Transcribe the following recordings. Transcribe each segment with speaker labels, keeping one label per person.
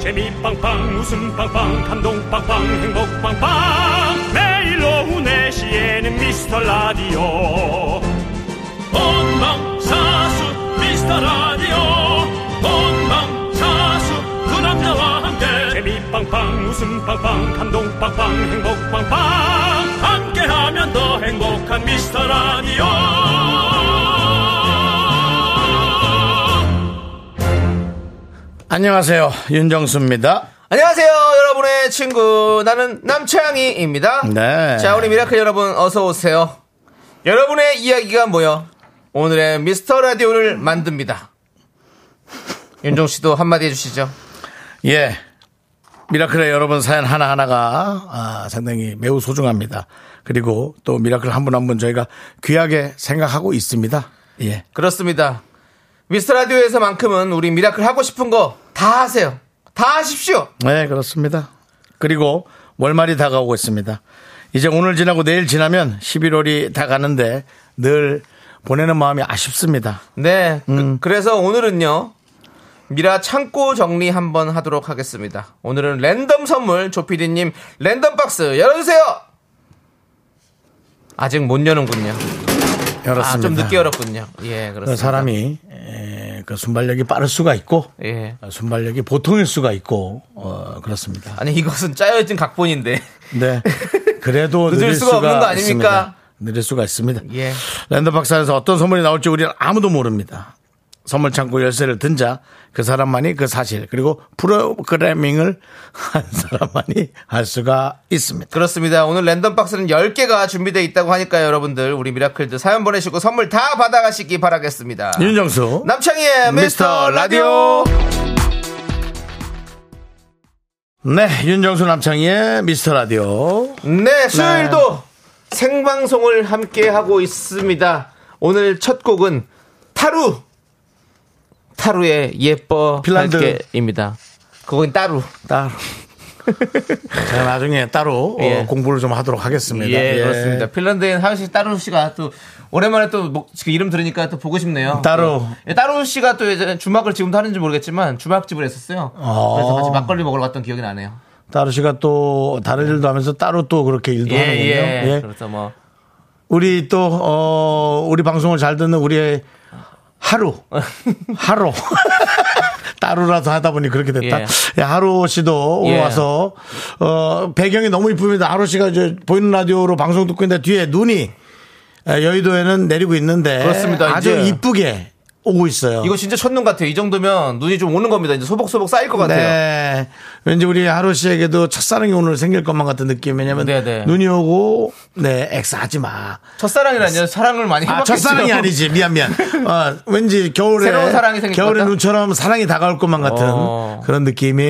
Speaker 1: 재미 빵빵 웃음 빵빵 감동 빵빵 행복 빵빵 매일 오후 4시에는 미스터 라디오 본방사수 미스터 라디오 본방사수 그 남자와 함께 재미 빵빵 웃음 빵빵 감동 빵빵 행복 빵빵 함께하면 더 행복한 미스터 라디오
Speaker 2: 안녕하세요. 윤정수입니다.
Speaker 3: 안녕하세요, 여러분의 친구. 나는 남창희입니다.
Speaker 2: 네.
Speaker 3: 자, 우리 미라클 여러분, 어서오세요. 여러분의 이야기가 뭐여? 오늘의 미스터 라디오를 만듭니다. 윤종 씨도 한마디 해주시죠.
Speaker 2: 예. 미라클의 여러분 사연 하나하나가 아, 상당히 매우 소중합니다. 그리고 또 미라클 한 분 한 분 저희가 귀하게 생각하고 있습니다. 예.
Speaker 3: 그렇습니다. 미스터 라디오에서만큼은 우리 미라클 하고 싶은 거 다 하세요. 다 하십시오.
Speaker 2: 네, 그렇습니다. 그리고 월말이 다가오고 있습니다. 이제 오늘 지나고 내일 지나면 11월이 다 가는데 늘 보내는 마음이 아쉽습니다.
Speaker 3: 네. 그, 래서 오늘은요. 미라 창고 정리 한번 하도록 하겠습니다. 오늘은 랜덤 선물 조피디님 랜덤 박스 열어주세요. 아직 못 여는군요.
Speaker 2: 열었습니다.
Speaker 3: 아, 좀 늦게 열었군요. 예, 그렇습니다.
Speaker 2: 그 사람이 에, 그 순발력이 빠를 수가 있고
Speaker 3: 예.
Speaker 2: 어, 순발력이 보통일 수가 있고 어, 그렇습니다.
Speaker 3: 아니 이것은 짜여진 각본인데.
Speaker 2: 네. 그래도
Speaker 3: 늦을
Speaker 2: 늦을
Speaker 3: 수가 없는 거 아닙니까?
Speaker 2: 있습니다. 늦을 수가 있습니다.
Speaker 3: 예.
Speaker 2: 랜덤 박사에서 어떤 선물이 나올지 우리는 아무도 모릅니다. 선물 창고 열쇠를 든 자 그 사람만이 그 사실 그리고 프로그래밍을 한 사람만이 알 수가 있습니다.
Speaker 3: 그렇습니다. 오늘 랜덤 박스는 10개가 준비되어 있다고 하니까요, 여러분들. 우리 미라클들 사연 보내시고 선물 다 받아가시기 바라겠습니다.
Speaker 2: 윤정수
Speaker 3: 남창희의 미스터 라디오.
Speaker 2: 네, 윤정수 남창희의 미스터 라디오.
Speaker 3: 네, 수요일도 생방송을 함께 하고 있습니다. 오늘 첫 곡은 타루. 타루의 예뻐
Speaker 2: 핀란드.
Speaker 3: 할게입니다. 그건 따루.
Speaker 2: 따로. 제가 나중에 따로 어,
Speaker 3: 예.
Speaker 2: 공부를 좀 하도록 하겠습니다.
Speaker 3: 예, 그렇습니다. 핀란드인 하윤 씨 따루 씨가 또 오랜만에 또 목- 그 이름 들으니까 또 보고 싶네요.
Speaker 2: 따루.
Speaker 3: 예, 따루 씨가 또 예전에 주막을 지금도 하는지 모르겠지만 주막집을 했었어요.
Speaker 2: 어.
Speaker 3: 그래서 같이 막걸리 먹으러 갔던 기억이 나네요.
Speaker 2: 따로 씨가 또 다른 일도 하면서 따로 또 그렇게 일도
Speaker 3: 네. 예,
Speaker 2: 하는군요.
Speaker 3: 예.
Speaker 2: 예.
Speaker 3: 그래서 뭐
Speaker 2: 우리 또, 어, 우리 방송을 잘 듣는 우리의 하루. 하루. 따로라도 하다 보니 그렇게 됐다.
Speaker 3: 예.
Speaker 2: 예, 하루 씨도 오늘
Speaker 3: 예.
Speaker 2: 와서, 어, 배경이 너무 이쁩니다. 하루 씨가 이제 보이는 라디오로 방송 듣고 있는데 뒤에 눈이 에, 여의도에는 내리고 있는데.
Speaker 3: 그렇습니다.
Speaker 2: 아주
Speaker 3: 이제.
Speaker 2: 이쁘게 오고 있어요.
Speaker 3: 이거 진짜 첫눈 같아요. 이 정도면 눈이 좀 오는 겁니다. 이제 소복소복 쌓일 것 같아요.
Speaker 2: 네. 왠지 우리 하루 씨에게도 첫사랑이 오늘 생길 것만 같은 느낌. 왜냐면
Speaker 3: 네, 네.
Speaker 2: 눈이 오고, 네, 엑스 하지 마.
Speaker 3: 첫사랑이라뇨. 사랑을 많이 해봤겠죠.
Speaker 2: 아, 첫사랑이 아니지. 미안, 미안. 어, 왠지 겨울에.
Speaker 3: 새로운 사랑이 생길
Speaker 2: 겨울에
Speaker 3: 것 같다?
Speaker 2: 눈처럼 사랑이 다가올 것만 같은
Speaker 3: 어.
Speaker 2: 그런 느낌이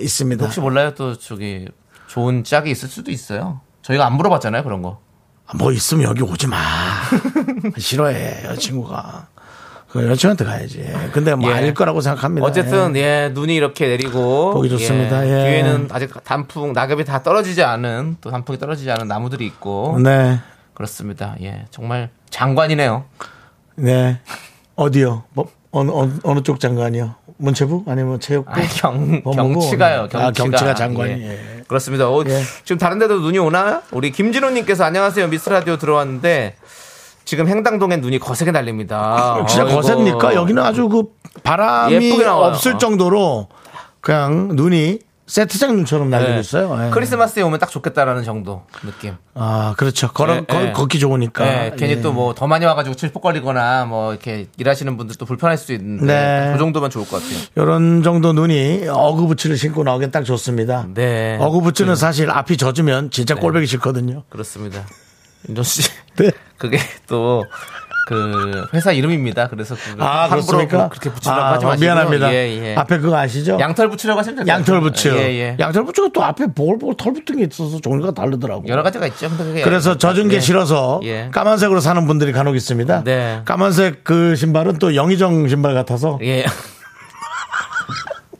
Speaker 2: 있습니다.
Speaker 3: 혹시 뭐- 몰라요. 또 저기 좋은 짝이 있을 수도 있어요. 저희가 안 물어봤잖아요. 그런 거.
Speaker 2: 아, 뭐 있으면 여기 오지 마. 싫어해, 여자친구가. 그 여자친구한테 가야지. 근데 뭐
Speaker 3: 예.
Speaker 2: 아닐 거라고 생각합니다.
Speaker 3: 어쨌든 예 눈이 이렇게 내리고
Speaker 2: 보기 좋습니다. 예.
Speaker 3: 뒤에는 아직 단풍 낙엽이 다 떨어지지 않은 또 단풍이 떨어지지 않은 나무들이 있고
Speaker 2: 예. 네.
Speaker 3: 그렇습니다. 예 정말 장관이네요.
Speaker 2: 네. 어디요? 뭐, 어느, 어느, 어느 쪽 장관이요? 문체부? 아니면 체육부?
Speaker 3: 아, 경
Speaker 2: 법무부?
Speaker 3: 경치가요. 경치가,
Speaker 2: 뭐, 아, 경치가 장관이.
Speaker 3: 예.
Speaker 2: 예.
Speaker 3: 그렇습니다. 어,
Speaker 2: 예.
Speaker 3: 지금 다른 데도 눈이 오나? 우리 김진호님께서 안녕하세요 미스 라디오 들어왔는데 지금 행당동에 눈이 거세게 날립니다.
Speaker 2: 진짜
Speaker 3: 어이구.
Speaker 2: 거셉니까? 여기는 아주 그 바람이
Speaker 3: 예쁘게 나와요.
Speaker 2: 없을
Speaker 3: 어.
Speaker 2: 정도로 그냥 눈이 세트장 눈처럼 날리고
Speaker 3: 네.
Speaker 2: 있어요. 예.
Speaker 3: 크리스마스에 오면 딱 좋겠다라는 정도 느낌.
Speaker 2: 아, 그렇죠. 걸어,
Speaker 3: 예,
Speaker 2: 걸-
Speaker 3: 예.
Speaker 2: 걷기 좋으니까.
Speaker 3: 네, 괜히
Speaker 2: 예.
Speaker 3: 또 뭐 더 많이 와가지고 칠폭거리거나 뭐 이렇게 일하시는 분들 또 불편할 수도 있는데
Speaker 2: 네.
Speaker 3: 그 정도만 좋을 것 같아요.
Speaker 2: 이런 정도 눈이 어그부츠를 신고 나오기엔 딱 좋습니다.
Speaker 3: 네.
Speaker 2: 어그부츠는 사실 앞이 젖으면 진짜 꼴보기 싫거든요.
Speaker 3: 그렇습니다. 윤정 씨,
Speaker 2: 네.
Speaker 3: 그게 또 그 회사 이름입니다. 그래서 그걸
Speaker 2: 아,
Speaker 3: 함부로 뭐
Speaker 2: 그렇습니까?
Speaker 3: 그렇게 붙이려고
Speaker 2: 아,
Speaker 3: 하지 마시고
Speaker 2: 미안합니다.
Speaker 3: 예, 예.
Speaker 2: 앞에 그거 아시죠?
Speaker 3: 양털 붙이려고 하시면 될것
Speaker 2: 양털
Speaker 3: 같아요.
Speaker 2: 부츠.
Speaker 3: 예, 예.
Speaker 2: 양털 부츠가 또 앞에 볼볼 털 붙은 게 있어서 종류가 다르더라고.
Speaker 3: 여러 가지가 있죠. 근데 그게
Speaker 2: 그래서 젖은 게
Speaker 3: 예.
Speaker 2: 싫어서
Speaker 3: 예.
Speaker 2: 까만색으로 사는 분들이 간혹 있습니다.
Speaker 3: 네.
Speaker 2: 까만색 그 신발은 또 영희정 신발 같아서
Speaker 3: 예.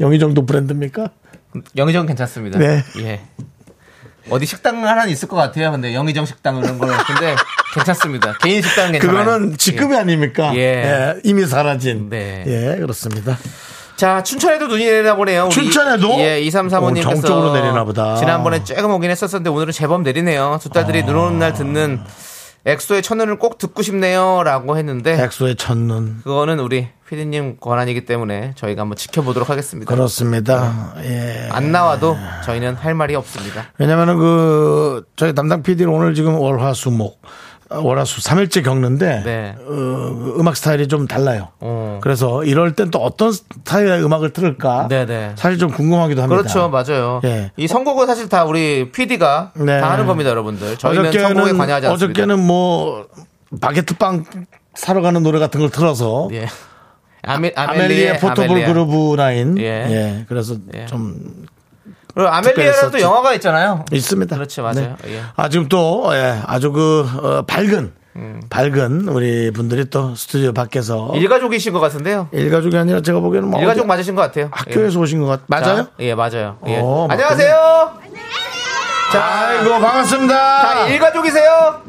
Speaker 2: 영희정도 브랜드입니까?
Speaker 3: 영희정 괜찮습니다.
Speaker 2: 네.
Speaker 3: 예. 어디 식당 하나 있을 것 같아요. 근데 영희정 식당 그런 거 근데 괜찮습니다. 개인 식당은 괜찮아요.
Speaker 2: 그거는 직급이
Speaker 3: 예.
Speaker 2: 아닙니까?
Speaker 3: 예.
Speaker 2: 이미 사라진.
Speaker 3: 네.
Speaker 2: 예, 그렇습니다.
Speaker 3: 자, 춘천에도 눈이 내리나 보네요. 우리
Speaker 2: 춘천에도?
Speaker 3: 예, 2335님께서
Speaker 2: 오, 정쪽으로 내리나 보다.
Speaker 3: 지난번에 조금 오긴 했었는데 오늘은 제법 내리네요. 두 딸들이
Speaker 2: 아.
Speaker 3: 눈 오는 날 듣는 엑소의 첫눈을 꼭 듣고 싶네요라고 했는데
Speaker 2: 백수의 첫눈.
Speaker 3: 그거는 우리 피디님 권한이기 때문에 저희가 한번 지켜보도록 하겠습니다.
Speaker 2: 그렇습니다. 예.
Speaker 3: 안 나와도 저희는 할 말이 없습니다.
Speaker 2: 왜냐면은 그 저희 담당 PD는 오늘 지금 월화수목 어, 월화수 3일째 겪는데
Speaker 3: 네.
Speaker 2: 어, 그 음악 스타일이 좀 달라요.
Speaker 3: 어.
Speaker 2: 그래서 이럴 땐 또 어떤 스타일의 음악을 틀을까?
Speaker 3: 네네.
Speaker 2: 사실 좀 궁금하기도 합니다.
Speaker 3: 그렇죠, 맞아요.
Speaker 2: 예.
Speaker 3: 이 선곡은 사실 다 우리 PD가
Speaker 2: 네.
Speaker 3: 다 하는 겁니다, 여러분들. 저희는 선곡에
Speaker 2: 어저께는
Speaker 3: 관여하지 않습니다.
Speaker 2: 어저께는 뭐 바게트 빵 사러 가는 노래 같은 걸 틀어서
Speaker 3: 예. 아멜,
Speaker 2: 아멜리의 포토볼
Speaker 3: 아멜리아.
Speaker 2: 그루브 라인.
Speaker 3: 예.
Speaker 2: 예. 그래서
Speaker 3: 예.
Speaker 2: 좀
Speaker 3: 그리고 아멜리아라도
Speaker 2: 특별했었죠.
Speaker 3: 영화가 있잖아요.
Speaker 2: 있습니다.
Speaker 3: 그렇지, 맞아요. 예.
Speaker 2: 아, 지금 또, 예, 아주 그, 어, 밝은, 밝은 우리 분들이 또 스튜디오 밖에서.
Speaker 3: 음. 어? 일가족이신 것 같은데요.
Speaker 2: 일가... 족이 아니라 제가 보기에는 뭐
Speaker 3: 일가족
Speaker 2: 어디-
Speaker 3: 맞으신 것 같아요.
Speaker 2: 학교에서 오신 것 같,
Speaker 3: 예.
Speaker 2: 맞아요?
Speaker 3: 자, 예, 맞아요. 예.
Speaker 2: 어,
Speaker 3: 안녕하세요.
Speaker 2: 아이고, 반갑습니다. 아.
Speaker 3: 다 일가족이세요?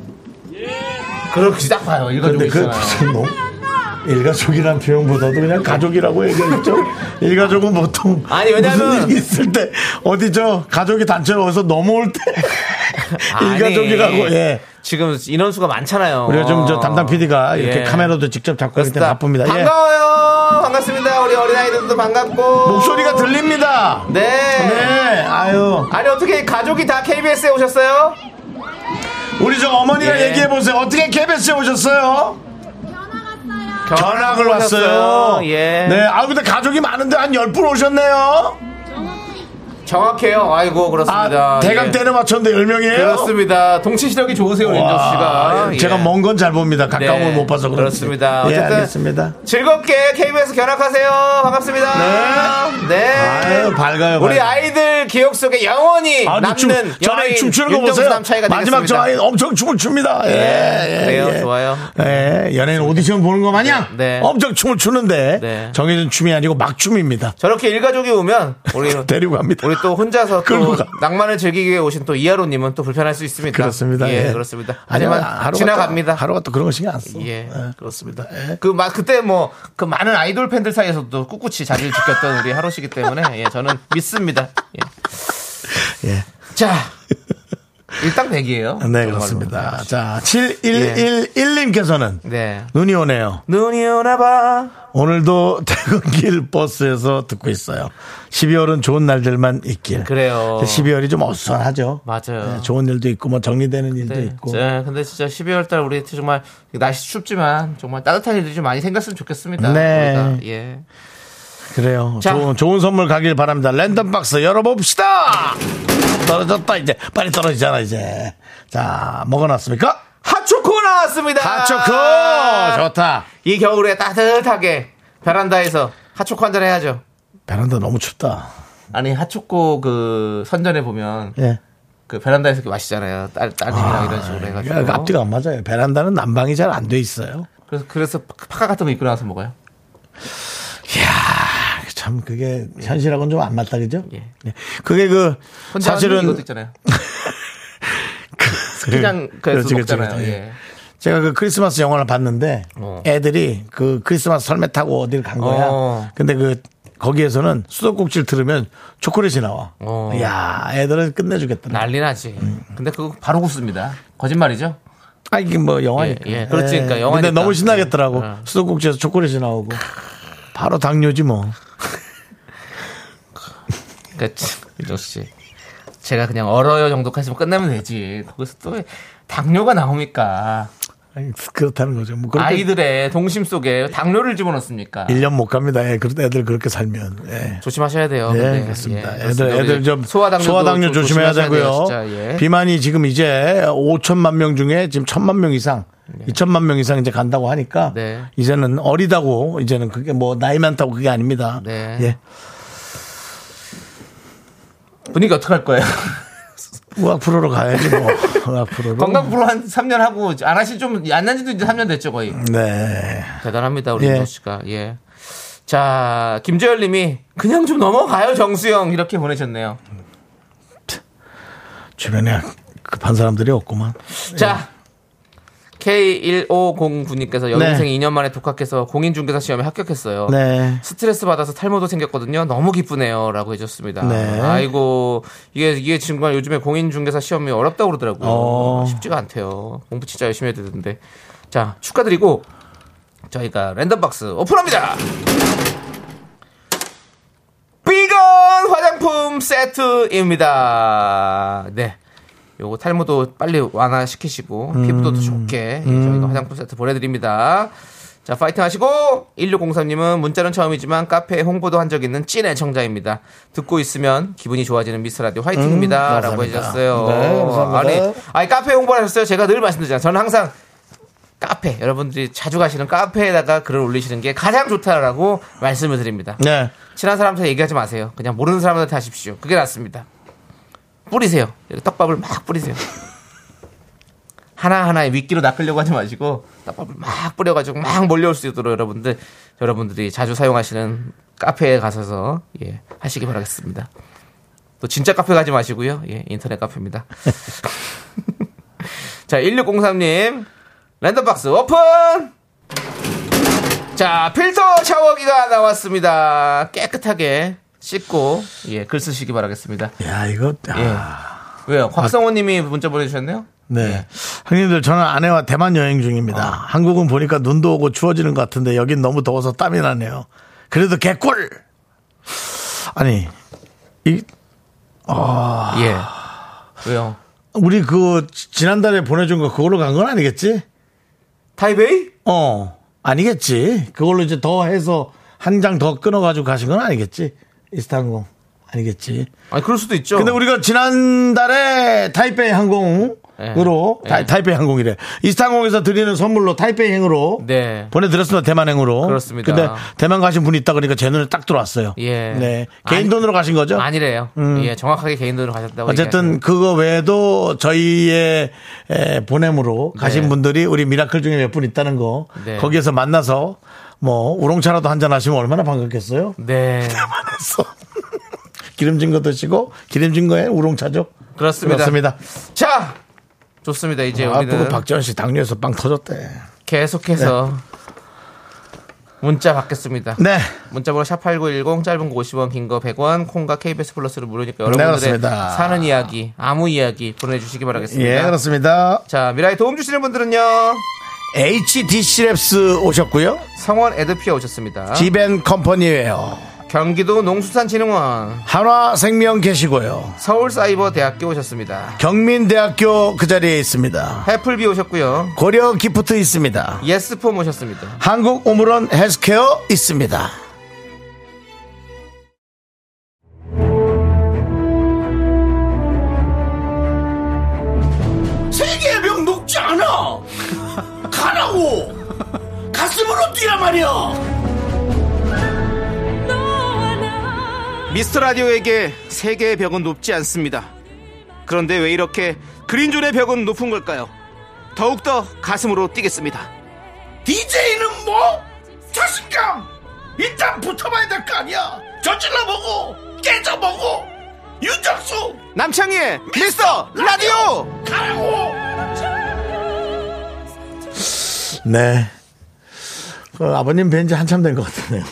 Speaker 2: 그렇게 딱 봐요. 일가족이. 그, 너무 일가족이란 표현보다도 그냥 가족이라고 얘기했죠. 일가족은 보통
Speaker 3: 아니, 왜냐면-
Speaker 2: 무슨 일이 있을 때 어디 저 가족이 단체로 와서 넘어올 때 일가족이라고
Speaker 3: 아니,
Speaker 2: 예.
Speaker 3: 지금 인원수가 많잖아요.
Speaker 2: 우리가 좀 저 담당 PD가 이렇게
Speaker 3: 예.
Speaker 2: 카메라도 직접 잡고 있기 때문에
Speaker 3: 그렇습니다.
Speaker 2: 바쁩니다. 예.
Speaker 3: 반가워요. 반갑습니다. 우리 어린아이들도 반갑고.
Speaker 2: 목소리가 들립니다.
Speaker 3: 네.
Speaker 2: 네, 아유.
Speaker 3: 아니, 어떻게 가족이 다 KBS에 오셨어요?
Speaker 2: 우리 저 어머니가
Speaker 3: 예.
Speaker 2: 얘기해 보세요. 어떻게 KBS에 오셨어요? 전학을 왔어요.
Speaker 3: 예.
Speaker 2: 네, 아 근데 가족이 많은데 한 열 분 오셨네요.
Speaker 3: 정확해요. 아이고, 그렇습니다.
Speaker 2: 아, 대강
Speaker 3: 예.
Speaker 2: 때려 맞췄는데 10명이에요? 아,
Speaker 3: 그렇습니다. 동치 시력이 좋으세요, 우리 윤정 씨가. 예.
Speaker 2: 제가 먼 건 잘 봅니다. 가까운
Speaker 3: 네,
Speaker 2: 걸 못 봐서 그렇지.
Speaker 3: 그렇습니다.
Speaker 2: 예,
Speaker 3: 어쨌든-
Speaker 2: 알겠습니다.
Speaker 3: 즐겁게 KBS 견학하세요. 반갑습니다. 네.
Speaker 2: 아유, 밝아요,
Speaker 3: 우리
Speaker 2: 밝아요.
Speaker 3: 아이들 기억 속에 영원히
Speaker 2: 아주
Speaker 3: 남는
Speaker 2: 춤, 저 아이
Speaker 3: 연예인
Speaker 2: 춤추는 거
Speaker 3: 윤정수
Speaker 2: 보세요.
Speaker 3: 남차이가
Speaker 2: 마지막 저
Speaker 3: 되겠습니다.
Speaker 2: 아이 엄청 춤을 춥니다. 예,
Speaker 3: 네,
Speaker 2: 예,
Speaker 3: 그래요.
Speaker 2: 예.
Speaker 3: 좋아요.
Speaker 2: 예, 연예인 오디션 보는 거 마냥
Speaker 3: 네.
Speaker 2: 엄청 춤을 추는데
Speaker 3: 네.
Speaker 2: 정해진 춤이 아니고 막 춤입니다.
Speaker 3: 저렇게 일가족이 오면 우리
Speaker 2: 데리고 갑니다.
Speaker 3: 우리 또 혼자서
Speaker 2: 끌고
Speaker 3: 또
Speaker 2: 가.
Speaker 3: 낭만을 즐기기 위해 오신 또 이하로님은 또 불편할 수 있습니다.
Speaker 2: 그렇습니다.
Speaker 3: 예,
Speaker 2: 예.
Speaker 3: 그렇습니다.
Speaker 2: 아니요,
Speaker 3: 하지만
Speaker 2: 하루가
Speaker 3: 지나갑니다.
Speaker 2: 또, 하루가 또 그런 거 신경 안 써.
Speaker 3: 예.
Speaker 2: 그렇습니다. 예.
Speaker 3: 그, 막, 그때 뭐, 그 많은 아이돌 팬들 사이에서도 꿋꿋이 자리를 지켰던 우리 하루 씨기 때문에, 예, 저는 믿습니다. 예.
Speaker 2: 예.
Speaker 3: 자. 일당 백이에요.
Speaker 2: 네,
Speaker 3: 예.
Speaker 2: 그렇습니다. 자, 7111님께서는
Speaker 3: 네.
Speaker 2: 눈이 오네요.
Speaker 3: 눈이 오나봐.
Speaker 2: 오늘도 퇴근길 버스에서 듣고 있어요. 12월은 좋은 날들만 있길.
Speaker 3: 그래요.
Speaker 2: 12월이 좀 어수선하죠.
Speaker 3: 맞아요.
Speaker 2: 네, 좋은 일도 있고 뭐 정리되는 일도
Speaker 3: 네.
Speaker 2: 있고.
Speaker 3: 자, 근데 진짜 12월 달 우리 정말 날씨 춥지만 정말 따뜻한 일들이 좀 많이 생겼으면 좋겠습니다.
Speaker 2: 네.
Speaker 3: 우리가. 예.
Speaker 2: 그래요.
Speaker 3: 자.
Speaker 2: 좋은, 좋은 선물 가길 바랍니다. 랜덤 박스 열어봅시다. 떨어졌다 이제 빨리 떨어지잖아 이제. 자, 먹어놨습니까?
Speaker 3: 핫초코 나왔습니다.
Speaker 2: 하초코
Speaker 3: 아.
Speaker 2: 좋다.
Speaker 3: 이 겨울에 따뜻하게 베란다에서 핫초코 한잔 해야죠.
Speaker 2: 베란다 너무 춥다.
Speaker 3: 아니 핫초코 그 선전에 보면
Speaker 2: 예.
Speaker 3: 그 베란다에서 이렇게 마시잖아요. 딸 딸님이랑 이런 식으로 해가지고.
Speaker 2: 그러니까 앞뒤가 안 맞아요. 베란다는 난방이 잘 안 돼 있어요.
Speaker 3: 그래서 그래서 파카 같은 거 입고 나와서 먹어요.
Speaker 2: 아, 참 그게 현실하고는 좀 안 맞다 그죠?
Speaker 3: 예.
Speaker 2: 예. 그게 그
Speaker 3: 혼자 하는
Speaker 2: 사실은 예.
Speaker 3: 이것도 있잖아요. 그냥 그래서
Speaker 2: 그렇지, 그렇지,
Speaker 3: 먹잖아요.
Speaker 2: 그렇지.
Speaker 3: 예.
Speaker 2: 제가 그 크리스마스 영화를 봤는데
Speaker 3: 어.
Speaker 2: 애들이 그 크리스마스 설매 타고 어딜 간 거야.
Speaker 3: 어.
Speaker 2: 근데 그 거기에서는 수도꼭지를 들으면 초콜릿이 나와.
Speaker 3: 어.
Speaker 2: 야, 애들은 끝내주겠다.
Speaker 3: 난리 나지. 근데 그거 바로 굽습니다. 거짓말이죠?
Speaker 2: 아 이게 뭐 영화니까.
Speaker 3: 예, 예. 그렇지, 그러니까
Speaker 2: 근데
Speaker 3: 영화니까.
Speaker 2: 너무 신나겠더라고.
Speaker 3: 예.
Speaker 2: 수도꼭지에서 초콜릿이 나오고 바로 당뇨지 뭐.
Speaker 3: 그러니까 참, 윤정수 씨. 제가 그냥 얼어요 정도까지만 끝내면 되지. 거기서 또 당뇨가 나옵니까?
Speaker 2: 아니, 그렇다는 거죠. 뭐 그렇게
Speaker 3: 아이들의 동심 속에 당뇨를 집어넣습니까?
Speaker 2: 1년 못 갑니다. 예, 그런 애들 그렇게 살면. 예.
Speaker 3: 조심하셔야 돼요.
Speaker 2: 예,
Speaker 3: 근데.
Speaker 2: 그렇습니다.
Speaker 3: 예,
Speaker 2: 애들,
Speaker 3: 그렇습니다.
Speaker 2: 애들
Speaker 3: 우리
Speaker 2: 좀
Speaker 3: 소화당뇨도
Speaker 2: 소화당뇨,
Speaker 3: 좀
Speaker 2: 조심해야
Speaker 3: 돼요,
Speaker 2: 되고요.
Speaker 3: 진짜, 예.
Speaker 2: 비만이 지금 이제 5천만 명 중에 지금 1천만 명 이상, 2천만 명 이상 이제 간다고 하니까
Speaker 3: 네.
Speaker 2: 이제는 어리다고 이제는 그게 뭐 나이 많다고 그게 아닙니다.
Speaker 3: 네.
Speaker 2: 예.
Speaker 3: 분위기 어떡할 거예요?
Speaker 2: 의학 프로로 가야지 뭐. 의학 프로로.
Speaker 3: 건강 프로 한 3년 하고 안 하신 좀안한 지도 이제 3년 됐죠, 거의.
Speaker 2: 네.
Speaker 3: 음, 대단합니다, 우리
Speaker 2: 예.
Speaker 3: 윤정 씨가. 예. 자, 김재열 님이 그냥 좀 넘어가요, 정수영. 이렇게 보내셨네요. 예.
Speaker 2: 주변에 급한 사람들이 없구만.
Speaker 3: 자, K1509님께서 여동생 이 2년 만에 독학해서 공인중개사 시험에 합격했어요.
Speaker 2: 네.
Speaker 3: 스트레스 받아서 탈모도 생겼거든요. 너무 기쁘네요라고 해줬습니다.
Speaker 2: 네.
Speaker 3: 아이고 이게 이게 정말 요즘에 공인중개사 시험이 어렵다고 그러더라고요.
Speaker 2: 어.
Speaker 3: 쉽지가 않대요. 공부 진짜 열심히 해야 되는데. 자 축하드리고 저희가 랜덤박스 오픈합니다. 비건 화장품 세트입니다. 네. 요거 탈모도 빨리 완화시키시고
Speaker 2: 음.
Speaker 3: 피부도 더 좋게 예, 저희가 화장품 세트 보내드립니다. 자 파이팅 하시고 1603님은 문자는 처음이지만 카페에 홍보도 한 적 있는 찐 애청자입니다. 듣고 있으면 기분이 좋아지는 미스라디오 화이팅입니다.
Speaker 2: 음,
Speaker 3: 라고
Speaker 2: 감사합니다.
Speaker 3: 해주셨어요.
Speaker 2: 네, 감사합니다.
Speaker 3: 아니, 아니 카페 홍보를 하셨어요. 제가 늘 말씀드리잖아요. 저는 항상 카페 여러분들이 자주 가시는 카페에다가 글을 올리시는 게 가장 좋다라고 말씀을 드립니다.
Speaker 2: 네.
Speaker 3: 친한 사람한테 얘기하지 마세요. 그냥 모르는 사람한테 하십시오. 그게 낫습니다. 뿌리세요. 여기 떡밥을 막 뿌리세요. 하나하나의 미끼로 낚으려고 하지 마시고 떡밥을 막 뿌려가지고 막 몰려올 수 있도록 여러분들 여러분들이 자주 사용하시는 카페에 가셔서 예, 하시기 바라겠습니다. 또 진짜 카페 가지 마시고요. 예, 인터넷 카페입니다. 자, 1603님 랜덤박스 오픈! 자, 필터 샤워기가 나왔습니다. 깨끗하게 씻고 예, 글 쓰시기 바라겠습니다.
Speaker 2: 야, 이거. 아,
Speaker 3: 예. 왜요? 곽성호 님이 문자 보내주셨네요?
Speaker 2: 네. 형님들, 저는 아내와 대만 여행 중입니다. 한국은 보니까 눈도 오고 추워지는 것 같은데 여긴 너무 더워서 땀이 나네요. 그래도 개꿀! 아니, 이, 아.
Speaker 3: 예. 왜요?
Speaker 2: 우리 그 지난달에 보내준 거 그걸로 간 건 아니겠지?
Speaker 3: 타이베이?
Speaker 2: 어, 아니겠지. 그걸로 이제 더 해서 한 장 더 끊어가지고 가신 건 아니겠지. 이스탄항공 아니겠지.
Speaker 3: 아니, 그럴 수도 있죠.
Speaker 2: 근데 우리가 지난달에 타이베이 항공으로
Speaker 3: 네.
Speaker 2: 타,
Speaker 3: 네.
Speaker 2: 타이베이 항공이래. 이스탄항공에서 드리는 선물로 타이베이 행으로
Speaker 3: 네.
Speaker 2: 보내드렸습니다. 대만행으로.
Speaker 3: 그렇습니다.
Speaker 2: 근데 대만 가신 분이 있다 그러니까 제 눈에 딱 들어왔어요.
Speaker 3: 예.
Speaker 2: 네. 개인
Speaker 3: 아니-
Speaker 2: 돈으로 가신 거죠?
Speaker 3: 아니래요. 예, 정확하게 개인 돈으로 가셨다고.
Speaker 2: 음. 어쨌든
Speaker 3: 얘기하시네요.
Speaker 2: 그거 외에도 저희의 에, 보냄으로 가신
Speaker 3: 네.
Speaker 2: 분들이 우리 미라클 중에 몇 분 있다는 거
Speaker 3: 네.
Speaker 2: 거기에서 만나서 뭐 우롱차라도 한잔 하시면 얼마나 반갑겠어요?
Speaker 3: 네.
Speaker 2: 했어. 기름진 거 드시고 기름진 거에 우롱차죠?
Speaker 3: 그렇습니다.
Speaker 2: 그렇습니다.
Speaker 3: 자! 좋습니다. 이제
Speaker 2: 아프고
Speaker 3: 우리는
Speaker 2: 박지원 씨 당뇨에서 빵 터졌대.
Speaker 3: 계속해서 문자 받겠습니다.
Speaker 2: 네.
Speaker 3: 문자번호 샵8910 짧은 거 50원 긴 거 100원 콩과 KBS 플러스를 무료니까
Speaker 2: 네,
Speaker 3: 여러분들의
Speaker 2: 그렇습니다.
Speaker 3: 사는 이야기 아무 이야기 보내주시기 바라겠습니다.
Speaker 2: 예, 그렇습니다.
Speaker 3: 자 미라에 도움 주시는 분들은요
Speaker 2: HDC 랩스 오셨고요.
Speaker 3: 성원 에드피어 오셨습니다.
Speaker 2: 지벤 컴퍼니웨어.
Speaker 3: 경기도 농수산진흥원
Speaker 2: 한화생명 계시고요.
Speaker 3: 서울사이버대학교 오셨습니다.
Speaker 2: 경민대학교 그 자리에 있습니다.
Speaker 3: 해플비 오셨고요.
Speaker 2: 고려 기프트 있습니다.
Speaker 3: 예스폼 오셨습니다.
Speaker 2: 한국 오므론 헬스케어 있습니다.
Speaker 1: 세계의 병 녹지 않아 가라고 가슴으로 뛰란 말이야
Speaker 4: 미스터 라디오에게 세계의 벽은 높지 않습니다. 그런데 왜 이렇게 그린존의 벽은 높은 걸까요? 더욱더 가슴으로 뛰겠습니다.
Speaker 1: DJ는 뭐? 자신감 일단 붙어봐야 될 거 아니야 저질러보고 깨져보고 윤정수
Speaker 4: 남창희의 미스터 라디오!
Speaker 1: 가라고
Speaker 2: 네. 그 아버님 뵌지 한참 된 것 같네요.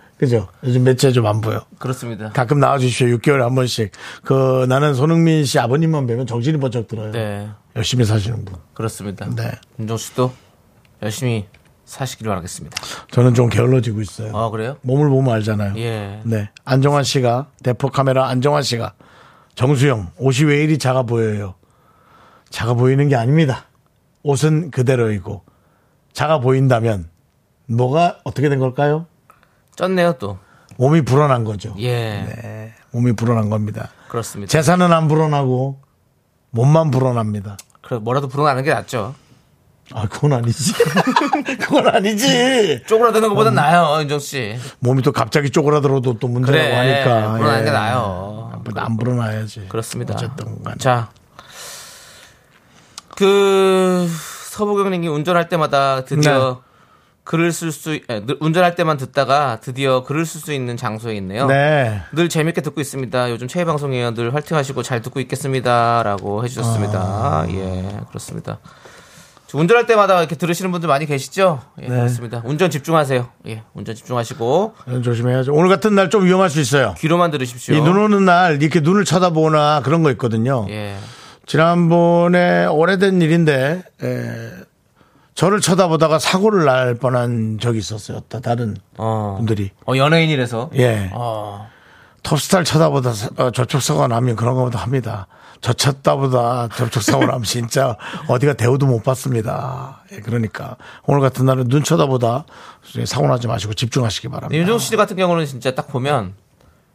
Speaker 2: 그죠? 요즘 매체 좀 안 보여.
Speaker 3: 그렇습니다.
Speaker 2: 가끔 나와주십시오. 6개월에 한 번씩. 그 나는 손흥민 씨 아버님만 뵈면 정신이 번쩍 들어요.
Speaker 3: 네
Speaker 2: 열심히 사시는 분.
Speaker 3: 그렇습니다.
Speaker 2: 네.
Speaker 3: 윤종 씨도 열심히 사시길 바라겠습니다.
Speaker 2: 저는 좀 게을러지고 있어요.
Speaker 3: 아 그래요?
Speaker 2: 몸을 보면 알잖아요.
Speaker 3: 예.
Speaker 2: 네. 안정환 씨가, 대포 카메라 안정환 씨가, 정수영, 옷이 왜 이리 작아 보여요? 작아 보이는 게 아닙니다. 옷은 그대로이고, 작아 보인다면, 뭐가 어떻게 된 걸까요?
Speaker 3: 쪘네요 또.
Speaker 2: 몸이 불어난 거죠.
Speaker 3: 예
Speaker 2: 네. 몸이 불어난 겁니다.
Speaker 3: 그렇습니다.
Speaker 2: 재산은 안 불어나고, 몸만 불어납니다.
Speaker 3: 그래, 뭐라도 불어나는 게 낫죠.
Speaker 2: 아, 그건 아니지. 그건 아니지.
Speaker 3: 쪼그라드는 것보다 나아요 윤종 씨.
Speaker 2: 몸이 또 갑자기 음. 쪼그라들어도 또 문제라고
Speaker 3: 그래,
Speaker 2: 하니까.
Speaker 3: 불어나는
Speaker 2: 예.
Speaker 3: 게 나아요.
Speaker 2: 안 불어나야지.
Speaker 3: 그렇습니다.
Speaker 2: 어쨌든 간에.
Speaker 3: 자, 그 서보경님이 운전할 때마다 드디어
Speaker 2: 네.
Speaker 3: 글을 쓸 수 예, 운전할 때만 듣다가 드디어 글을 쓸 수 있는 장소에 있네요.
Speaker 2: 네.
Speaker 3: 늘 재밌게 듣고 있습니다. 요즘 최애 방송이에요. 아. 늘 활팅하시고 잘 듣고 있겠습니다라고 해주셨습니다. 예, 그렇습니다. 운전할 때마다 이렇게 들으시는 분들 많이 계시죠? 예, 그렇습니다. 운전 집중하세요. 예, 운전 집중하시고
Speaker 2: 조심해야죠. 오늘 같은 날 좀 위험할 수 있어요.
Speaker 3: 귀로만 들으십시오.
Speaker 2: 이 눈 오는 날 이렇게 눈을 쳐다보거나 그런 거 있거든요.
Speaker 3: 예.
Speaker 2: 지난번에 오래된 일인데 에, 저를 쳐다보다가 사고를 날 뻔한 적이 있었어요. 다- 다른
Speaker 3: 어.
Speaker 2: 분들이
Speaker 3: 어, 연예인이라서.
Speaker 2: 예
Speaker 3: 어.
Speaker 2: 톱스타를 쳐다보다 사- 어, 접촉사고가 나면 그런 것보다 합니다. 저 쳤다보다 접촉사고 나면 진짜 어디가 대우도 못 받습니다. 예, 그러니까 오늘 같은 날은 눈 쳐다보다 사고 나지 마시고 집중하시기 바랍니다.
Speaker 3: 윤정수 씨 같은 경우는 진짜 딱 보면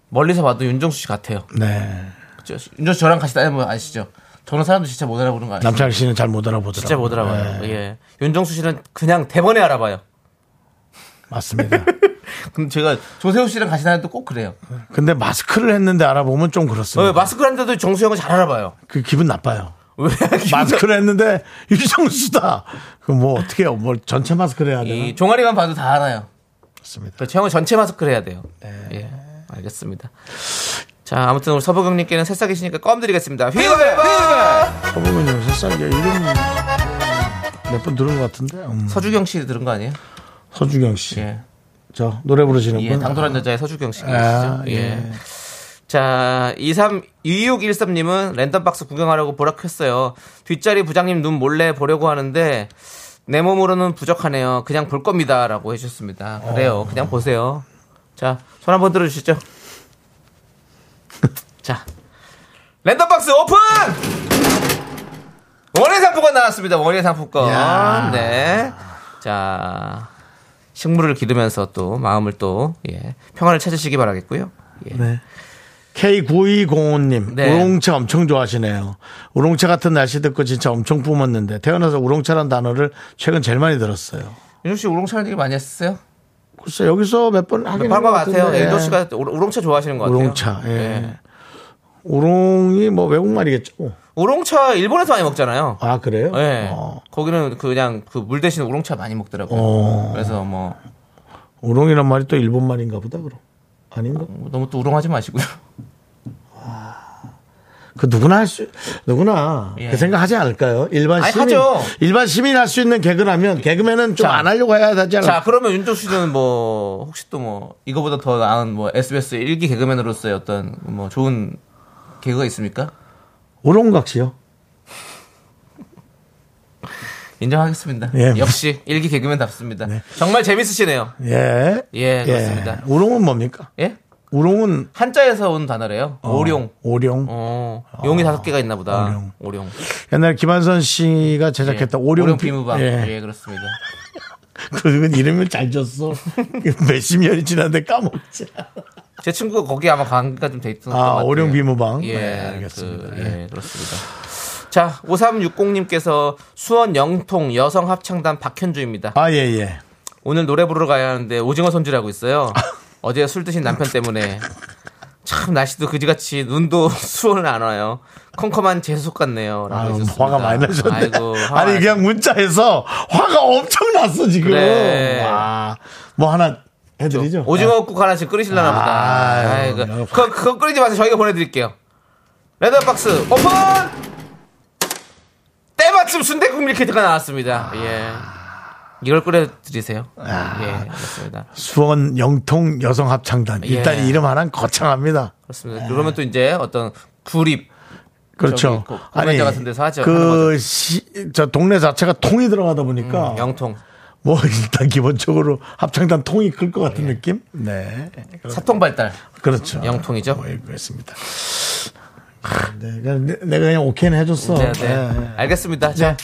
Speaker 3: 멀리서 봐도 윤정수 씨 같아요.
Speaker 2: 네.
Speaker 3: 그죠? 윤정수 저랑 같이 다니면 아시죠? 저는 사람도 진짜 못 알아보는 거 아시죠?
Speaker 2: 남창희 씨는 잘 못 알아보더라고요.
Speaker 3: 진짜 못 알아봐요.
Speaker 2: 네,
Speaker 3: 예. 윤정수 씨는 그냥 대번에 알아봐요.
Speaker 2: 맞습니다.
Speaker 3: 근데 제가 조세호 씨랑 같이 다녀도 꼭 그래요.
Speaker 2: 근데 마스크를 했는데 알아보면 좀
Speaker 3: 어,
Speaker 2: 그렇습니다.
Speaker 3: 마스크를 한데도 정수 형은 잘 알아봐요.
Speaker 2: 그 기분 나빠요.
Speaker 3: 왜?
Speaker 2: 마스크를 했는데 유정수다. 그 뭐 어떻게 해요? 뭘 전체 마스크를 해야 되나?
Speaker 3: 이 종아리만 봐도 다 알아요.
Speaker 2: 그렇습니다.
Speaker 3: 그렇죠. 형은 전체 마스크를 해야 돼요. 예. 알겠습니다. 자, 아무튼 우리 서보경님께는 새싹이시니까 껌 드리겠습니다. 휘발!
Speaker 2: 저보면 요새 쌀게 이름 몇 번 들은 것 같은데. 음.
Speaker 3: 서주경 씨 들은 거 아니에요?
Speaker 2: 서주경 씨.
Speaker 3: 예.
Speaker 2: 저 노래 부르시는
Speaker 3: 예,
Speaker 2: 분.
Speaker 3: 당돌한 여자의 서주경 씨.
Speaker 2: 아,
Speaker 3: 계시죠?
Speaker 2: 예.
Speaker 3: 예. 자, 23, 2613님은 랜덤박스 구경하려고 보락했어요. 뒷자리 부장님 눈 몰래 보려고 하는데, 내 몸으로는 부족하네요. 그냥 볼 겁니다. 라고 해주셨습니다.
Speaker 2: 어.
Speaker 3: 그래요. 그냥 보세요. 자, 손 한번 들어주시죠. 자, 랜덤박스 오픈! 원예 상품권 나왔습니다. 원예 상품권.
Speaker 2: 야.
Speaker 3: 네. 자, 식물을 기르면서 또 마음을 또 예, 평안을 찾으시기 바라겠고요. 예.
Speaker 2: 네. K9205님,
Speaker 3: 네.
Speaker 2: 우롱차 엄청 좋아하시네요. 우롱차 같은 날씨 듣고 진짜 엄청 뿜었는데, 태어나서 우롱차란 단어를 최근 제일 많이 들었어요.
Speaker 3: 윤종 씨 우롱차는 얘기 많이 했어요?
Speaker 2: 글쎄, 여기서 몇 번 하긴
Speaker 3: 네, 한것
Speaker 2: 한
Speaker 3: 같아요.
Speaker 2: 같은데. 네.
Speaker 3: 윤종 씨가 우- 우롱차 좋아하시는 것 같아요. 네.
Speaker 2: 우롱차, 예. 우롱이 뭐 외국말이겠죠.
Speaker 3: 우롱차 일본에서 많이 먹잖아요.
Speaker 2: 아, 그래요?
Speaker 3: 예.
Speaker 2: 어.
Speaker 3: 거기는 그냥 그 물 대신 우롱차 많이 먹더라고요.
Speaker 2: 어.
Speaker 3: 그래서 뭐
Speaker 2: 우롱이란 말이 또 일본말인가 보다, 그럼. 아닌가?
Speaker 3: 너무 또 우롱하지 마시고요.
Speaker 2: 그 누구나 할 수, 누구나
Speaker 3: 예.
Speaker 2: 그 생각하지 않을까요? 일반
Speaker 3: 아니,
Speaker 2: 시민.
Speaker 3: 하죠.
Speaker 2: 일반 시민이 할 수 있는 개그라면 개그맨은 좀
Speaker 3: 자.
Speaker 2: 안 하려고 해야 되지 않을까?
Speaker 3: 자, 그러면 윤종 씨는 뭐 혹시 또 뭐 이거보다 더 나은 뭐 SBS 일기 개그맨으로서의 어떤 뭐 좋은 개그가 있습니까?
Speaker 2: 오롱각시요.
Speaker 3: 인정하겠습니다.
Speaker 2: 예. 네.
Speaker 3: 역시 일기 개그맨답습니다. 정말 재밌으시네요.
Speaker 2: 예.
Speaker 3: 예, 그렇습니다.
Speaker 2: 우롱은 뭡니까?
Speaker 3: 예?
Speaker 2: 우롱은
Speaker 3: 한자에서 온 단어래요. 오룡.
Speaker 2: 오룡.
Speaker 3: 어, 용이 다섯 개가 있나 보다.
Speaker 2: 아, 오룡.
Speaker 3: 오룡.
Speaker 2: 옛날 김한선 씨가 제작했던 오룡,
Speaker 3: 오룡
Speaker 2: 비-
Speaker 3: 비무방.
Speaker 2: 예.
Speaker 3: 예. 그렇습니다.
Speaker 2: 그건 이름을 잘 줬어. 몇십 년이 지났는데 까먹지.
Speaker 3: 제 친구가 거기 아마 관계가 좀 돼 있던 것
Speaker 2: 아,
Speaker 3: 같아요.
Speaker 2: 오룡 비무방.
Speaker 3: 예,
Speaker 2: 네, 알겠습니다.
Speaker 3: 그, 예, 그렇습니다. 자, 5360님께서 수원 영통 여성 합창단 박현주입니다.
Speaker 2: 아, 예, 예.
Speaker 3: 오늘 노래 부르러 가야 하는데 오징어 손질하고 있어요.
Speaker 2: 아.
Speaker 3: 어제 술 드신 남편 때문에 참 날씨도 그지같이 눈도 수원은 안 와요. 컴컴한 재수속 같네요. 라고
Speaker 2: 아유,
Speaker 3: 해주셨습니다.
Speaker 2: 화가 많이 나셨네.
Speaker 3: 아이고, 화가
Speaker 2: 아니,
Speaker 3: 많이
Speaker 2: 그냥 문자에서 화가 엄청 났어, 지금.
Speaker 3: 그래.
Speaker 2: 와, 뭐 하나 해드리죠. 예.
Speaker 3: 오징어국 하나씩 끓이실라나 보다.
Speaker 2: 아유,
Speaker 3: 아이고.
Speaker 2: 여러분.
Speaker 3: 그거, 그거 끓이지 마세요. 저희가 보내드릴게요. 레더박스 오픈! 때마침 순대국 밀키트가 나왔습니다. 예. 이걸 끓여드리세요.
Speaker 2: 아.
Speaker 3: 예, 그렇습니다.
Speaker 2: 수원 영통 여성 합창단. 일단
Speaker 3: 예.
Speaker 2: 이름 하나는 거창합니다.
Speaker 3: 그렇습니다. 그러면 또 이제 어떤 구립.
Speaker 2: 그렇죠.
Speaker 3: 그 공연장 같은 데서 하죠. 하는
Speaker 2: 그 시, 저 동네 자체가 통이 들어가다 보니까
Speaker 3: 영통.
Speaker 2: 뭐 일단 기본적으로 합창단 통이 클 것
Speaker 3: 예.
Speaker 2: 같은 느낌? 네.
Speaker 3: 사통 발달.
Speaker 2: 그렇죠.
Speaker 3: 영통이죠.
Speaker 2: 뭐 그랬습니다. 네, 그냥 내- 내가 그냥 오케이는 해줬어.
Speaker 3: 네, 네.
Speaker 2: 네.
Speaker 3: 알겠습니다. 자,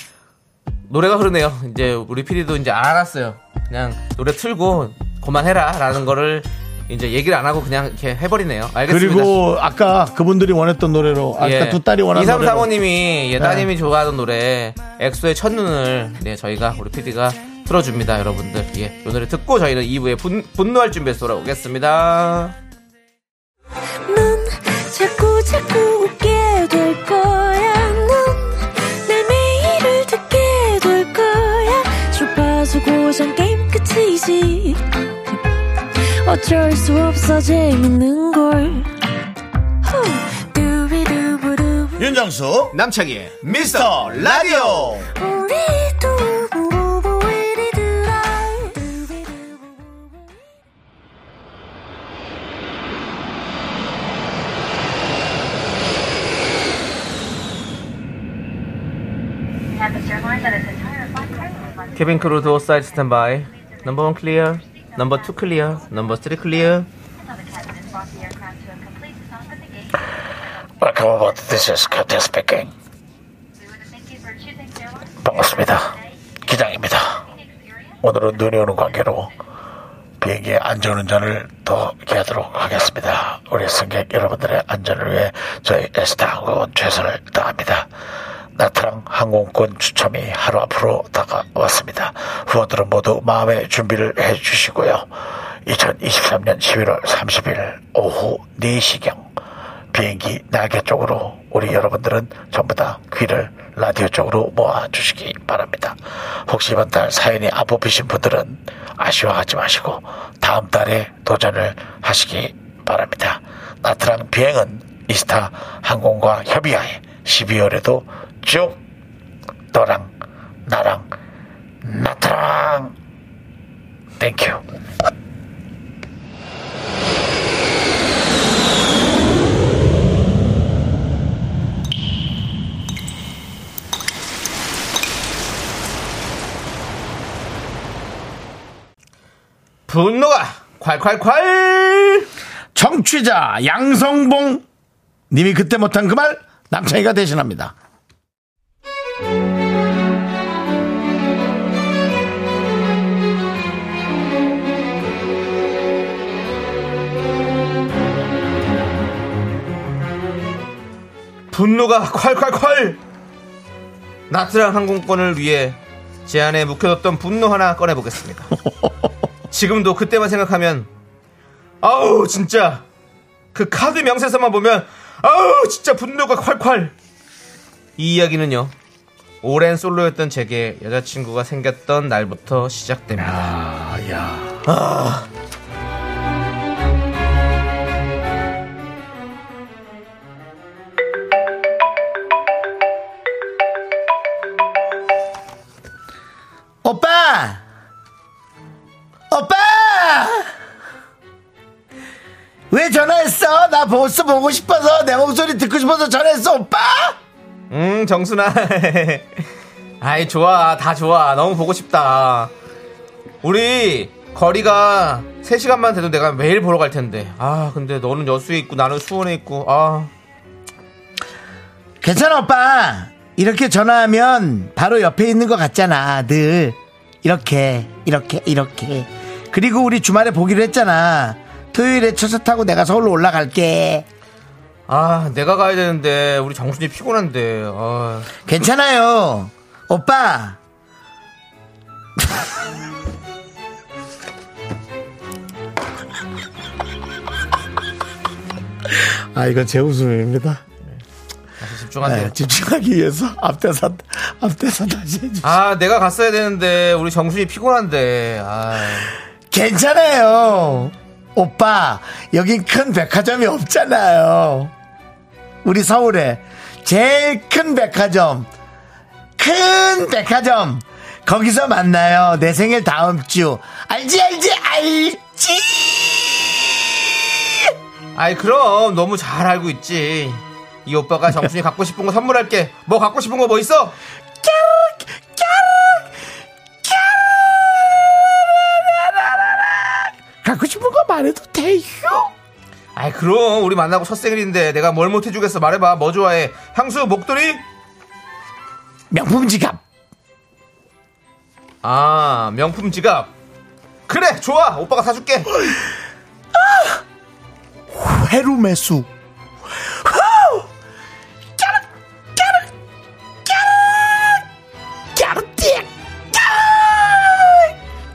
Speaker 3: 노래가 흐르네요. 이제 우리 피디도 이제 알았어요. 그냥 노래 틀고 그만해라라는 거를 이제 얘기를 안 하고 그냥 이렇게 해버리네요. 알겠습니다.
Speaker 2: 그리고 아까 그분들이 원했던 노래로 아까 그러니까 두 딸이 원하는 노래로
Speaker 3: 예.
Speaker 2: 네.
Speaker 3: 2335님이 예, 따님이 좋아하던 노래 엑소의 첫눈을 네, 저희가 우리 PD가 틀어줍니다 여러분들 예, 이 노래 듣고 저희는 2부에 분, 분노할 준비해서 돌아오겠습니다
Speaker 5: 넌 자꾸 자꾸 웃게 될 거야. 넌내 매일을 듣게 될 거야. 주파수 고정 게임 끝이지. 어쩔 수 없어 재밌는 걸. 후. 두비두부두.
Speaker 2: 윤정수
Speaker 4: 남창희의 미스터 라디오
Speaker 5: 우리 두부.
Speaker 3: 케빈 크루 도어 사이드 스탠바이 넘버 1 클리어 넘버 2 클리어 넘버 3 클리어
Speaker 2: Welcome aboard. This is Captain speaking. 반갑습니다. 기장입니다. 오늘은 눈이 오는 관계로 비행기의 안전운전을 더 기하도록 하겠습니다. 우리 승객 여러분들의 안전을 위해 저희 에스타 항공은 최선을 다합니다. 나트랑 항공권 추첨이 하루 앞으로 다가왔습니다. 후원들은 모두 마음의 준비를 해주시고요. 2023년 11월 30일 오후 4시경 비행기 날개 쪽으로 우리 여러분들은 전부 다 귀를 라디오 쪽으로 모아주시기 바랍니다. 혹시 이번 달 사연이 안 뽑히신 분들은 아쉬워하지 마시고 다음 달에 도전을 하시기 바랍니다. 나트랑 비행은 이스타 항공과 협의하에 12월에도 쭉 너랑 나랑 나트랑 땡큐
Speaker 3: 분노가 콸콸콸
Speaker 2: 정취자 양성봉 님이 그때 못한 그 말 남창희가 대신합니다.
Speaker 3: 분노가 콸콸콸 나트랑 항공권을 위해 제 안에 묵혀뒀던 분노 하나 꺼내보겠습니다 지금도 그때만 생각하면 아우 진짜 그 카드 명세서만 보면 아우 진짜 분노가 콸콸 이 이야기는요 오랜 솔로였던 제게 여자친구가 생겼던 날부터 시작됩니다
Speaker 2: 오빠! 오빠! 왜 전화했어? 나 보스 보고 싶어서 내 목소리 듣고 싶어서 전화했어, 오빠!
Speaker 3: 음, 정순아. 아이, 좋아. 다 좋아. 너무 보고 싶다. 우리 거리가 3시간만 돼도 내가 매일 보러 갈 텐데. 아, 근데 너는 여수에 있고 나는 수원에 있고. 아,
Speaker 2: 괜찮아, 오빠. 이렇게 전화하면 바로 옆에 있는 것 같잖아, 늘. 이렇게, 이렇게, 이렇게. 그리고 우리 주말에 보기로 했잖아. 토요일에车서 타고 내가 서울로 올라갈게.
Speaker 3: 아, 내가 가야 되는데 우리 정순이 피곤한데. 아,
Speaker 2: 괜찮아요. 오빠. 아, 이건 제 웃음입니다.
Speaker 3: 다시
Speaker 2: 네,
Speaker 3: 집중하세요.
Speaker 2: 집중하기 위해서 앞대사, 앞대사 다시 해주
Speaker 3: 아, 내가 갔어야 되는데 우리 정순이 피곤한데. 아,
Speaker 2: 괜찮아요. 오빠, 여긴 큰 백화점이 없잖아요. 우리 서울에 제일 큰 백화점, 큰 백화점, 거기서 만나요. 내 생일 다음 주. 알지, 알지, 알지!
Speaker 3: 아이, 그럼 너무 잘 알고 있지. 이 오빠가 정순이 갖고 싶은 거 선물할게. 뭐 갖고 싶은 거 뭐 있어?
Speaker 2: 갖고 싶은 거 말해도 돼요?
Speaker 3: 아이 그럼 우리 만나고 첫 생일인데 내가 뭘 못해주겠어 말해봐 뭐 좋아해 향수 목도리
Speaker 2: 명품 지갑.
Speaker 3: 아 명품 지갑 그래 좋아 오빠가 사줄게
Speaker 2: 회로 매수.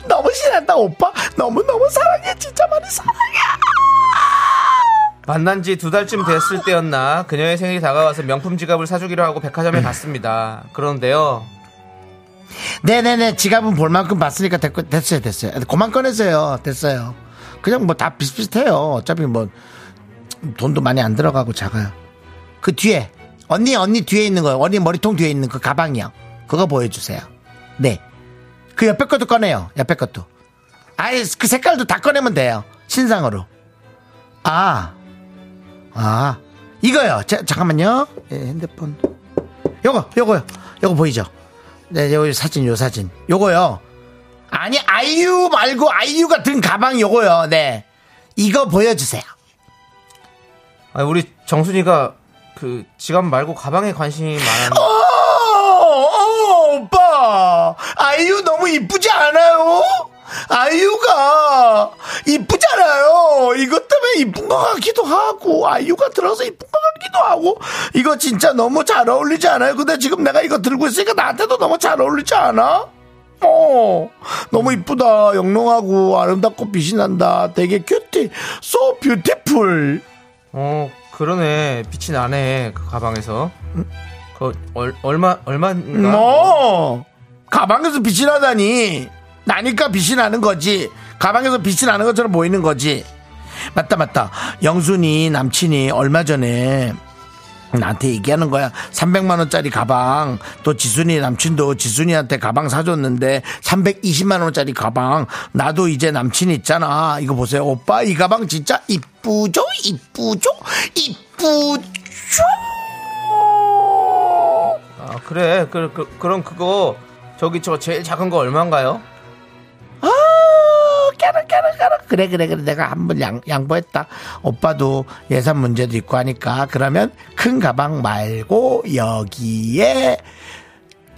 Speaker 2: 너무 신난다 오빠 너무너무 사랑해 진짜 많이 사랑해
Speaker 3: 만난 지 두 달쯤 됐을 때였나 그녀의 생일이 다가와서 명품 지갑을 사주기로 하고 백화점에 갔습니다 그런데요
Speaker 2: 네네네 지갑은 볼 만큼 봤으니까 됐고, 됐어요 됐어요 그만 꺼내세요 됐어요 그냥 뭐 다 비슷비슷해요 어차피 뭐 돈도 많이 안 들어가고 작아요 그 뒤에 언니 언니 뒤에 있는 거요 언니 머리통 뒤에 있는 그 가방이요 그거 보여주세요 네 그 옆에 것도 꺼내요 옆에 것도 아예 그 색깔도 다 꺼내면 돼요 신상으로 아아 아. 이거요 자, 잠깐만요 예, 핸드폰 요거 요거요 요거 보이죠 네, 여기 사진, 요 사진. 요거요. 아니, 아이유 말고 아이유가 든 가방 요거요. 네. 이거 보여주세요.
Speaker 3: 아니, 우리 정순이가 그 지갑 말고 가방에 관심이 많은
Speaker 2: 어, 어, 오빠. 아이유 너무 이쁘지 않아요? 아이유가 이쁘잖아요. 이것 때문에 이쁜 것 같기도 하고, 아이유가 들어서 이쁜 것 같기도 하고, 이거 진짜 너무 잘 어울리지 않아요? 근데 지금 내가 이거 들고 있으니까 나한테도 너무 잘 어울리지 않아? 어, 너무 이쁘다. 영롱하고 아름답고 빛이 난다. 되게 큐티. So beautiful.
Speaker 3: 어 그러네 빛이 나네 그 가방에서 그 얼, 얼마 얼마인가
Speaker 2: 뭐 가방에서 빛이 나다니 나니까 빛이 나는 거지 가방에서 빛이 나는 것처럼 보이는 거지 맞다 맞다 영순이 남친이 얼마 전에 나한테 얘기하는 거야 300만 원짜리 가방 또 지순이 남친도 지순이한테 가방 사줬는데 320만 원짜리 가방 나도 이제 남친 있잖아 이거 보세요 오빠 이 가방 진짜 이쁘죠 이쁘죠 이쁘죠
Speaker 3: 아 그래 그, 그, 그럼 그거 저기 저 제일 작은 거 얼마인가요?
Speaker 2: 아, 깨라, 깨라, 깨라. 그래, 그래, 그래. 내가 한 번 양, 양보했다. 오빠도 예산 문제도 있고 하니까. 그러면 큰 가방 말고 여기에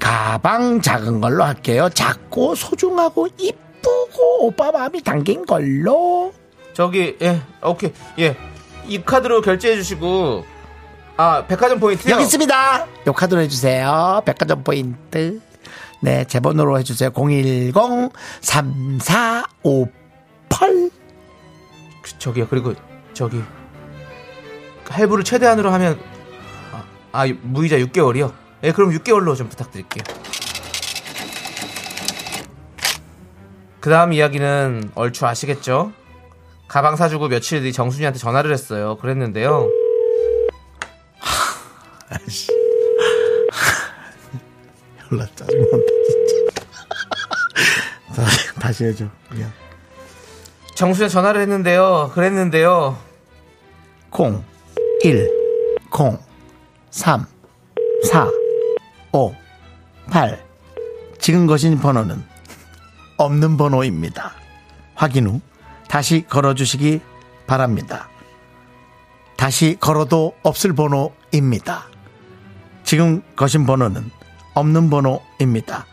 Speaker 2: 가방 작은 걸로 할게요. 작고 소중하고 이쁘고 오빠 마음이 담긴 걸로.
Speaker 3: 저기 예 오케이 예 이 카드로 결제해 주시고 아 백화점 포인트요
Speaker 2: 여기 있습니다. 요 카드로 해주세요. 백화점 포인트. 네, 제 번호로 해주세요. 010-3458.
Speaker 3: 그, 저기요 그리고 저기 할부를 최대한으로 하면 아, 아, 무이자 6개월이요 예 그럼 6개월로 좀 부탁드릴게요 그 다음 이야기는 얼추 아시겠죠 가방 사주고 며칠 뒤 정순이한테 전화를 했어요 그랬는데요
Speaker 2: 몰라 짜증난다 진짜 다시, 다시 해줘 미안
Speaker 3: 정순이 전화를 했는데요 그랬는데요
Speaker 2: 0 1 0 3 4 5 8 지금 거신 번호는 없는 번호입니다 확인 후 다시 걸어주시기 바랍니다 다시 걸어도 없을 번호입니다 지금 거신 번호는 없는 번호입니다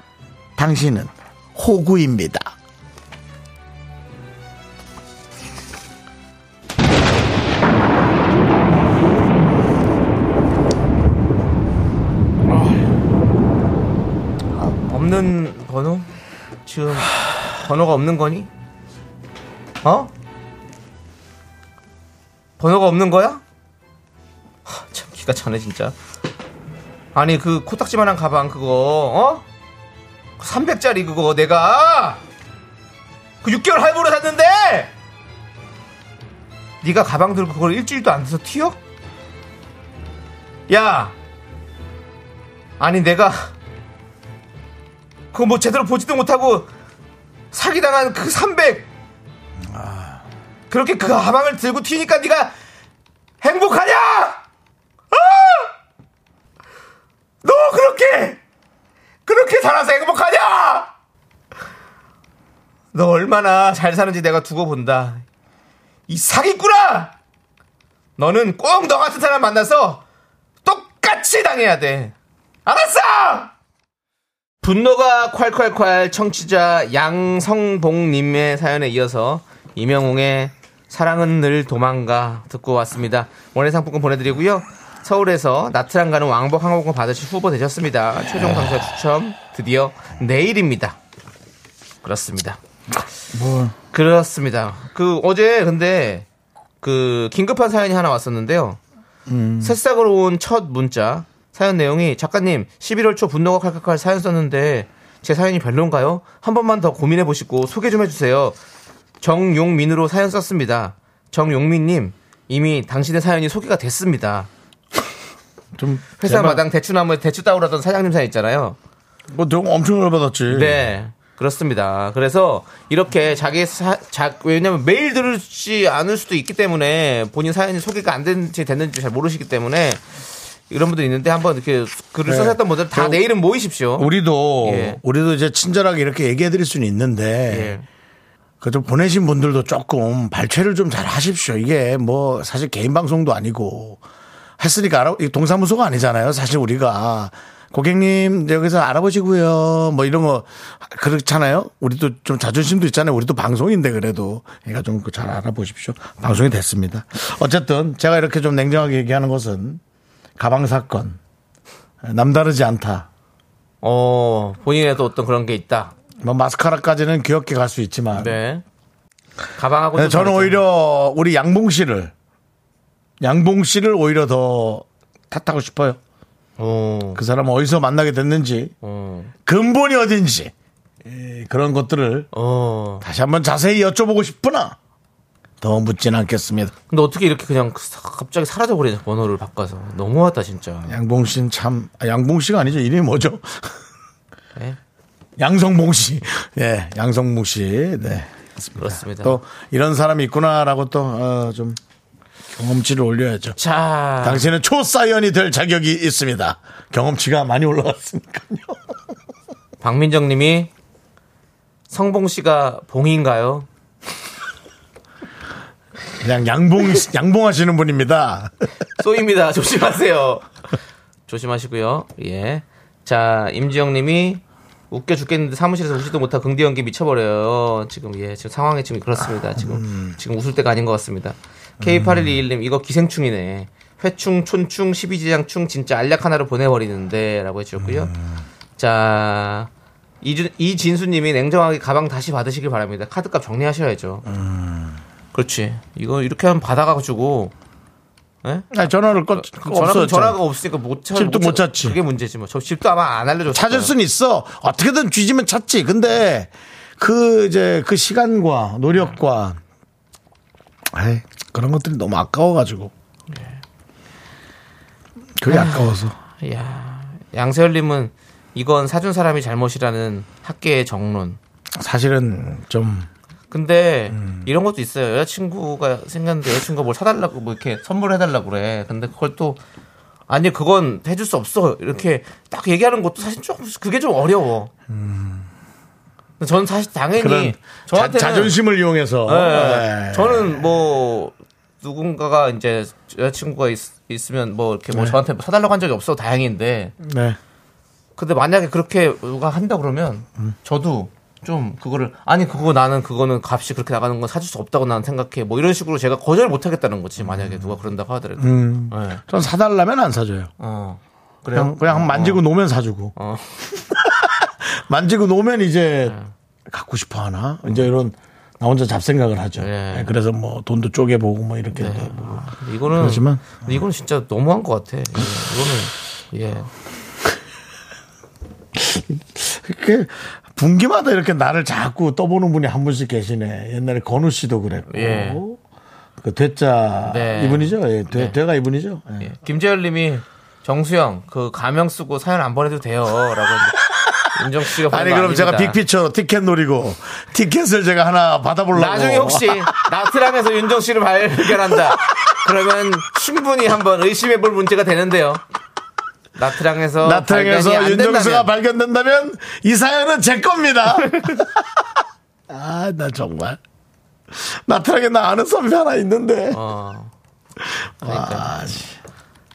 Speaker 2: 당신은 호구입니다
Speaker 3: 없는 번호? 지금 번호가 없는 거니? 어? 번호가 없는 거야? 하, 참 기가 차네 진짜. 아니 그 코딱지만한 가방 그거 어? 300짜리 그거 내가 그 6개월 할부로 샀는데 네가 가방 들고 그걸 일주일도 안 돼서 튀어? 야 아니 내가 그거 뭐 제대로 보지도 못하고 사기당한 그 300. 그렇게 그 가방을 들고 튀니까 네가 행복하냐? 어? 너 그렇게 그렇게 살아서 행복하냐? 너 얼마나 잘 사는지 내가 두고 본다. 이 사기꾼아! 너는 꼭 너 같은 사람 만나서 똑같이 당해야 돼. 알았어! 분노가 콸콸콸 청취자 양성봉님의 사연에 이어서 이명웅의 사랑은 늘 도망가 듣고 왔습니다. 원예상품권 보내드리고요. 서울에서 나트랑 가는 왕복 항공권 받으실 후보 되셨습니다. 최종 당사 추첨 드디어 내일입니다. 그렇습니다. 그렇습니다. 그 어제 근데 그 긴급한 사연이 하나 왔었는데요. 음. 새싹으로 온 첫 문자 사연 내용이 작가님 11월 초 분노가 칼칼칼 사연 썼는데 제 사연이 별론가요? 한 번만 더 고민해 보시고 소개 좀 해주세요. 정용민으로 사연 썼습니다. 정용민님 이미 당신의 사연이 소개가 됐습니다.
Speaker 2: 좀
Speaker 3: 회사 마당 대추나무에 대추 따오라던 사장님 사연 있잖아요.
Speaker 2: 뭐 너무 엄청 열받았지
Speaker 3: 네. 그렇습니다. 그래서 이렇게 자기 사, 자, 왜냐면 매일 들으지 않을 수도 있기 때문에 본인 사연이 소개가 안 됐는지 됐는지 잘 모르시기 때문에 이런 분들 있는데 한번 이렇게 글을
Speaker 2: 네.
Speaker 3: 써셨던 분들 다
Speaker 2: 저-
Speaker 3: 내일은 모이십시오.
Speaker 2: 우리도 네.
Speaker 3: 예.
Speaker 2: 뭐 우리도 이제 친절하게 이렇게 얘기해 드릴 수는 있는데
Speaker 3: 예.
Speaker 2: 그 좀 보내신 분들도 조금 발췌를 좀 잘 하십시오. 이게 뭐 사실 개인 방송도 아니고 했으니까 알아 이 동사무소가 아니잖아요. 사실 우리가 고객님 여기서 알아보시고요. 뭐 이런 거 그렇잖아요. 우리도 좀 자존심도 있잖아요. 우리도 방송인데 그래도 그러니까 좀 잘 알아보십시오. 방송이 됐습니다. 어쨌든 제가 이렇게 좀 냉정하게 얘기하는 것은 가방 사건 남다르지 않다.
Speaker 3: 어, 본인에도 어떤 그런 게 있다.
Speaker 2: 뭐 마스카라까지는 귀엽게 갈 수 있지만
Speaker 3: 네. 가방하고
Speaker 2: 네,
Speaker 3: 좀
Speaker 2: 저는
Speaker 3: 다르죠.
Speaker 2: 오히려 우리 양봉 씨를 양봉 씨를 오히려 더 탓하고 싶어요.
Speaker 3: 어,
Speaker 2: 그 사람 어디서 만나게 됐는지
Speaker 3: 어,
Speaker 2: 근본이 어딘지 예, 그런 것들을
Speaker 3: 어.
Speaker 2: 다시 한번 자세히 여쭤보고 싶으나 더 묻진 않겠습니다.
Speaker 3: 근데 어떻게 이렇게 그냥 사- 갑자기 사라져버리냐 번호를 바꿔서 너무하다 진짜.
Speaker 2: 양봉 씨는 참 아, 양봉 씨가 아니죠. 이름이 뭐죠?
Speaker 3: 네,
Speaker 2: 양성봉 씨. 예, 양성봉 씨. 네.
Speaker 3: 그렇습니다.
Speaker 2: 또 이런 사람이 있구나라고 또 어, 좀 경험치를 올려야죠.
Speaker 3: 자,
Speaker 2: 당신은 초사이언이 될 자격이 있습니다. 경험치가 많이 올라왔으니까요.
Speaker 3: 박민정님이 성봉 씨가 봉인가요?
Speaker 2: 그냥 양봉, 양봉하시는 분입니다.
Speaker 3: 쏘입니다. 조심하세요. 조심하시고요. 예. 자, 임지영 님이 웃겨 죽겠는데 사무실에서 웃지도 못하고 긍디 연기 미쳐버려요. 지금, 예, 지금 상황이 지금 그렇습니다. 지금, 지금 웃을 때가 아닌 것 같습니다. K8121님, 이거 기생충이네. 회충, 촌충, 십이지장충, 진짜 알약 하나로 보내버리는데. 라고 해주셨고요. 자, 이준, 이진수님이 냉정하게 가방 다시 받으시길 바랍니다. 카드값 정리하셔야죠. 그렇지. 이거 이렇게 하면 받아가지고
Speaker 2: 아니, 그 전화를 꺼,
Speaker 3: 전화가,
Speaker 2: 없어졌죠.
Speaker 3: 전화가 없으니까 못 찾.
Speaker 2: 집도 못 찾지.
Speaker 3: 그게 문제지 뭐. 저 집도 아마 안 알려줬어요.
Speaker 2: 찾을 순 있어. 어떻게든 뒤지면 찾지. 근데 그 이제 그 시간과 노력과 에이, 그런 것들이 너무 아까워가지고. 예. 그게 아까워서.
Speaker 3: 야 양세열님은 이건 사준 사람이 잘못이라는 학계의 정론.
Speaker 2: 사실은 좀
Speaker 3: 근데
Speaker 2: 음.
Speaker 3: 이런 것도 있어요. 여자친구가 생겼는데 여자친구가 뭘 사달라고 뭐 이렇게 선물해달라고 그래. 근데 그걸 또 아니 그건 해줄 수 없어. 이렇게 딱 얘기하는 것도 사실 조금 그게 좀 어려워. 근데 저는 사실 당연히
Speaker 2: 음. 그런 자,
Speaker 3: 저한테는
Speaker 2: 자존심을 이용해서.
Speaker 3: 예.
Speaker 2: 예.
Speaker 3: 저는 뭐 누군가가 이제 여자친구가 있, 으면뭐 이렇게 뭐 저한테 뭐 사달라고 한 적이 없어 다행인데
Speaker 2: 네.
Speaker 3: 근데 만약에 그렇게 누가 한다 그러면
Speaker 2: 음.
Speaker 3: 저도 좀 그거를 아니 그거 나는 그거는 값이 그렇게 나가는 건 사줄 수 없다고 나는 생각해 뭐 이런 식으로 제가 거절 못 하겠다는 거지 만약에 누가 그런다고 하더라도
Speaker 2: 음.
Speaker 3: 예.
Speaker 2: 전 사달라면 안 사줘요.
Speaker 3: 어
Speaker 2: 그냥,
Speaker 3: 그래요
Speaker 2: 그냥 만지고 놓으면 사주고.
Speaker 3: 어.
Speaker 2: 만지고 놓으면 이제 갖고 싶어 하나? 이제 이런 나 혼자 잡생각을 하죠.
Speaker 3: 네.
Speaker 2: 그래서 뭐 돈도 쪼개보고 뭐 이렇게. 해보고.
Speaker 3: 근데 이거는
Speaker 2: 그렇지만-
Speaker 3: 근데 이거는 진짜 너무한 것 같아 예, 이거는 예
Speaker 2: 그렇게 분기마다 이렇게 나를 자꾸 떠보는 분이 한 분씩 계시네. 옛날에 건우 씨도 그랬고.
Speaker 3: 예.
Speaker 2: 그 되자
Speaker 3: 네.
Speaker 2: 이분이죠. 예, 되, 가 이분이죠. 예.
Speaker 3: 예. 김재열님이 정수영 그 가명 쓰고 사연 안 보내도 돼요라고 했는데 임정 씨가 보낸
Speaker 2: 아니
Speaker 3: 거
Speaker 2: 그럼 제가
Speaker 3: 아닙니다.
Speaker 2: 빅피처로 티켓 노리고 티켓을 제가 하나 받아보려고.
Speaker 3: 나중에 혹시 나트랑에서 윤정 씨를 발견한다 그러면 충분히 한번 의심해볼 문제가 되는데요. 나트랑에서
Speaker 2: 나트랑에서
Speaker 3: 어, 발견이 안 된다면
Speaker 2: 윤정수가 발견된다면 이 사연은 제 겁니다. 아, 나 정말. 나트랑에 나 아는 선배 하나 있는데.
Speaker 3: 어,
Speaker 2: 아, 씨.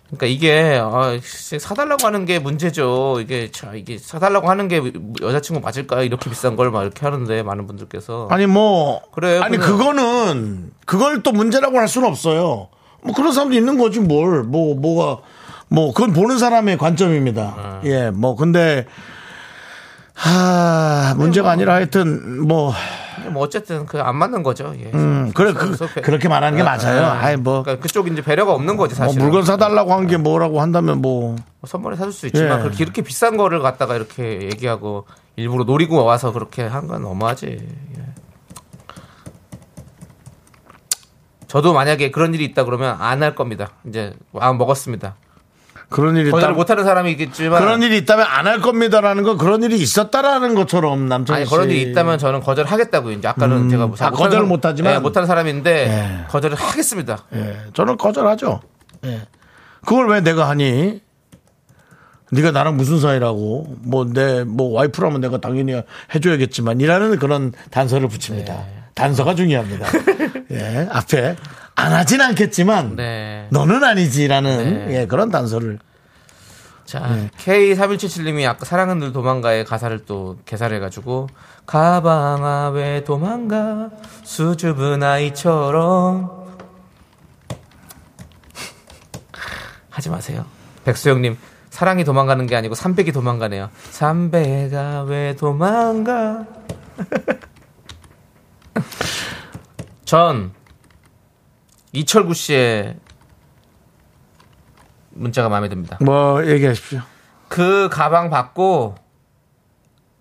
Speaker 3: 그러니까 이게 아, 진짜 사달라고 하는 게 문제죠. 이게 참 이게 사달라고 하는 게 여자친구 맞을까요? 이렇게 비싼 걸 막 이렇게 하는데 많은 분들께서
Speaker 2: 아니, 뭐.
Speaker 3: 어. 그래요,
Speaker 2: 아니,
Speaker 3: 그래요.
Speaker 2: 그거는, 그걸 또 문제라고 할 수는 없어요. 뭐 그런 사람도 있는 거지, 뭘. 뭐, 뭐가. 뭐, 그건 보는 사람의
Speaker 3: 아.
Speaker 2: 관점입니다. 예, 뭐, 근데. 하, 문제가 아니라 하여튼, 뭐.
Speaker 3: 뭐 어쨌든 그 안 맞는 거죠. 예.
Speaker 2: 음, 그래, 그,
Speaker 3: 소피-
Speaker 2: 그렇게 말하는 게 맞아요. 아이, 뭐.
Speaker 3: 그러니까 그쪽 이제 배려가 없는 거지
Speaker 2: 뭐
Speaker 3: 사실. 은
Speaker 2: 물건 사달라고 한 게 뭐라고 한다면 뭐
Speaker 3: 선물을 사줄 수 있지만
Speaker 2: 예.
Speaker 3: 그렇게 이렇게 비싼 거를 갖다가 이렇게 얘기하고 일부러 노리고 와서 그렇게 한 건 너무하지. 예. 저도 만약에 그런 일이 있다 그러면 안 할 겁니다. 이제 마음 먹었습니다.
Speaker 2: 그런 일이 있다
Speaker 3: 거절을 못하는 사람이 있겠지만
Speaker 2: 그런 일이 있다면 안 할 겁니다라는 거 그런 일이 있었다라는 것처럼 남창희
Speaker 3: 아니
Speaker 2: 씨
Speaker 3: 그런 일이 있다면 저는 거절하겠다고 이제 아까는 제가 뭐
Speaker 2: 아, 거절을
Speaker 3: 사람-
Speaker 2: 못하지만-
Speaker 3: 예, 못하는 사람인데
Speaker 2: 예.
Speaker 3: 거절을 하겠습니다.
Speaker 2: 예, 저는 거절하죠. 예. 그걸 왜 내가 하니? 네가 나랑 무슨 사이라고 뭐 내 뭐 와이프라면 내가 당연히 해줘야겠지만이라는 그런 단서를 붙입니다.
Speaker 3: 예.
Speaker 2: 단서가 중요합니다. 예 앞에 안 하진 않겠지만
Speaker 3: 네.
Speaker 2: 너는 아니지라는 예 그런 단서를
Speaker 3: 자, K3177님이 아까 사랑은 늘 도망가의 가사를 또 개사를 해가지고, 가방아 왜 도망가, 수줍은 아이처럼. 하지 마세요. 백수영님, 사랑이 도망가는 게 아니고 삼백이 도망가네요. 삼백아 왜 도망가. 전, 이철구 씨의 문자가 마음에 듭니다.
Speaker 2: 뭐 얘기하십시오.
Speaker 3: 그 가방 받고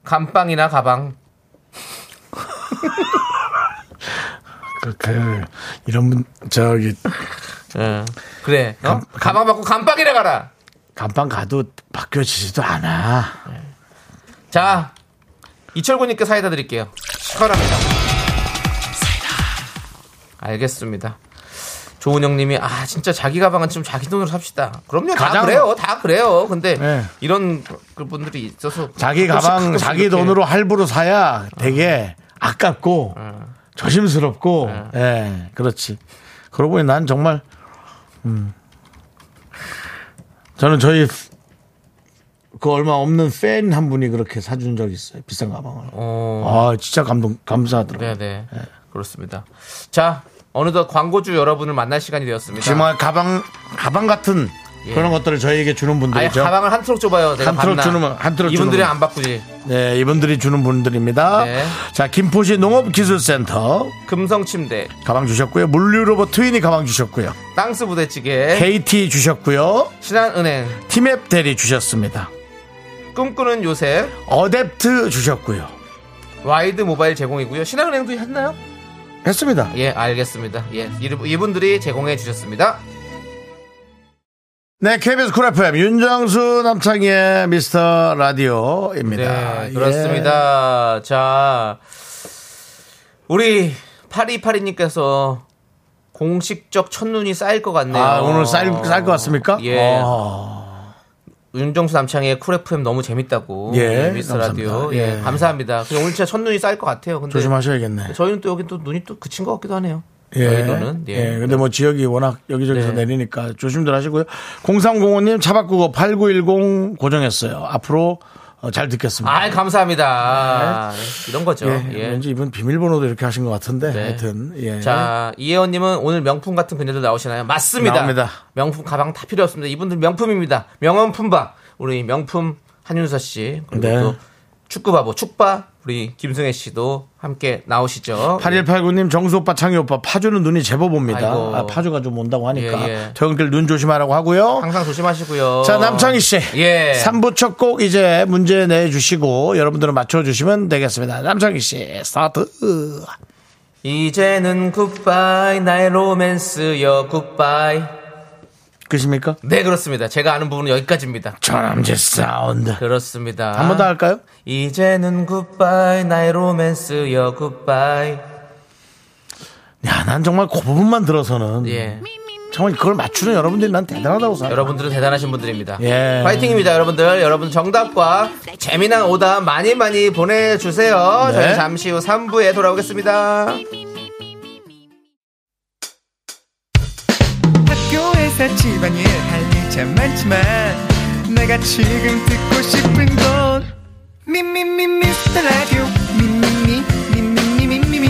Speaker 3: 감빵이나 가방
Speaker 2: 그, 그 이런 분 저기
Speaker 3: 그래 어? 감, 방 받고 감빵이나 가라
Speaker 2: 간판 가도 바뀌어지지도 않아.
Speaker 3: 자 이철구님께 사이다 드릴게요 시원합니다 알겠습니다 조은영님이 아 진짜 자기 가방은 좀 자기 돈으로 삽시다 그럼요 다
Speaker 2: 가장-
Speaker 3: 그래요 다 그래요 근데
Speaker 2: 네.
Speaker 3: 이런 그 분들이 있어서
Speaker 2: 자기
Speaker 3: 가끔씩
Speaker 2: 가방
Speaker 3: 가끔씩
Speaker 2: 자기
Speaker 3: 이렇게 어.
Speaker 2: 돈으로 할부로 사야 되게 아깝고 조심스럽고 예 그렇지 그러고 보니 난 정말 음. 저는 저희 그 얼마 없는 팬 한 분이 그렇게 사준 적 있어요 비싼 가방을
Speaker 3: 어,
Speaker 2: 아 진짜 감동 감사하더라고요
Speaker 3: 네네 그렇습니다. 자 어느덧 광고주 여러분을 만날 시간이 되었습니다.
Speaker 2: 정말 가방 가방 같은 그런 것들을 저희에게 주는
Speaker 3: 예. 아예
Speaker 2: 분들이죠
Speaker 3: 가방을 한 트럭 줘봐요. 내가
Speaker 2: 그렇죠? 한 트럭
Speaker 3: 봤나.
Speaker 2: 주는, 한 트럭
Speaker 3: 이분들이
Speaker 2: 주는.
Speaker 3: 안 바꾸지.
Speaker 2: 네 이분들이 주는 분들입니다
Speaker 3: 네.
Speaker 2: 자 김포시 농업기술센터
Speaker 3: 금성 침대,
Speaker 2: 가방 주셨고요 물류로봇 트윈이 가방 주셨고요
Speaker 3: 땅스 부대찌개,
Speaker 2: KT 주셨고요.
Speaker 3: 신한은행,
Speaker 2: 티맵 대리 주셨습니다.
Speaker 3: 꿈꾸는 요새,
Speaker 2: 어댑트 주셨고요.
Speaker 3: 와이드 모바일 제공이고요. 신한은행도 했나요?
Speaker 2: 했습니다.
Speaker 3: 예, 알겠습니다. 예, 이르- 이분들이 제공해 주셨습니다.
Speaker 2: 네, KBS 쿨 FM 윤정수 남창희의 미스터 라디오입니다.
Speaker 3: 네, 그렇습니다. 자, 우리 8282님께서 공식적 첫눈이 쌓일 것
Speaker 2: 예.
Speaker 3: 같네요.
Speaker 2: 아, 오늘 쌀, 쌀것 같습니까?
Speaker 3: 예.
Speaker 2: 어.
Speaker 3: 윤정수 남창의 쿨 FM 너무 재밌다고.
Speaker 2: 예,
Speaker 3: 미스
Speaker 2: 감사합니다.
Speaker 3: 라디오. 예,
Speaker 2: 예.
Speaker 3: 감사합니다. 그냥 오늘 진짜 첫눈이 쌓일 것 같아요. 근데
Speaker 2: 조심하셔야겠네.
Speaker 3: 저희는 또 여기 또 눈이 또 그친 것 같기도 하네요.
Speaker 2: 예.
Speaker 3: 여의도는.
Speaker 2: 예.
Speaker 3: 예.
Speaker 2: 근데 뭐 지역이 워낙 여기저기서
Speaker 3: 네.
Speaker 2: 내리니까 조심들 하시고요. 0305님 차 바꾸고 8910 고정했어요. 앞으로 어, 잘 듣겠습니다.
Speaker 3: 아, 감사합니다. 네, 이런 거죠.
Speaker 2: 예.
Speaker 3: 예.
Speaker 2: 왠지 이분 비밀번호도 이렇게 하신 것 같은데.
Speaker 3: 네.
Speaker 2: 하여튼, 예.
Speaker 3: 자, 이혜원님은 오늘 명품 같은 그녀들 나오시나요? 맞습니다.
Speaker 2: 나옵니다.
Speaker 3: 명품 가방 다 필요 없습니다. 이분들 명품입니다. 명언품바. 우리 명품 한윤서 씨. 그리고
Speaker 2: 네.
Speaker 3: 또 축구바보, 축바. 우리 김승혜 씨도 함께 나오시죠.
Speaker 2: 8189님 정수 오빠 창희 오빠 파주는 눈이 제법 옵니다.
Speaker 3: 아이고.
Speaker 2: 아, 파주가 좀 온다고 하니까
Speaker 3: 예, 예.
Speaker 2: 퇴근길 눈 조심하라고 하고요.
Speaker 3: 항상 조심하시고요.
Speaker 2: 자 남창희 씨,
Speaker 3: 예.
Speaker 2: 3부 첫 곡 이제 문제 내주시고 여러분들은 맞춰주시면 되겠습니다. 남창희 씨 스타트.
Speaker 3: 이제는 굿바이 나의 로맨스여 굿바이
Speaker 2: 그십니까?
Speaker 3: 네 그렇습니다 제가 아는 부분은 여기까지입니다
Speaker 2: 전남지 사운드.
Speaker 3: 그렇습니다
Speaker 2: 한 번 더 할까요?
Speaker 3: 이제는 굿바이 나의 로맨스여 굿바이
Speaker 2: 야, 난 정말 그 부분만 들어서는
Speaker 3: 예
Speaker 2: 정말 그걸 맞추는 여러분들이 난 대단하다고 생각.
Speaker 3: 여러분들은 대단하신 분들입니다
Speaker 2: 예.
Speaker 3: 파이팅입니다 여러분들 여러분 정답과 재미난 오답 많이 많이 보내주세요
Speaker 2: 네.
Speaker 3: 저희 잠시 후 3부에 돌아오겠습니다
Speaker 6: 학교에서 집안일 할 일 참 많지만 내가 지금 듣고 싶은 건 미미미 미스터 라디오 미미미 미미미 미미미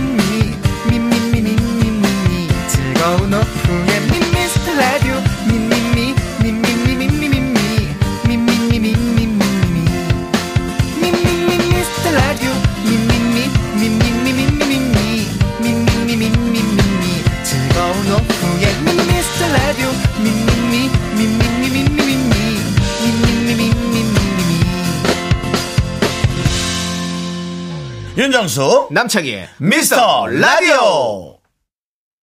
Speaker 6: 미미미 미미미 즐거운 오후에 미스터 라디오 미미미 미미미 미미미 미미미 미미미 미미미 미스터 라디오 미미미 미미미 미미미 미미미 미미미 즐거운 오후에 미스터 라디오 미미미 미미미 미미미 미미미 미미미
Speaker 2: 윤정수
Speaker 4: 남창희의
Speaker 2: 미스터 라디오.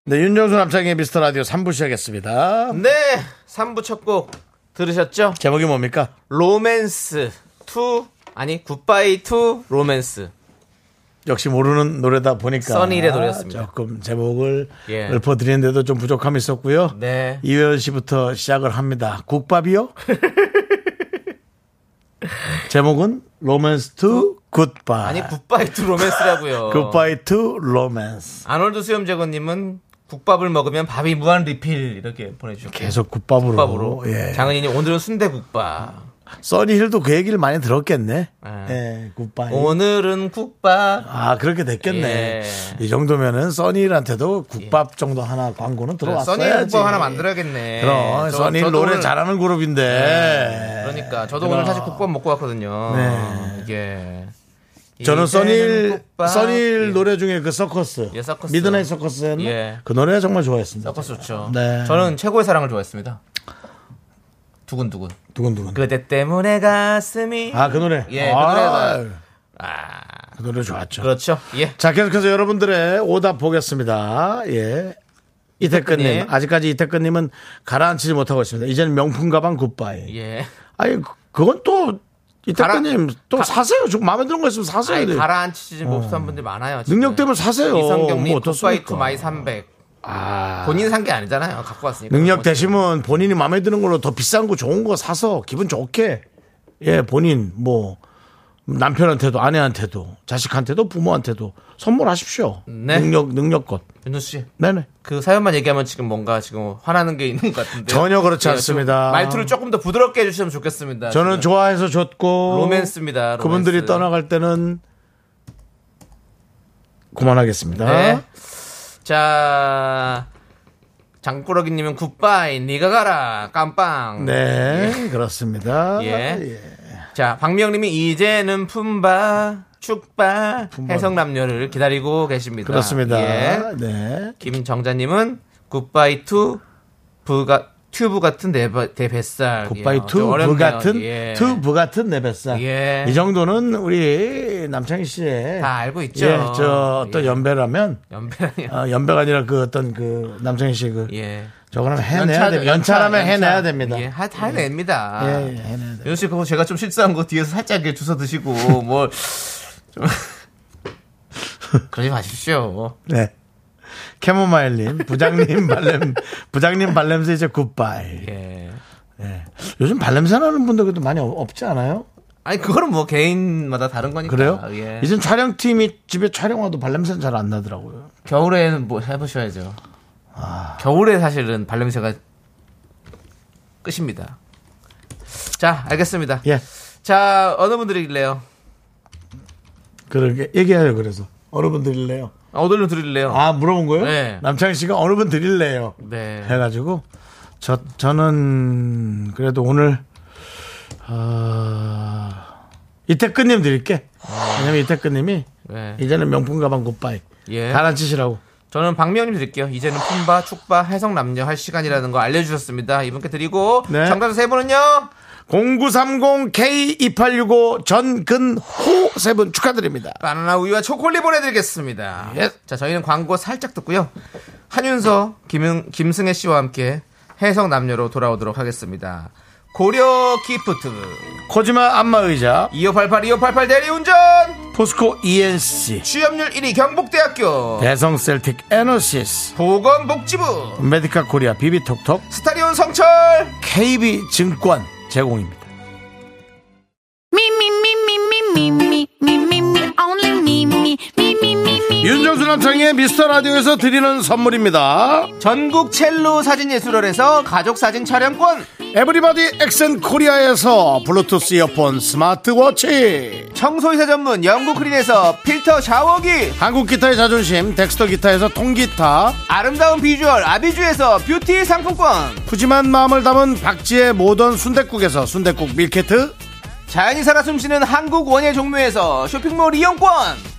Speaker 2: 네, 윤정수 남창희 미스터 라디오 3부 시작했습니다.
Speaker 3: 네 3부 첫 곡 들으셨죠?
Speaker 2: 제목이 뭡니까?
Speaker 3: 로맨스 투 아니 굿바이 투 로맨스
Speaker 2: 역시 모르는 노래다 보니까
Speaker 3: 써니일의 노래였습니다.
Speaker 2: 조금 제목을
Speaker 3: 예.
Speaker 2: 읊어드리는데도 좀 부족함이 있었고요.
Speaker 3: 네.
Speaker 2: 이회원 씨부터 시작을 합니다. 국밥이요? 제목은 로맨스 투 굿바이.
Speaker 3: 아니 굿바이 투 로맨스라고요.
Speaker 2: 굿바이 투 로맨스.
Speaker 3: 아놀드 수염재건님은 국밥을 먹으면 밥이 무한 리필 이렇게 보내주셨고
Speaker 2: 계속 굿밥으로.
Speaker 3: 국밥으로.
Speaker 2: 예. 아,
Speaker 3: 장은이님 오늘은 순대국밥.
Speaker 2: 써니힐도 그 얘기를 많이 들었겠네.
Speaker 3: 아.
Speaker 2: 예, 굿바이.
Speaker 3: 오늘은 국밥.
Speaker 2: 아, 그렇게 됐겠네.
Speaker 3: 예.
Speaker 2: 이 정도면은 써니힐한테도 국밥 정도 하나 광고는 들어왔어야지.
Speaker 3: 써니 국밥 하나 만들어야겠네.
Speaker 2: 그럼
Speaker 3: 예. 저-
Speaker 2: 써니힐
Speaker 3: 저도
Speaker 2: 노래
Speaker 3: 오늘-
Speaker 2: 잘하는 그룹인데.
Speaker 3: 그러니까 저도
Speaker 2: 그럼.
Speaker 3: 오늘 사실 국밥 먹고 왔거든요.
Speaker 2: 네.
Speaker 3: 이게
Speaker 2: 예. 저는
Speaker 3: 이제는
Speaker 2: 써니힐
Speaker 3: 국밥.
Speaker 2: 써니힐
Speaker 3: 예.
Speaker 2: 노래 중에 그 서커스,
Speaker 3: 예, 서커스.
Speaker 2: 미드나잇 서커스였나?
Speaker 3: 예.
Speaker 2: 그 노래 정말 좋아했습니다.
Speaker 3: 서커스 어, 좋죠.
Speaker 2: 네.
Speaker 3: 저는 최고의 사랑을 좋아했습니다. 두근두근.
Speaker 2: 두근두근.
Speaker 3: 그대 때문에 가슴이
Speaker 2: 아, 그 노래.
Speaker 3: 예, 그
Speaker 2: 아,
Speaker 3: 노래. 아,
Speaker 2: 그 노래 좋았죠.
Speaker 3: 그렇죠. 예.
Speaker 2: 자, 계속해서 여러분들의 오답 보겠습니다. 예. 이태근님,
Speaker 3: 이태근님.
Speaker 2: 아직까지 이태근님은 가라앉히지 못하고 있습니다. 이제는 명품 가방 굿바이.
Speaker 3: 예.
Speaker 2: 아니, 그- 그건 또, 이태근님, 또
Speaker 3: 가-
Speaker 2: 사세요. 좀 마음에 드는 거 있으면 사세요.
Speaker 3: 아니, 가라앉히지 못한 분들 많아요. 지금.
Speaker 2: 어. 능력 때문에 사세요.
Speaker 3: 이성경님
Speaker 2: 뭐
Speaker 3: 굿바이
Speaker 2: 어떻습니까?
Speaker 3: 투 마이 300.
Speaker 2: 아.
Speaker 3: 본인 산 게 아니잖아요. 갖고 왔으니까.
Speaker 2: 능력 되시면 본인이 마음에 드는 걸로 더 비싼 거 좋은 거 사서 기분 좋게 예 본인 뭐 남편한테도 아내한테도 자식한테도 부모한테도 선물하십시오
Speaker 3: 네.
Speaker 2: 능력 능력껏
Speaker 3: 윤수 씨.
Speaker 2: 네네
Speaker 3: 그 사연만 얘기하면 지금 뭔가 지금 화나는 게 있는 것 같은데
Speaker 2: 전혀 그렇지 않습니다.
Speaker 3: 말투를 조금 더 부드럽게 해주시면 좋겠습니다.
Speaker 2: 저는
Speaker 3: 지금
Speaker 2: 좋아해서 줬고
Speaker 3: 로맨스입니다. 로맨스.
Speaker 2: 그분들이 떠나갈 때는 그만하겠습니다
Speaker 3: 네. 자 장꾸러기님은 굿바이 네가 가라 깜빵.
Speaker 2: 네, 그렇습니다
Speaker 3: 예. 자 박명님이 이제는 품바 축바
Speaker 2: 품바.
Speaker 3: 해성남녀를 기다리고 계십니다.
Speaker 2: 그렇습니다
Speaker 3: 예.
Speaker 2: 네
Speaker 3: 김정자님은 굿바이 투 부가 튜브 같은 내 바- 내 뱃살.
Speaker 2: 굿바이
Speaker 3: 예, 좀
Speaker 2: 투부
Speaker 3: 어렵네요.
Speaker 2: 같은
Speaker 3: 예.
Speaker 2: 투 부 같은 내 뱃살
Speaker 3: 예.
Speaker 2: 이 정도는 우리 남창희 씨의
Speaker 3: 다 알고 있죠.
Speaker 2: 예, 저 어떤
Speaker 3: 예.
Speaker 2: 연배라면
Speaker 3: 연배라니요.
Speaker 2: 어, 연배가 아니라 그 어떤 그 남창희 씨그
Speaker 3: 예.
Speaker 2: 저거는 해내야
Speaker 3: 연차죠,
Speaker 2: 됩니다. 연차라면
Speaker 3: 연차.
Speaker 2: 해내야 됩니다.
Speaker 3: 예,
Speaker 2: 예,
Speaker 3: 하, 다 해냅니다.
Speaker 2: 예, 해내야 됩니다.
Speaker 3: 윤씨 그거 제가 좀 실수한 거 뒤에서 살짝 이렇게 주워 드시고 뭘 좀 그러지 마십시오.
Speaker 2: 네. 캐모마일님, 부장님 발냄, 부장님 발냄새 이제 굿바이.
Speaker 3: 예.
Speaker 2: 요즘 발냄새 나는 분들도 많이 없- 없지 않아요?
Speaker 3: 아니 그거는 뭐 개인마다 다른 거니까.
Speaker 2: 그래요?
Speaker 3: 예.
Speaker 2: 이젠 촬영팀이 집에 촬영 와도 발냄새는 잘 안 나더라고요.
Speaker 3: 겨울에는 뭐 해보셔야죠.
Speaker 2: 아.
Speaker 3: 겨울에 사실은 발냄새가 끝입니다. 자, 알겠습니다.
Speaker 2: 예.
Speaker 3: 자, 어느 분들이길래요?
Speaker 2: 그러게 얘기해요. 그래서 어느 분 드릴래요?
Speaker 3: 어들로 드릴래요?
Speaker 2: 아 물어본 거요?
Speaker 3: 네.
Speaker 2: 남창희 씨가 어느 분 드릴래요?
Speaker 3: 네.
Speaker 2: 해가지고 저 저는 그래도 오늘 아, 이태근님 드릴게. 왜냐면 이태근님이
Speaker 3: 네.
Speaker 2: 이제는 명품 가방 굿바이
Speaker 3: 예.
Speaker 2: 가라앉히시라고.
Speaker 3: 저는 박미영님 드릴게요. 이제는 품바, 축바, 해성 남녀 할 시간이라는 거 알려주셨습니다. 이분께 드리고
Speaker 2: 네.
Speaker 3: 정답 세 분은요.
Speaker 2: 0930 K2865 전근호 세 분 축하드립니다.
Speaker 3: 바나나 우유와 초콜릿 보내드리겠습니다.
Speaker 2: 예.
Speaker 3: 자, 저희는 광고 살짝 듣고요. 한윤서, 김은, 김승혜 씨와 함께 해성 남녀로 돌아오도록 하겠습니다. 고려 기프트
Speaker 2: 코지마 안마의자
Speaker 3: 2588 2588 대리운전
Speaker 2: 포스코 ENC
Speaker 3: 취업률 1위 경북대학교
Speaker 2: 대성셀틱 에너시스
Speaker 3: 보건복지부
Speaker 2: 메디카 코리아 비비톡톡
Speaker 3: 스타리온 성철
Speaker 2: KB증권 제공입니다.
Speaker 5: Me, me, me, me, me, me, me, me, me, me, only me, me, me, me, me, me.
Speaker 2: 윤정수 남창의 미스터 라디오에서 드리는 선물입니다.
Speaker 3: 전국 첼로 사진예술원에서 가족사진 촬영권
Speaker 2: 에브리바디 엑센 코리아에서 블루투스 이어폰 스마트워치
Speaker 3: 청소이사 전문 영국 크린에서 필터 샤워기
Speaker 2: 한국 기타의 자존심 덱스터 기타에서 통기타
Speaker 3: 아름다운 비주얼 아비주에서 뷰티 상품권
Speaker 2: 푸짐한 마음을 담은 박지의 모던 순댓국에서 순댓국 밀키트
Speaker 3: 자연이 살아 숨쉬는 한국 원예 종묘에서 쇼핑몰 이용권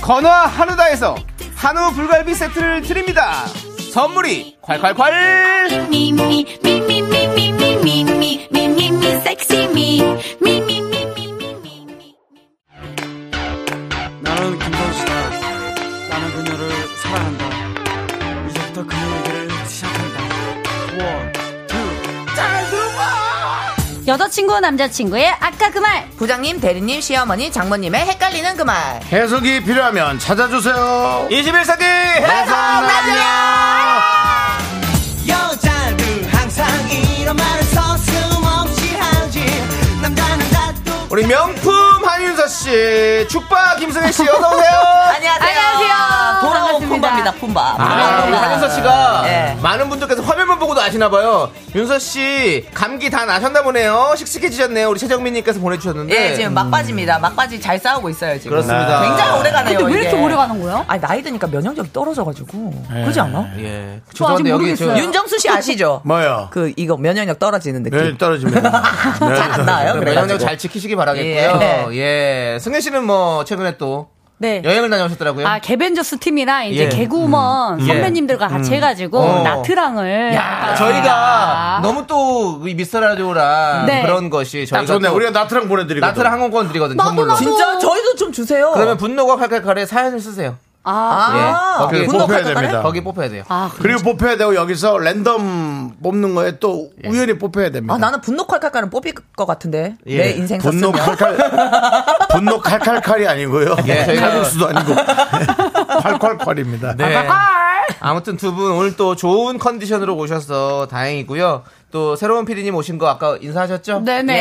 Speaker 3: 건화 한우다에서 한우 불갈비 세트를 드립니다 선물이 콸콸콸
Speaker 5: Me, me, me, me, me, me, me, me, me, me, me, me, sexy me. Me, me, me, me, me, me, me.
Speaker 2: 나는 김선호입니다.
Speaker 7: 여자친구 남자친구의 아까 그 말
Speaker 8: 부장님, 대리님, 시어머니, 장모님의 헷갈리는 그 말.
Speaker 2: 해석이 필요하면 찾아주세요.
Speaker 3: 예, 21세기 우리 명품 한윤서 씨, 축바 김승혜 씨, 어서 오세요.
Speaker 8: 안녕하세요. 돌아온 폼바입니다, 폼바.
Speaker 3: 아,
Speaker 8: 네.
Speaker 3: 우리 한윤서 씨가
Speaker 8: 예.
Speaker 3: 많은 분들께서 화면만 보고도 아시나 봐요. 윤서 씨 감기 다 나셨나 보네요. 씩씩해지셨네요. 우리 최정민님께서 보내주셨는데. 음,
Speaker 8: 예, 지금 막바지입니다. 막바지 잘 싸우고 있어요, 지금.
Speaker 3: 그렇습니다.
Speaker 8: 굉장히 오래 가네요.
Speaker 7: 근데 왜 이렇게
Speaker 8: 이게.
Speaker 7: 오래 가는 거예요?
Speaker 8: 아니, 나이 드니까 면역력이 떨어져가지고.
Speaker 3: 네.
Speaker 8: 그러지 않아?
Speaker 3: 예.
Speaker 7: 아직
Speaker 3: 죄송한데 여기
Speaker 7: 모르겠어요.
Speaker 3: 저
Speaker 8: 윤정수 씨 아시죠?
Speaker 2: 뭐요?
Speaker 8: 그, 이거 면역력 떨어지는 느낌.
Speaker 2: 네, 떨어집니다. 네.
Speaker 8: 잘 안 나와요,
Speaker 3: 면역력
Speaker 8: 그래가지고.
Speaker 3: 잘 지키시기 바라겠고요.
Speaker 8: 예.
Speaker 3: 예. 승혜 씨는 뭐 최근에 또
Speaker 7: 네.
Speaker 3: 여행을 다녀오셨더라고요.
Speaker 7: 아, 개벤져스 팀이랑 이제
Speaker 3: 예.
Speaker 7: 개구먼
Speaker 3: 음.
Speaker 7: 선배님들과 같이 해가지고
Speaker 3: 어.
Speaker 7: 나트랑을
Speaker 8: 아.
Speaker 3: 야, 아, 저희가 너무 또이 미스터 라디오랑
Speaker 7: 네.
Speaker 3: 그런 것이 저희가
Speaker 2: 좋네.
Speaker 3: 또
Speaker 2: 우리가 나트랑 보내드리고.
Speaker 3: 나트랑 항공권 드리거든요.
Speaker 7: 나도,
Speaker 3: 선물로.
Speaker 7: 나도.
Speaker 8: 진짜 저희도 좀 주세요.
Speaker 3: 그러면 분노가 칼칼칼에 사연을 쓰세요.
Speaker 7: 아,
Speaker 8: 아,
Speaker 3: 예. 거기
Speaker 2: 그
Speaker 3: 분노
Speaker 2: 뽑혀야
Speaker 8: 칼칼칼해?
Speaker 2: 됩니다.
Speaker 3: 거기 뽑혀야 돼요.
Speaker 7: 아,
Speaker 2: 그리고 뽑혀야 되고 여기서 랜덤 뽑는 거에 또 우연히 뽑혀야 됩니다.
Speaker 8: 아, 나는 분노 칼칼칼은 뽑힐 것 같은데.
Speaker 3: 예.
Speaker 8: 내 인생
Speaker 2: 분노
Speaker 8: 썼으면.
Speaker 2: 칼칼 분노 칼칼칼이 아니고요.
Speaker 3: 예, 저희가-
Speaker 2: 칼국수도 아니고 팔콸콸입니다.
Speaker 3: 네. 아무튼 두 분 오늘 또 좋은 컨디션으로 오셔서 다행이고요. 또 새로운 피디님 오신 거 아까 인사하셨죠?
Speaker 7: 네네.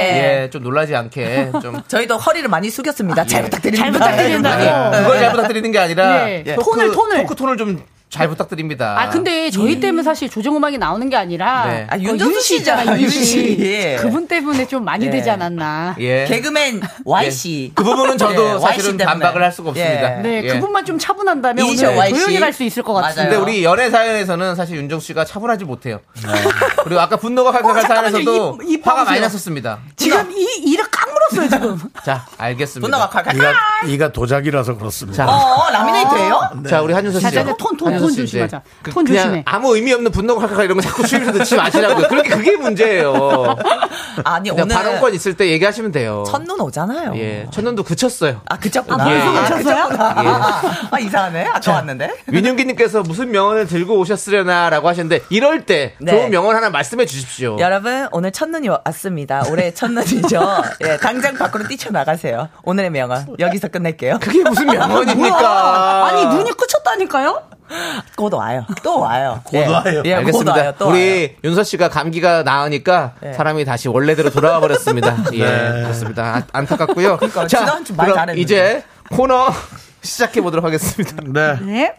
Speaker 3: 예, 좀 놀라지 않게 좀
Speaker 8: 저희도 허리를 많이
Speaker 3: 아,
Speaker 8: 숙였습니다.
Speaker 3: 예.
Speaker 8: 잘 부탁드립니다.
Speaker 7: 잘 부탁드린다고.
Speaker 3: 아니, 그걸 잘 부탁드리는 게 아니라
Speaker 7: 네.
Speaker 3: 예,
Speaker 7: 톤을, 톤을.
Speaker 3: 토크 톤을 좀 잘 부탁드립니다.
Speaker 7: 아, 근데 저희 때문에 사실 조정음악이 나오는 게 아니라
Speaker 3: 네.
Speaker 8: 아,
Speaker 7: 어,
Speaker 8: 윤정수 씨잖아,
Speaker 7: 윤
Speaker 8: 윤
Speaker 7: 씨.
Speaker 8: 씨. 예.
Speaker 7: 그분 때문에 좀 많이 되지 않았나.
Speaker 3: 예.
Speaker 8: 개그맨 Y씨.
Speaker 3: 그 부분은 저도
Speaker 8: 예,
Speaker 3: 사실은
Speaker 8: YC 때문에.
Speaker 3: 반박을 할 수가 없습니다.
Speaker 8: 예.
Speaker 7: 네,
Speaker 3: 예.
Speaker 7: 그분만 좀 차분한다면 오늘
Speaker 8: 이니셜 YC.
Speaker 7: 조용히 갈 수 있을 것
Speaker 8: 맞아요.
Speaker 7: 같아요.
Speaker 3: 근데 우리 연애 사연에서는 사실 윤정수 씨가 차분하지 못해요. 그리고 아까 분노가 칼칼할
Speaker 7: 어, 잠깐만요.
Speaker 3: 사연에서도
Speaker 7: 이- 이
Speaker 3: 화가
Speaker 7: 보세요.
Speaker 3: 많이 났었습니다.
Speaker 7: 지금 이 이를 꽉 물었어요 지금.
Speaker 3: 자, 알겠습니다.
Speaker 8: 분노가 칼칼.
Speaker 2: 아, 이가 이가 도자기라서 그렇습니다.
Speaker 3: 자,
Speaker 8: 어,
Speaker 7: 아.
Speaker 8: 라미네이트예요?
Speaker 3: 자, 우리 한윤서 씨.
Speaker 7: 자, 자, 자, 톤, 톤,
Speaker 3: 한윤서
Speaker 7: 톤
Speaker 3: 씨 이제
Speaker 7: 조심하자. 톤
Speaker 3: 네. 그냥
Speaker 7: 조심해.
Speaker 3: 아무 의미 없는 분노가 칼칼 이런 거 자꾸 수입해서 넣지 마시라고요. 그렇게 그게 문제예요.
Speaker 8: 아니,
Speaker 3: 그냥
Speaker 8: 오늘
Speaker 3: 발언권 있을 때 얘기하시면 돼요.
Speaker 8: 첫눈 오잖아요.
Speaker 3: 예, 첫눈도 그쳤어요.
Speaker 8: 아, 그쳤구나.
Speaker 7: 아, 벌써
Speaker 8: 아,
Speaker 7: 그쳤어요?
Speaker 3: 예.
Speaker 8: 그쳤구나. 아, 이상하네. 아까 왔는데.
Speaker 3: 민윤기님께서 무슨 명언을 들고 오셨으려나라고 하셨는데 이럴 때
Speaker 8: 네.
Speaker 3: 좋은 명언 하나 말씀해 주십시오.
Speaker 8: 여러분, 오늘 첫눈이 왔습니다. 올해 첫눈이죠. 예, 당장 밖으로 뛰쳐나가세요. 오늘의 명언. 여기서 끝낼게요.
Speaker 3: 그게 무슨 명언입니까?
Speaker 7: 아니 눈이 끝쳤다니까요?
Speaker 8: 곧 와요. 또 와요. 곧
Speaker 2: 와요.
Speaker 8: 예, 곧
Speaker 3: 알겠습니다.
Speaker 8: 와요. 또 와요. 네.
Speaker 3: 우리 윤서 씨가 감기가 나으니까 사람이 다시 원래대로 돌아와 버렸습니다.
Speaker 2: 네.
Speaker 3: 예, 그렇습니다. 안- 안타깝고요.
Speaker 8: 그러니까 지난주 말
Speaker 3: 그럼
Speaker 8: 잘했는데.
Speaker 3: 이제 코너 시작해 보도록 하겠습니다.
Speaker 2: 네.
Speaker 7: 네.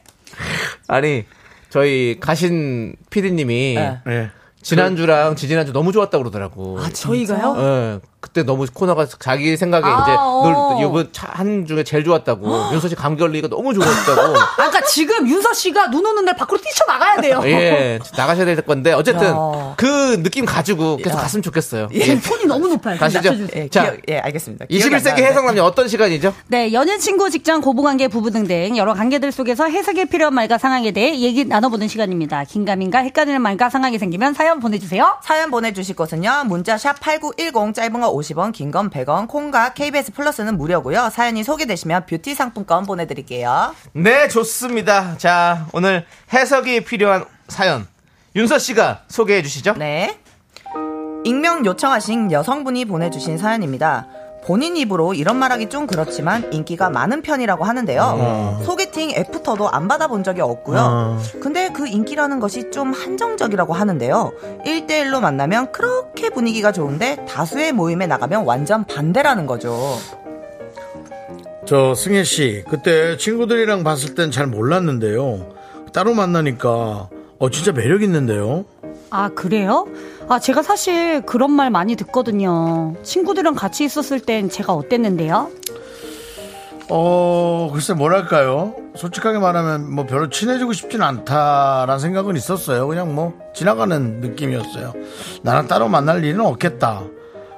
Speaker 3: 아니 저희 가신 피디님이
Speaker 8: 네.
Speaker 2: 예.
Speaker 3: 지난주랑 지지난주 너무 좋았다고 그러더라고.
Speaker 8: 아,
Speaker 7: 저희가요?
Speaker 3: 예, 그때 너무 코너가 자기 생각에
Speaker 7: 아,
Speaker 3: 이제
Speaker 7: 어.
Speaker 3: 늘 이번 차- 한 중에 제일 좋았다고 윤서 씨 감기 걸리니까 너무 좋았다고
Speaker 7: 아까 지금 윤서 씨가 눈 오는 날 밖으로 뛰쳐 나가야 돼요.
Speaker 3: 예 나가셔야 될 건데 어쨌든
Speaker 8: 야.
Speaker 3: 그 느낌 가지고 계속
Speaker 8: 야.
Speaker 3: 갔으면 좋겠어요. 예.
Speaker 7: 지금 톤이 너무 높아요.
Speaker 3: 다시
Speaker 7: 낮춰주세요.
Speaker 3: 좀-
Speaker 8: 예,
Speaker 3: 자.
Speaker 8: 기억, 예, 알겠습니다. 기억이 안
Speaker 3: 21세기
Speaker 8: 나는데.
Speaker 3: 해성남녀 어떤 시간이죠?
Speaker 7: 네, 연인, 친구, 직장, 고부관계, 부부 등등 여러 관계들 속에서 해석이 필요한 말과 상황에 대해 얘기 나눠보는 시간입니다. 긴가민가 헷갈리는 말과 상황이 생기면 사연 보내주세요.
Speaker 8: 사연 보내주실 것은요. 문자 샵 8910 짧은 거 50원 긴 건 100원 콩과 KBS 플러스는 무료고요. 사연이 소개되시면 뷰티 상품권 보내드릴게요.
Speaker 3: 네, 좋습니다. 자, 오늘 해석이 필요한 사연. 윤서 씨가 소개해 주시죠.
Speaker 8: 네. 익명 요청하신 여성분이 보내주신 사연입니다. 본인 입으로 이런 말하기 좀 그렇지만 인기가 많은 편이라고 하는데요. 소개팅 애프터도 안 받아본 적이 없고요. 근데 그 인기라는 것이 좀 한정적이라고 하는데요. 1대1로 만나면 그렇게 분위기가 좋은데 다수의 모임에 나가면 완전 반대라는 거죠.
Speaker 2: 저 승혜 씨 그때 친구들이랑 봤을 땐 잘 몰랐는데요. 따로 만나니까 어 진짜 매력 있는데요.
Speaker 7: 아, 그래요? 아, 제가 사실 그런 말 많이 듣거든요. 친구들이랑 같이 있었을 땐 제가 어땠는데요?
Speaker 2: 어 글쎄 뭐랄까요. 솔직하게 말하면 뭐 별로 친해지고 싶진 않다라는 생각은 있었어요. 그냥 뭐 지나가는 느낌이었어요. 나랑 따로 만날 일은 없겠다.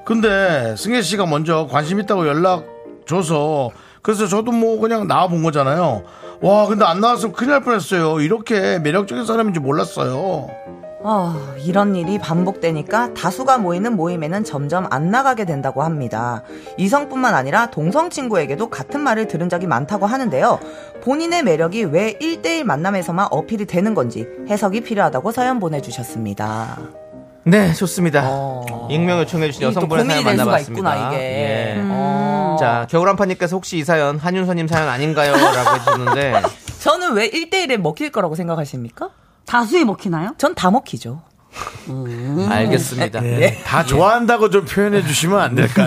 Speaker 2: 근데 승혜 씨가 먼저 관심 있다고 연락 줘서 그래서 저도 뭐 그냥 나와 본 거잖아요. 와 근데 안 나왔으면 큰일 날 뻔했어요. 이렇게 매력적인 사람인지 몰랐어요.
Speaker 8: 아, 이런 일이 반복되니까 다수가 모이는 모임에는 점점 안 나가게 된다고 합니다. 이성뿐만 아니라 동성 친구에게도 같은 말을 들은 적이 많다고 하는데요. 본인의 매력이 왜 1대1 만남에서만 어필이 되는 건지 해석이 필요하다고 사연 보내주셨습니다.
Speaker 3: 네, 좋습니다.
Speaker 8: 어.
Speaker 3: 익명 요청해주신
Speaker 8: 이게 또
Speaker 3: 여성분의 사연
Speaker 8: 고민이 될 수가
Speaker 3: 만나봤습니다.
Speaker 8: 있구나, 이게.
Speaker 3: 예.
Speaker 8: 어.
Speaker 3: 자, 겨울한파님께서 혹시 이 사연 한윤서님 사연 아닌가요? 라고 해주셨는데,
Speaker 8: 저는 왜 1대1에 먹힐 거라고 생각하십니까?
Speaker 7: 다수에 먹히나요?
Speaker 8: 전 다 먹히죠. 음.
Speaker 3: 알겠습니다.
Speaker 8: 예.
Speaker 2: 다 좋아한다고 좀 표현해 주시면 안 될까요?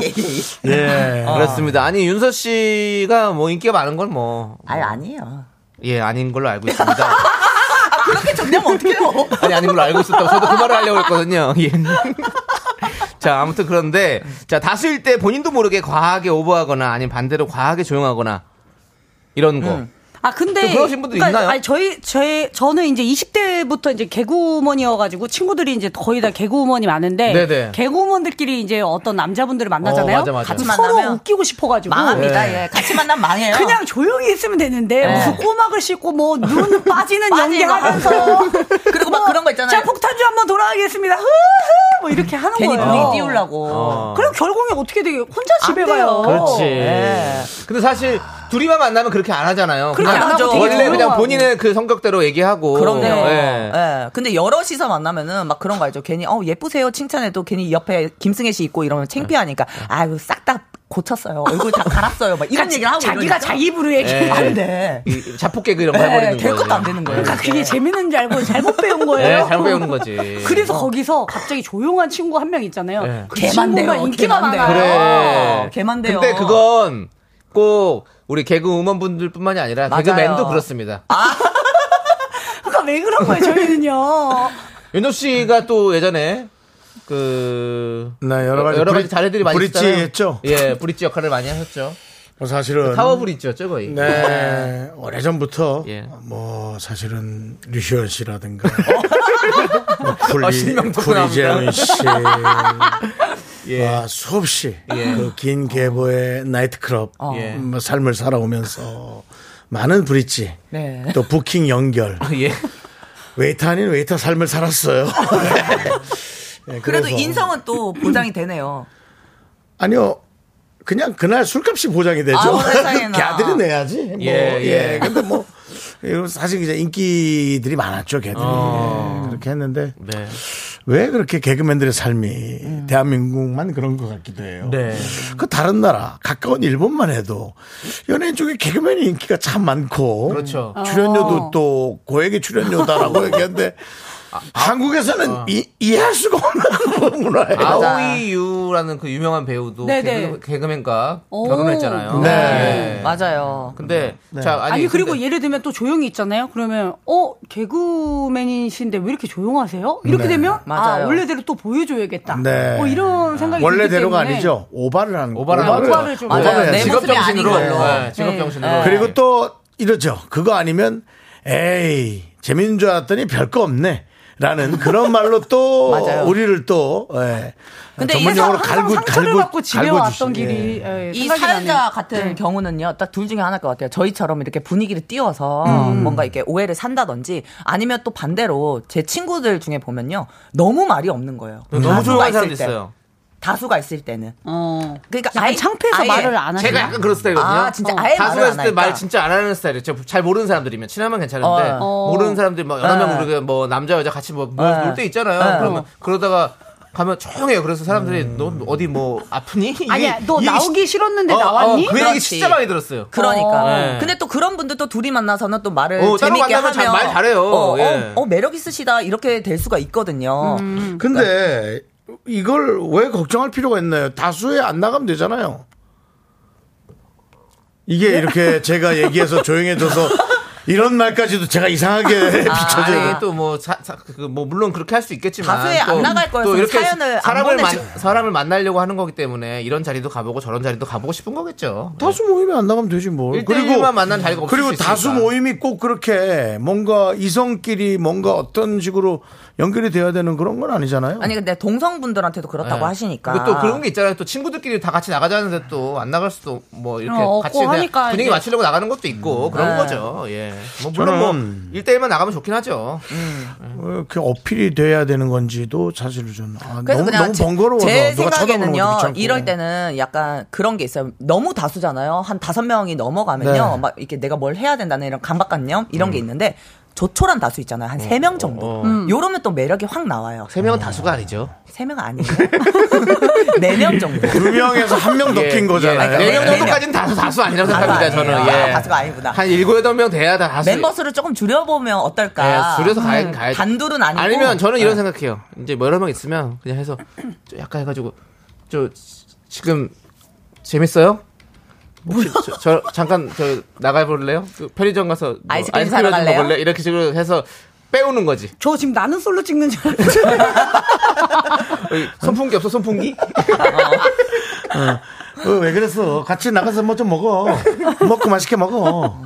Speaker 2: 예.
Speaker 3: 그렇습니다. 아니, 윤서 씨가 뭐 인기가 많은 건 뭐,
Speaker 8: 아니, 아니에요.
Speaker 3: 예, 아닌 걸로 알고 있습니다.
Speaker 8: 아, 그렇게 정리하면 어떡해요?
Speaker 3: 아니 아닌 걸로 알고 있었다고 저도 그 말을 하려고 했거든요. 예. 자 아무튼 그런데 자 다수일 때 본인도 모르게 과하게 오버하거나 아니면 반대로 과하게 조용하거나 이런 거.
Speaker 8: 음.
Speaker 7: 아 근데 그러니까
Speaker 3: 또 그러신 분들 있나요?
Speaker 7: 아니 저희 제 저는 이제 20대부터 이제 개그우먼이어가지고 친구들이 이제 거의 다 개그우먼이 많은데
Speaker 3: 네네.
Speaker 7: 개그우먼들끼리 이제 어떤 남자분들을 만나잖아요.
Speaker 3: 어, 맞아, 네. 맞아.
Speaker 7: 같이
Speaker 8: 같이
Speaker 7: 서로
Speaker 8: 만나면
Speaker 7: 웃기고 싶어가지고
Speaker 8: 망합니다. 예. 같이 만나면 망해요.
Speaker 7: 그냥 조용히 있으면 되는데
Speaker 3: 네.
Speaker 7: 무슨 꼬막을 씻고 뭐 눈 빠지는
Speaker 8: 빠지는 거
Speaker 7: 연기하면서 뭐
Speaker 8: 그리고 막 그런 거 있잖아요.
Speaker 7: 자 폭탄주 한번 돌아가겠습니다. 흐흐 뭐 이렇게 하는
Speaker 8: 괜히
Speaker 7: 거예요.
Speaker 8: 분위기 띄우려고.
Speaker 7: 그럼 결국에 어떻게 되게 혼자 집에
Speaker 8: 안 돼요.
Speaker 7: 가요.
Speaker 8: 어.
Speaker 3: 그렇지. 근데 사실 둘이만 만나면 그렇게 안 하잖아요.
Speaker 7: 그렇게
Speaker 3: 그냥
Speaker 8: 예. 안 하죠.
Speaker 3: 원래
Speaker 8: 되게
Speaker 3: 그냥
Speaker 7: 조용하고.
Speaker 3: 본인의 그 성격대로 얘기하고.
Speaker 8: 그럼요. 예.
Speaker 3: 예.
Speaker 8: 근데 여럿이서 만나면은 막 그런 거 알죠. 괜히 어 예쁘세요 칭찬해도 괜히 옆에 김승혜 씨 있고 이러면 창피하니까 아유 싹 다 고쳤어요. 얼굴 다 갈았어요. 막 이런
Speaker 7: 그러니까
Speaker 8: 얘기를 하고
Speaker 7: 자기가 자기 입으로
Speaker 3: 예.
Speaker 7: 얘기해.
Speaker 8: 안 돼.
Speaker 3: 이 자폭개그 이런 거
Speaker 8: 네,
Speaker 3: 해버리는
Speaker 8: 될
Speaker 3: 거예요.
Speaker 8: 것도 안 되는 거예요.
Speaker 7: 그러니까 그게 재밌는 줄 알고 잘못 배운 거예요.
Speaker 3: 예, 잘 배우는 거지.
Speaker 7: 그래서 거기서 갑자기 조용한 친구 한 명 있잖아요.
Speaker 3: 예.
Speaker 7: 그 친구가 인기가
Speaker 8: 개만 돼요.
Speaker 7: 많아요.
Speaker 3: 그래.
Speaker 8: 어, 개만 돼요.
Speaker 3: 근데 그건 꼭 우리 개그우먼 분들뿐만이 아니라
Speaker 8: 맞아요. 아.
Speaker 3: 개그맨도 그렇습니다.
Speaker 7: 그러니까 왜 그런 거예요, 저희는요.
Speaker 3: 윤정 씨가 또 예전에 그
Speaker 2: 네, 여러 가지 브릿-
Speaker 3: 자리들이 많이
Speaker 2: 브릿지
Speaker 3: 있잖아요.
Speaker 2: 했죠?
Speaker 3: 예, 브릿지 역할을 많이 하셨죠.
Speaker 2: 뭐 사실은
Speaker 3: 타워 브릿지였죠, 거의.
Speaker 2: 네 오래 전부터
Speaker 3: 예.
Speaker 2: 뭐 사실은 류시원 씨라든가 뭐
Speaker 3: 아,
Speaker 2: 쿨리
Speaker 3: 실명 덕분에
Speaker 2: 쿨리재훈 씨,
Speaker 3: 예.
Speaker 2: 와, 수없이
Speaker 3: 예.
Speaker 2: 그긴 계보의 나이트클럽
Speaker 3: 예.
Speaker 2: 뭐 삶을 살아오면서 많은 브릿지
Speaker 8: 네.
Speaker 2: 또 부킹 연결
Speaker 3: 예.
Speaker 2: 네. 웨이터 아닌 웨이터 삶을 살았어요. 네,
Speaker 8: 그래도
Speaker 2: 그래서-
Speaker 8: 인성은 또 보장이 되네요.
Speaker 2: 아니요. 그냥 그날 술값이 보장이 되죠.
Speaker 8: 아우, 세상에나.
Speaker 2: 걔들이 내야지. 뭐,
Speaker 3: 예,
Speaker 2: 예,
Speaker 3: 예.
Speaker 2: 근데 뭐, 이거 사실 이제 인기들이 많았죠, 걔들이.
Speaker 3: 어.
Speaker 2: 예, 그렇게 했는데.
Speaker 3: 네.
Speaker 2: 왜 그렇게 개그맨들의 삶이
Speaker 8: 음.
Speaker 2: 대한민국만 그런 것 같기도 해요.
Speaker 3: 네.
Speaker 2: 그 다른 나라, 가까운 일본만 해도 연예인 쪽에 개그맨이 인기가 참 많고.
Speaker 3: 그렇죠.
Speaker 8: 어.
Speaker 2: 출연료도 또 고액의 출연료다라고 얘기하는데.
Speaker 3: 아,
Speaker 2: 한국에서는
Speaker 3: 어.
Speaker 2: 이, 이해할 수가 없는 문화예요.
Speaker 3: 그 아오이유라는 그 유명한 배우도
Speaker 7: 네네.
Speaker 3: 개그, 개그맨과
Speaker 7: 오.
Speaker 3: 결혼했잖아요.
Speaker 2: 네.
Speaker 3: 예.
Speaker 8: 맞아요.
Speaker 3: 근데 자 아니,
Speaker 7: 아니, 그리고
Speaker 3: 근데-
Speaker 7: 예를 들면 또 조용히 있잖아요. 그러면 어 개그맨이신데 왜 이렇게 조용하세요? 이렇게 되면
Speaker 8: 맞아요.
Speaker 7: 아 원래대로 또 보여줘야겠다.
Speaker 2: 네.
Speaker 7: 뭐
Speaker 3: 아.
Speaker 7: 이런 생각이 들기
Speaker 2: 원래대로가
Speaker 7: 때문에.
Speaker 2: 아니죠. 오바를 하는 거.
Speaker 3: 오바를 하는
Speaker 7: 오바를 좀
Speaker 8: 맞아요.
Speaker 2: 오바를
Speaker 8: 내
Speaker 2: 해야지.
Speaker 3: 직업
Speaker 8: 모습이
Speaker 3: 정신으로
Speaker 8: 아닌 걸로.
Speaker 3: 예, 직업
Speaker 7: 네.
Speaker 3: 정신으로
Speaker 2: 그리고 또 이러죠. 그거 아니면 에이 재밌는 줄 알았더니 별거 없네. 라는 그런 말로 또
Speaker 8: 맞아요.
Speaker 2: 우리를 또 예.
Speaker 8: 근데
Speaker 7: 그래서
Speaker 2: 전문용어로
Speaker 7: 항상 상처를 받고 집에
Speaker 2: 갈고
Speaker 7: 왔던
Speaker 2: 주시-
Speaker 7: 길이
Speaker 2: 예.
Speaker 7: 예,
Speaker 8: 이
Speaker 7: 생각이 나네요.
Speaker 8: 사연자 같은 경우는요, 딱 둘 중에 하나일 것 같아요. 저희처럼 이렇게 분위기를 띄워서
Speaker 7: 음.
Speaker 8: 뭔가 이렇게 오해를 산다든지 아니면 또 반대로 제 친구들 중에 보면요, 너무 말이 없는 거예요.
Speaker 3: 음. 너무
Speaker 8: 다수가
Speaker 3: 조용한 사람도
Speaker 8: 네. 있을 때.
Speaker 3: 있어요.
Speaker 8: 다수가 있을 때는.
Speaker 7: 어.
Speaker 8: 그러니까
Speaker 7: 약간
Speaker 8: 아예-
Speaker 7: 창피해서
Speaker 8: 아예-
Speaker 7: 말을 안 하죠.
Speaker 3: 제가 약간 그런 스타일이거든요.
Speaker 8: 아, 진짜
Speaker 7: 어.
Speaker 8: 아예
Speaker 3: 다수가
Speaker 8: 말을
Speaker 3: 있을
Speaker 8: 안
Speaker 3: 때 말
Speaker 8: 하니까.
Speaker 3: 진짜 안 하는 스타일이죠. 잘 모르는 사람들이면 친하면 괜찮은데
Speaker 7: 어.
Speaker 3: 모르는 사람들이 막 여러 명
Speaker 8: 네.
Speaker 3: 우리가 뭐 남자 여자 같이 뭐 놀
Speaker 8: 네.
Speaker 3: 때 있잖아요.
Speaker 8: 네.
Speaker 3: 그러면 그러다가 가면 조용해요. 그래서 사람들이 너 어디 뭐 아프니? 이-
Speaker 7: 아니야, 너
Speaker 3: 이 얘기
Speaker 7: 나오기 싫었는데
Speaker 3: 어,
Speaker 7: 나왔니?
Speaker 3: 어, 그 얘기
Speaker 8: 그렇지.
Speaker 3: 진짜 많이 들었어요.
Speaker 8: 그러니까.
Speaker 3: 네.
Speaker 8: 근데 또 그런 분들도 둘이 만나서는 또 말을
Speaker 3: 어, 따로
Speaker 8: 재밌게
Speaker 3: 만나면 자-
Speaker 8: 하면
Speaker 3: 말 잘해요.
Speaker 8: 어,
Speaker 3: 예.
Speaker 8: 어, 어, 매력 있으시다 이렇게 될 수가 있거든요.
Speaker 7: 음.
Speaker 2: 예. 근데 이걸 왜 걱정할 필요가 있나요? 다수에 안 나가면 되잖아요. 이게 이렇게 제가 얘기해서 조용해져서 이런 말까지도 제가 이상하게 비춰져요.
Speaker 3: 아니 또뭐 뭐 물론 그렇게 할 수 있겠지만
Speaker 8: 다수에 안 나갈 거였으면 사연을 안
Speaker 3: 사람을
Speaker 8: 보내죠.
Speaker 3: 만- 사람을 만나려고 하는 거기 때문에 이런 자리도 가보고 저런 자리도 가보고 싶은 거겠죠. 뭐
Speaker 2: 다수 모임에 안 나가면 되지 뭘.
Speaker 3: 일대일만 만난 자리가 없을
Speaker 2: 그리고
Speaker 3: 수
Speaker 2: 다수
Speaker 3: 있으니까.
Speaker 2: 모임이 꼭 그렇게 뭔가 이성끼리 뭔가 어떤 식으로 연결이 돼야 되는 그런 건 아니잖아요.
Speaker 8: 아니 근데 동성분들한테도 그렇다고
Speaker 3: 네.
Speaker 8: 뭐 하시니까.
Speaker 3: 그리고 또 그런 게 있잖아요. 또 친구들끼리 다 같이 나가자는데 또 안 나갈 수도 뭐 이렇게
Speaker 7: 어,
Speaker 3: 같이
Speaker 7: 없고
Speaker 3: 그냥
Speaker 7: 하니까
Speaker 3: 분위기
Speaker 7: 이제.
Speaker 3: 맞추려고 나가는 것도 있고 그런
Speaker 8: 네.
Speaker 3: 거죠. 예. 뭐
Speaker 2: 저는-
Speaker 3: 물론 뭐 1대1만 나가면 좋긴 하죠.
Speaker 8: 음.
Speaker 2: 왜 이렇게 어필이 돼야 되는 건지도 사실은 저는 아,
Speaker 8: 그래서
Speaker 2: 너무,
Speaker 8: 그냥
Speaker 2: 너무
Speaker 8: 제-
Speaker 2: 번거로워서
Speaker 8: 제
Speaker 2: 누가 쳐다보는 것도
Speaker 8: 생각에는요
Speaker 2: 귀찮고.
Speaker 3: 네.
Speaker 8: 이럴 때는 약간 그런 게 있어요 너무 다수잖아요 한 다섯 명이 넘어가면요
Speaker 2: 네.
Speaker 3: 음.
Speaker 8: 막 이렇게 내가 뭘 해야 된다는 이런 강박관념 이런 게 있는데 조촐한 다수 있잖아요. 한 세
Speaker 3: 어,
Speaker 8: 명 정도. 음. 요러면 또 매력이 확 나와요.
Speaker 3: 세 명은 다수가 아니죠.
Speaker 8: 세 명 아니에요? 네 명 정도.
Speaker 3: 그
Speaker 2: 두 명에서 한 명 더 낀 거잖아요.
Speaker 8: 예,
Speaker 3: 네 명
Speaker 8: 네 명.
Speaker 3: 정도까지는 다수 다수 아니라고
Speaker 8: 다수
Speaker 3: 생각합니다. 저는
Speaker 8: 아니에요.
Speaker 3: 예.
Speaker 8: 아, 다수가 아니구나.
Speaker 3: 한 일곱 여덟 명 돼야 다 다수.
Speaker 8: 멤버 수를 조금 줄여보면 어떨까? 음.
Speaker 3: 예, 줄여서 가야 가야.
Speaker 8: 단둘은 아니고. 네. 예.
Speaker 3: 아니면 저는 이런 생각해요. 이제 뭐 여러 명 있으면 그냥 해서 좀 약간 해가지고 저 지금 재밌어요? 혹시 저, 저 잠깐 저 나가볼래요? 그 편의점 가서 뭐
Speaker 8: 아이스크림
Speaker 3: 아이스크림
Speaker 8: 사러
Speaker 3: 좀
Speaker 8: 갈래요?
Speaker 3: 먹을래? 이렇게 식으로 해서 빼오는 거지.
Speaker 7: 저 지금 나는 솔로 찍는 줄 알았어요.
Speaker 3: 어이, 선풍기 없어 선풍기?
Speaker 2: 어, 왜 그랬어? 같이 나가서 뭐 좀 먹어. 먹고 맛있게 먹어.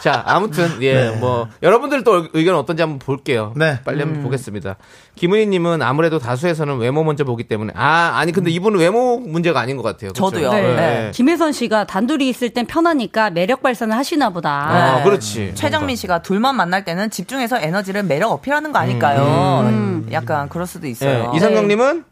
Speaker 3: 자, 아무튼 예,
Speaker 2: 네.
Speaker 3: 뭐 여러분들 또 의견 어떤지 한번 볼게요.
Speaker 2: 네.
Speaker 3: 빨리 한번
Speaker 8: 음.
Speaker 3: 보겠습니다. 김은희 님은 아무래도 다수에서는 외모 먼저 보기 때문에 아, 아니 근데 이분은 외모 문제가 아닌 것 같아요. 그쵸?
Speaker 8: 음.
Speaker 3: 예,
Speaker 8: 저도요.
Speaker 7: 네.
Speaker 8: 네.
Speaker 7: 김혜선 씨가 단둘이 있을 땐 편하니까 매력 발산을 하시나 보다.
Speaker 3: 아, 그렇지.
Speaker 8: 최정민 씨가 둘만 만날 때는 집중해서 에너지를 매력 어필하는 거 아닐까요? 음. 약간 그럴 수도 있어요.
Speaker 3: 음. 예, 이상경 님은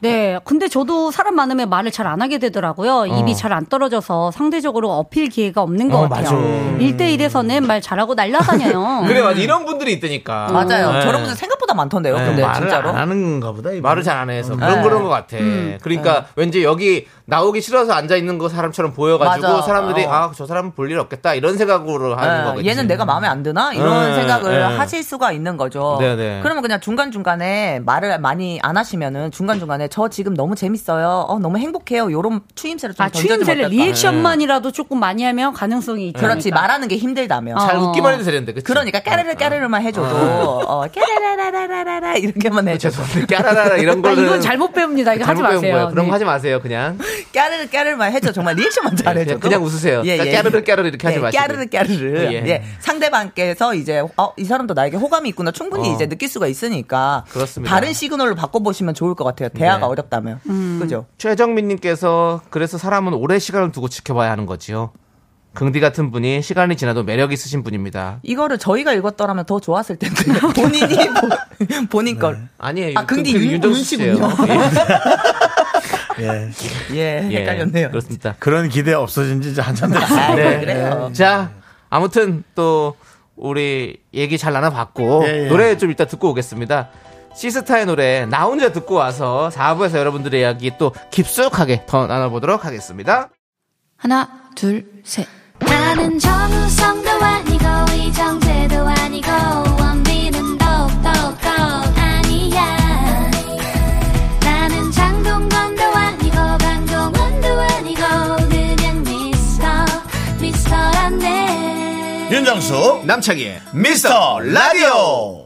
Speaker 7: 네. 근데 저도 사람 많으면 말을 잘 안 하게 되더라고요. 입이 잘 안 떨어져서 상대적으로 어필 기회가 없는 것 같아요. 일 1대1에서는 말 잘하고 날라다녀요.
Speaker 3: 그래 맞아. 이런 분들이 있으니까.
Speaker 8: 음. 맞아요.
Speaker 3: 예.
Speaker 8: 저런 분들 생각보다 많던데요. 근데
Speaker 2: 말을
Speaker 8: 진짜로. 음.
Speaker 2: 안 하는 건가 보다. 이분은.
Speaker 3: 말을 잘 안 해서 그런 그런 것 같아. 그러니까
Speaker 8: 예.
Speaker 3: 왠지 여기 나오기 싫어서 앉아 있는 거 사람처럼 보여가지고
Speaker 8: 맞아.
Speaker 3: 사람들이
Speaker 8: 어.
Speaker 3: 아 저 사람은 볼 일 없겠다 이런 생각으로 하는
Speaker 8: 예,
Speaker 3: 거거든.
Speaker 8: 얘는 내가 마음에 안 드나 이런
Speaker 3: 예,
Speaker 8: 생각을
Speaker 3: 예.
Speaker 8: 하실 수가 있는 거죠.
Speaker 3: 네, 네.
Speaker 8: 그러면 그냥 중간 중간에 말을 많이 안 하시면은 중간 중간에 저 지금 너무 재밌어요. 어 너무 행복해요. 요런 추임새를 좀
Speaker 7: 아,
Speaker 8: 던져주면
Speaker 7: 추임새를
Speaker 8: 어떨까?
Speaker 7: 리액션만이라도 조금 많이 하면 가능성이 있죠.
Speaker 8: 그렇지 말하는 게 힘들다며.
Speaker 3: 잘
Speaker 7: 어.
Speaker 3: 웃기만 해도 되는데. 그치?
Speaker 8: 그러니까 까르르 까르르만 해줘도 어 까라라라라라라 이렇게만 해줘도
Speaker 3: 죄송한데 까라라라 이런
Speaker 7: 아,
Speaker 3: 거는
Speaker 7: 이건 잘못 배웁니다. 이거 하지
Speaker 3: 잘못 배운 거예요.
Speaker 7: 마세요.
Speaker 3: 그런
Speaker 7: 네.
Speaker 3: 거 하지 마세요. 그냥
Speaker 8: 까르르 까르르만 해줘 정말 리액션만 잘해줘.
Speaker 3: 예,
Speaker 8: 예,
Speaker 3: 그냥- 그냥 웃으세요. 까르르 까르르 이렇게 하지 마시고.
Speaker 8: 까르르 까르르.
Speaker 3: 예.
Speaker 8: 예. 상대방께서 이제 어 이 사람도 나에게 호감이 있구나 충분히
Speaker 3: 어.
Speaker 8: 이제 느낄 수가 있으니까
Speaker 3: 그렇습니다.
Speaker 8: 다른 시그널로 바꿔보시면 좋을 것 같아요. 대화가
Speaker 3: 네.
Speaker 8: 어렵다면 그죠?
Speaker 3: 최정민님께서 그래서 사람은 오래 시간을 두고 지켜봐야 하는 거지요. 긍디 같은 분이 시간이 지나도 매력 있으신 분입니다.
Speaker 8: 이거를 저희가 읽었더라면 더 좋았을 텐데 본인이 보- 본인 걸.
Speaker 3: 아니에요. 그,
Speaker 8: 아, 긍디 윤- 윤 씨군요.
Speaker 2: 예.
Speaker 8: 예, 헷갈렸네요.
Speaker 3: 그렇습니다.
Speaker 2: 그런 기대 없어진 지 이제 한참 됐어요.
Speaker 8: 아,
Speaker 3: 네.
Speaker 8: 그래요.
Speaker 3: 자, 아무튼 또 우리 얘기 잘 나눠봤고
Speaker 2: 예, 예.
Speaker 3: 노래 좀 이따 듣고 오겠습니다. 시스타의 노래 나 혼자 듣고 와서 4부에서 여러분들의 이야기 또 깊숙하게 더 나눠보도록 하겠습니다.
Speaker 9: 하나, 둘, 셋.
Speaker 5: 나는 정우성도 아니고 이정재도 아니고 원빈은 더욱더 아니야 나는 장동건도 아니고 강동원도 아니고 그냥 미스터 미스터란데
Speaker 2: 네. 윤정수
Speaker 3: 남창희의
Speaker 2: 미스터 라디오.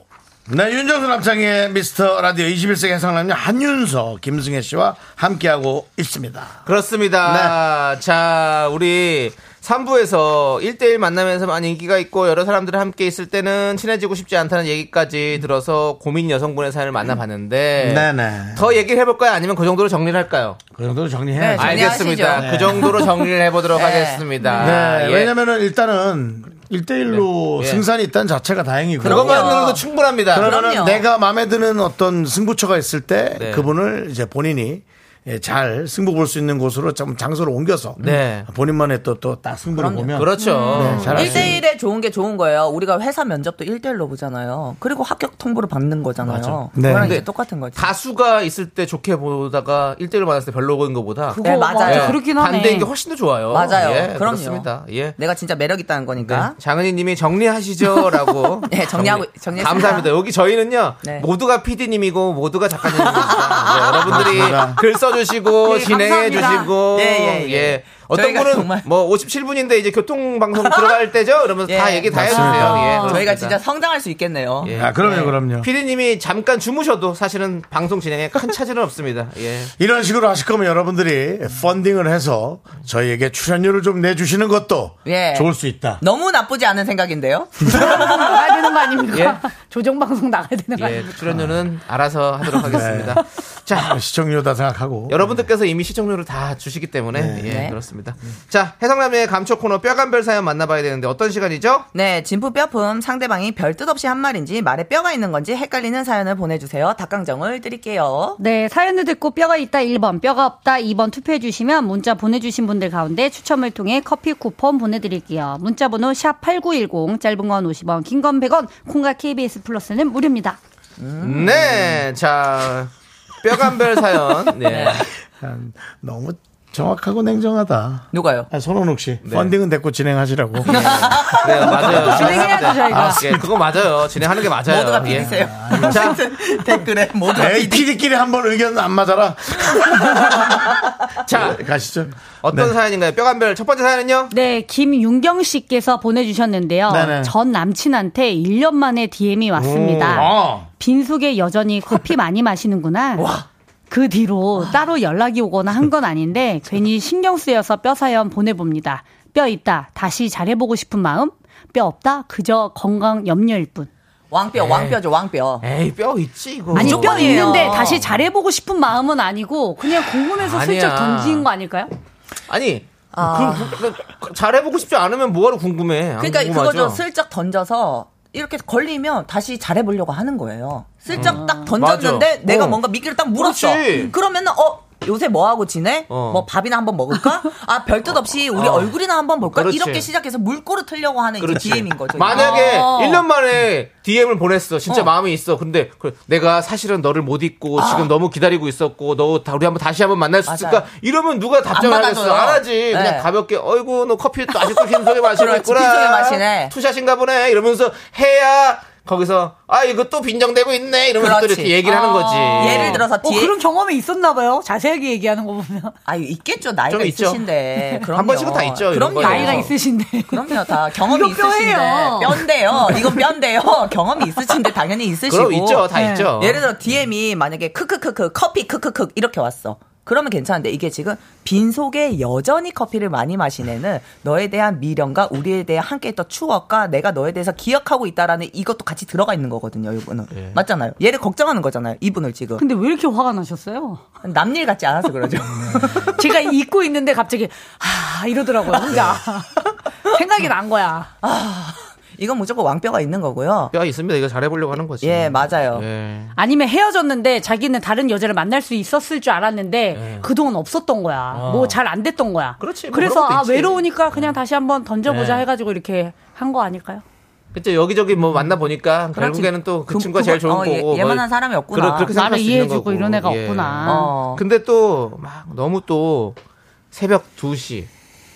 Speaker 2: 네, 윤정수 남창의 미스터 라디오 21세기 해상남녀 한윤서, 김승혜 씨와 함께하고 있습니다.
Speaker 3: 그렇습니다. 자, 우리 3부에서 1대1 만나면서 많이 인기가 있고 여러 사람들 함께 있을 때는 친해지고 싶지 않다는 얘기까지 들어서 고민 여성분의 사연을 만나봤는데
Speaker 2: 네네.
Speaker 3: 더 얘기를 해볼까요? 아니면 그 정도로 정리를 할까요?
Speaker 2: 그 정도로 정리해야죠.
Speaker 8: 네, 정리하시죠.
Speaker 3: 알겠습니다.
Speaker 2: 네.
Speaker 3: 그 정도로 정리를 해보도록
Speaker 8: 네.
Speaker 3: 하겠습니다.
Speaker 2: 네,
Speaker 3: 예.
Speaker 2: 왜냐면은 일단은 1대1로
Speaker 3: 네. 예.
Speaker 2: 승산이 있다는 자체가 다행이고.
Speaker 3: 그것만으로도 충분합니다.
Speaker 2: 그러면은
Speaker 8: 그럼요.
Speaker 2: 내가 마음에 드는 어떤 승부처가 있을 때
Speaker 3: 네.
Speaker 2: 그분을 이제 본인이 예, 잘 승부 볼 수 있는 곳으로 좀 장소를 옮겨서
Speaker 3: 네.
Speaker 2: 본인만의 또 또 딱 승부를 보면 음, 네,
Speaker 3: 그렇죠.
Speaker 2: 잘할 수 있는
Speaker 8: 1대1에 좋은 게 좋은 거예요. 우리가 회사 면접도 1대1로 보잖아요. 그리고 합격 통보를 받는 거잖아요.
Speaker 2: 네.
Speaker 8: 그거랑
Speaker 3: 근데
Speaker 8: 이제 똑같은 거지.
Speaker 3: 다수가 있을 때 좋게 보다가 1대1 만났을 때 별로인 것보다 예,
Speaker 7: 그거
Speaker 8: 네,
Speaker 7: 맞아.
Speaker 8: 맞아요.
Speaker 7: 어, 그렇긴 하네.
Speaker 3: 반대인 게 훨씬 더 좋아요.
Speaker 8: 맞아요.
Speaker 3: 예,
Speaker 8: 그럼요.
Speaker 3: 그렇습니다. 예.
Speaker 8: 내가 진짜 매력 있다는 거니까.
Speaker 3: 네, 장은희님이 정리하시죠라고.
Speaker 8: 네, 정리하고- 정리했습니다.
Speaker 3: 감사합니다. 여기 저희는요
Speaker 8: 네.
Speaker 3: 모두가 PD님이고 모두가 작가님입니다. 네, 여러분들이
Speaker 2: 맞습니다.
Speaker 3: 글 써주시고
Speaker 7: 네,
Speaker 3: 진행해
Speaker 7: 감사합니다.
Speaker 3: 주시고
Speaker 8: 예, 예, 예.
Speaker 3: 어떤
Speaker 8: 저희가
Speaker 3: 분은
Speaker 8: 정말-
Speaker 3: 뭐 57분인데 이제 교통 방송 들어갈 때죠. 이러면서
Speaker 8: 예, 아,
Speaker 3: 다 얘기 다
Speaker 2: 맞습니다.
Speaker 3: 해주세요. 예,
Speaker 8: 저희가
Speaker 3: 그렇습니다.
Speaker 8: 진짜 성장할 수 있겠네요.
Speaker 3: 예.
Speaker 2: 아, 그럼요, 그럼요.
Speaker 3: PD님이 잠깐 주무셔도 사실은 방송 진행에 큰 차질은 없습니다. 예.
Speaker 2: 이런 식으로 하실 거면 여러분들이 펀딩을 해서 저희에게 출연료를 좀 내주시는 것도
Speaker 8: 예.
Speaker 2: 좋을 수 있다.
Speaker 8: 너무 나쁘지 않은 생각인데요.
Speaker 7: 나가야 예. 되는 거 아닙니까? 조정방송 나가야 되는
Speaker 3: 예,
Speaker 7: 거 아닙니까?
Speaker 2: 네.
Speaker 3: 출연료는 알아서 하도록 하겠습니다. 자,
Speaker 2: 시청료다 생각하고.
Speaker 3: 네. 여러분들께서 이미 시청료를 다 주시기 때문에 예,
Speaker 8: 네.
Speaker 3: 그렇습니다. 자, 해성남의 감초 코너 뼈간별 사연 만나봐야 되는데 어떤 시간이죠?
Speaker 8: 네, 진푸 뼈품 상대방이 별뜻 없이 한 말인지 말에 뼈가 있는 건지 헷갈리는 사연을 보내주세요. 닭강정을 드릴게요.
Speaker 7: 네, 사연을 듣고 뼈가 있다 1번, 뼈가 없다 2번 투표해 주시면 문자 보내주신 분들 가운데 추첨을 통해 커피 쿠폰 보내드릴게요. 문자 번호 샵8910, 짧은 건 50원, 긴 건 100원, 콩과 KBS 플러스는 무료입니다.
Speaker 3: 네, 자 뼈간별 사연. 네.
Speaker 2: 음, 너무 정확하고 냉정하다.
Speaker 8: 누가요?
Speaker 2: 아, 손원욱 씨. 펀딩은 됐고 진행하시라고.
Speaker 3: 네, 맞아요.
Speaker 7: 진행해야죠, 저희가.
Speaker 3: 아, 예, 그거 맞아요. 진행하는 게 맞아요.
Speaker 8: 모두가
Speaker 3: 예.
Speaker 8: 비리세요.
Speaker 3: 자, 네.
Speaker 8: 댓글에 모두가
Speaker 2: 네, 에이, 피디끼리 한번 의견 안 맞아라.
Speaker 3: 자,
Speaker 2: 가시죠.
Speaker 3: 어떤
Speaker 2: 네.
Speaker 3: 사연인가요? 뼈간별 첫 번째 사연은요?
Speaker 7: 네, 김윤경 씨께서 보내주셨는데요.
Speaker 2: 네네.
Speaker 7: 전 남친한테 1년 만에 DM이 왔습니다.
Speaker 3: 아.
Speaker 2: 어.
Speaker 7: 빈속에 여전히 커피 많이 마시는구나. 그 뒤로 따로 연락이 오거나 한 건 아닌데 괜히 신경 쓰여서 뼈 사연 보내봅니다. 뼈 있다. 다시 잘해보고 싶은 마음. 뼈 없다. 그저 건강 염려일 뿐.
Speaker 8: 왕뼈,
Speaker 3: 네.
Speaker 8: 왕뼈죠, 왕뼈.
Speaker 3: 에이, 뼈 있지 이거.
Speaker 7: 아니 뼈
Speaker 8: 조건이에요.
Speaker 7: 있는데 다시 잘해보고 싶은 마음은 아니고 그냥 궁금해서 슬쩍
Speaker 3: 아니야.
Speaker 7: 던진 거 아닐까요?
Speaker 3: 아니, 그럼 그- 그- 잘해보고 싶지 않으면 뭐하러 궁금해? 안
Speaker 8: 그러니까
Speaker 3: 궁금하죠?
Speaker 8: 그거죠. 슬쩍 던져서 이렇게 걸리면 다시 잘해보려고 하는 거예요. 슬쩍
Speaker 7: 음.
Speaker 8: 딱 던졌는데
Speaker 3: 맞아.
Speaker 8: 내가
Speaker 3: 어.
Speaker 8: 뭔가 미끼를 딱 물었어.
Speaker 3: 그렇지.
Speaker 8: 그러면은 어 요새 뭐 하고 지내?
Speaker 3: 어.
Speaker 8: 뭐 밥이나 한번 먹을까? 아 별뜻 없이 우리
Speaker 3: 어.
Speaker 8: 얼굴이나 한번 볼까?
Speaker 3: 그렇지.
Speaker 8: 이렇게 시작해서 물꼬를 틀려고 하는 이제
Speaker 3: 그렇지.
Speaker 8: DM인 거죠.
Speaker 3: 아, 만약에
Speaker 7: 어.
Speaker 3: 1년 만에 DM을 보냈어. 진짜
Speaker 8: 아. 어. 아.
Speaker 3: 마음이 있어. 근데 그- 내가 사실은 너를 못 잊고 지금 너무 기다리고 있었고 너 다- 우리 한번 다시 한번 만날 수 있을까?
Speaker 8: 맞아요.
Speaker 3: 이러면 누가 답장을
Speaker 8: 안
Speaker 3: 하겠어?
Speaker 8: 받아줘요.
Speaker 3: 안 하지.
Speaker 8: 네.
Speaker 3: 그냥 가볍게 어이구 너 커피 또 아직도 빈속에 마시고
Speaker 8: 그렇지,
Speaker 3: 있구나.
Speaker 8: 빈속에 마시네.
Speaker 3: 투샷인가 보네. 이러면서 해야 거기서 아 이거 또 빈정되고 있네. 이러면서 또
Speaker 8: 그렇지.
Speaker 3: 이렇게 얘기를 하는 거지.
Speaker 8: 예를 들어서 뒤에
Speaker 7: 경험이 있었나 봐요. 자세하게 얘기하는 거 보면
Speaker 8: 아유 있겠죠 나이가
Speaker 3: 좀 있죠.
Speaker 8: 있으신데 그럼요.
Speaker 3: 한 번씩은 다 있죠, 이런
Speaker 8: 그럼요.
Speaker 3: 뭐, 거예요.
Speaker 7: 나이가 있으신데.
Speaker 8: 그럼요 다 경험이
Speaker 7: 이거
Speaker 8: 있으신데
Speaker 7: 뼈예요.
Speaker 8: 뼈인데요. 이건 뼈인데요. 경험이 있으신데 당연히 있으시고.
Speaker 3: 그럼 있죠. 다
Speaker 7: 네.
Speaker 3: 있죠.
Speaker 8: 예를 들어 DM이 만약에 크크크크 커피 크크크 이렇게 왔어. 그러면 괜찮은데 이게 지금 빈 속에 여전히 커피를 많이 마시네는 너에 대한 미련과 우리에 대해 함께했던 추억과 내가 너에 대해서 기억하고 있다라는 이것도 같이 들어가 있는 거거든요. 이분은
Speaker 3: 예.
Speaker 8: 맞잖아요. 얘를 걱정하는 거잖아요. 이분을 지금
Speaker 7: 근데 왜 이렇게 화가 나셨어요?
Speaker 8: 남일 같지 않아서 그러죠.
Speaker 7: 제가 잊고 있는데 갑자기 하 이러더라고요 혼자
Speaker 3: 네.
Speaker 7: 생각이 난 거야.
Speaker 8: 이건 무조건 왕뼈가 있는 거고요.
Speaker 3: 뼈 있습니다. 이거 잘해보려고 하는 거지.
Speaker 8: 예 맞아요.
Speaker 3: 예.
Speaker 7: 아니면 헤어졌는데 자기는 다른 여자를 만날 수 있었을 줄 알았는데 그동안 없었던 거야. 뭐 잘 안 됐던 거야.
Speaker 3: 네. 아. 그렇지, 뭐
Speaker 7: 그래서
Speaker 3: 그런 것도
Speaker 7: 아
Speaker 3: 있지.
Speaker 7: 외로우니까 그냥 다시 한번 던져보자
Speaker 3: 네.
Speaker 7: 해가지고 이렇게 한 거 아닐까요?
Speaker 3: 그쵸 여기저기 뭐 만나 보니까
Speaker 8: 그렇지.
Speaker 3: 결국에는 또 그
Speaker 8: 그-
Speaker 3: 친구가 제일 좋은
Speaker 8: 그거- 어, 예-
Speaker 3: 거고 뭐
Speaker 8: 예만한 사람이 없구나.
Speaker 3: 그렇게 생각할
Speaker 7: 나를
Speaker 3: 수 있는
Speaker 7: 이해해주고
Speaker 3: 거고.
Speaker 7: 이런 애가
Speaker 3: 예.
Speaker 7: 없구나.
Speaker 8: 어.
Speaker 3: 근데 또 막 너무 또 새벽 2시,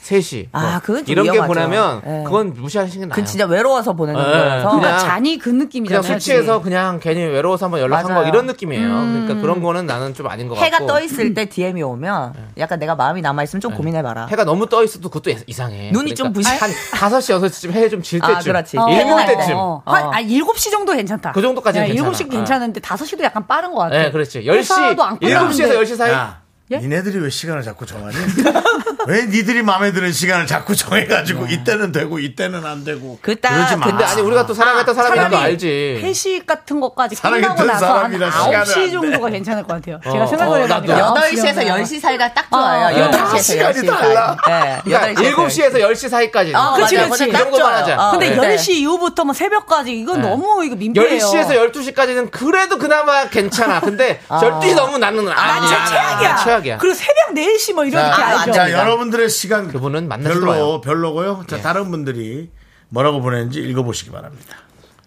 Speaker 3: 3시 뭐
Speaker 8: 아, 그건 좀
Speaker 3: 이런 게
Speaker 8: 위험하죠.
Speaker 3: 보내면
Speaker 8: 예.
Speaker 3: 그건 무시하시는 게 나아요.
Speaker 8: 그건 진짜 외로워서 보내는
Speaker 3: 예,
Speaker 8: 거라서
Speaker 7: 그러니까
Speaker 3: 그냥-
Speaker 7: 잔이 그 느낌이잖아요.
Speaker 3: 그냥 술
Speaker 7: 지금.
Speaker 3: 취해서 그냥 괜히 외로워서 한번 연락한
Speaker 8: 맞아요. 음.
Speaker 3: 거 이런 느낌이에요. 그러니까 그런 거는 나는 좀 아닌 것 같고.
Speaker 8: 해가 떠 있을 때 DM이 오면 약간 내가 마음이 남아 있으면 좀 고민해 봐라.
Speaker 3: 해가 너무 떠 있어도 그것도 이상해. 그러니까
Speaker 8: 눈이 좀 부시-
Speaker 3: 한 5시, 6시쯤 해 좀 질
Speaker 8: 아,
Speaker 3: 때쯤.
Speaker 8: 그렇지.
Speaker 7: 어,
Speaker 3: 일몰
Speaker 7: 어,
Speaker 3: 때쯤.
Speaker 7: 어. 한, 아, 7시 정도 괜찮다.
Speaker 3: 그 정도까지는
Speaker 7: 네,
Speaker 3: 괜찮아.
Speaker 7: 7시 괜찮은데 다섯 5시도 약간 빠른 것 같아.
Speaker 3: 네, 그렇지. 10시,
Speaker 7: 회사도
Speaker 3: 7시에서
Speaker 7: 안 끝났는데.
Speaker 3: 10시 사이.
Speaker 2: 야,
Speaker 7: 예?
Speaker 2: 니네들이 왜 시간을 자꾸 정하니? 왜 니들이 마음에 드는 시간을 자꾸 정해가지고 이때는 되고 이때는 안 되고
Speaker 8: 그따-
Speaker 2: 그러지 마.
Speaker 8: 근데
Speaker 3: 근데 아니 우리가 또 사랑했던 사람이라도 알지.
Speaker 7: 회식 같은 것까지
Speaker 2: 사랑이
Speaker 7: 끝나고
Speaker 2: 든
Speaker 7: 나서 한
Speaker 2: 사람이라 시간을
Speaker 7: 9시
Speaker 2: 안
Speaker 7: 정도가
Speaker 2: 내.
Speaker 7: 괜찮을 것 같아요. 제가 생각을 해보니까.
Speaker 3: 어, 나도.
Speaker 8: 8시에서 10시 사이가 딱 좋아요.
Speaker 7: 어,
Speaker 2: 다
Speaker 8: 8시에서
Speaker 2: 시간이
Speaker 8: 10시
Speaker 2: 달라.
Speaker 8: 사이. 네.
Speaker 3: 그러니까
Speaker 8: 8시에서
Speaker 3: 7시에서 10시 사이까지.
Speaker 8: 아,
Speaker 7: 그치,
Speaker 8: 맞아요.
Speaker 7: 그치.
Speaker 8: 그건
Speaker 3: 이
Speaker 8: 딱
Speaker 3: 정도만
Speaker 8: 좋아요.
Speaker 3: 하자.
Speaker 8: 어,
Speaker 7: 근데
Speaker 8: 네.
Speaker 7: 10시 이후부터 뭐 새벽까지 이건 너무 이거 민폐예요.
Speaker 3: 네. 10시에서 12시까지는 그래도 그나마 괜찮아. 근데 12시 너무 나는
Speaker 7: 아,
Speaker 3: 아니야.
Speaker 7: 진짜 최악이야.
Speaker 3: 최악이야.
Speaker 7: 그리고 새벽 4시 뭐 이런 게
Speaker 8: 아,
Speaker 7: 알죠.
Speaker 2: 자, 여러분들의 시간
Speaker 3: 그분은 만나서
Speaker 2: 별로
Speaker 3: 들어와요. 네.
Speaker 2: 별로고요. 자, 다른 분들이 뭐라고 보내는지 읽어보시기 바랍니다.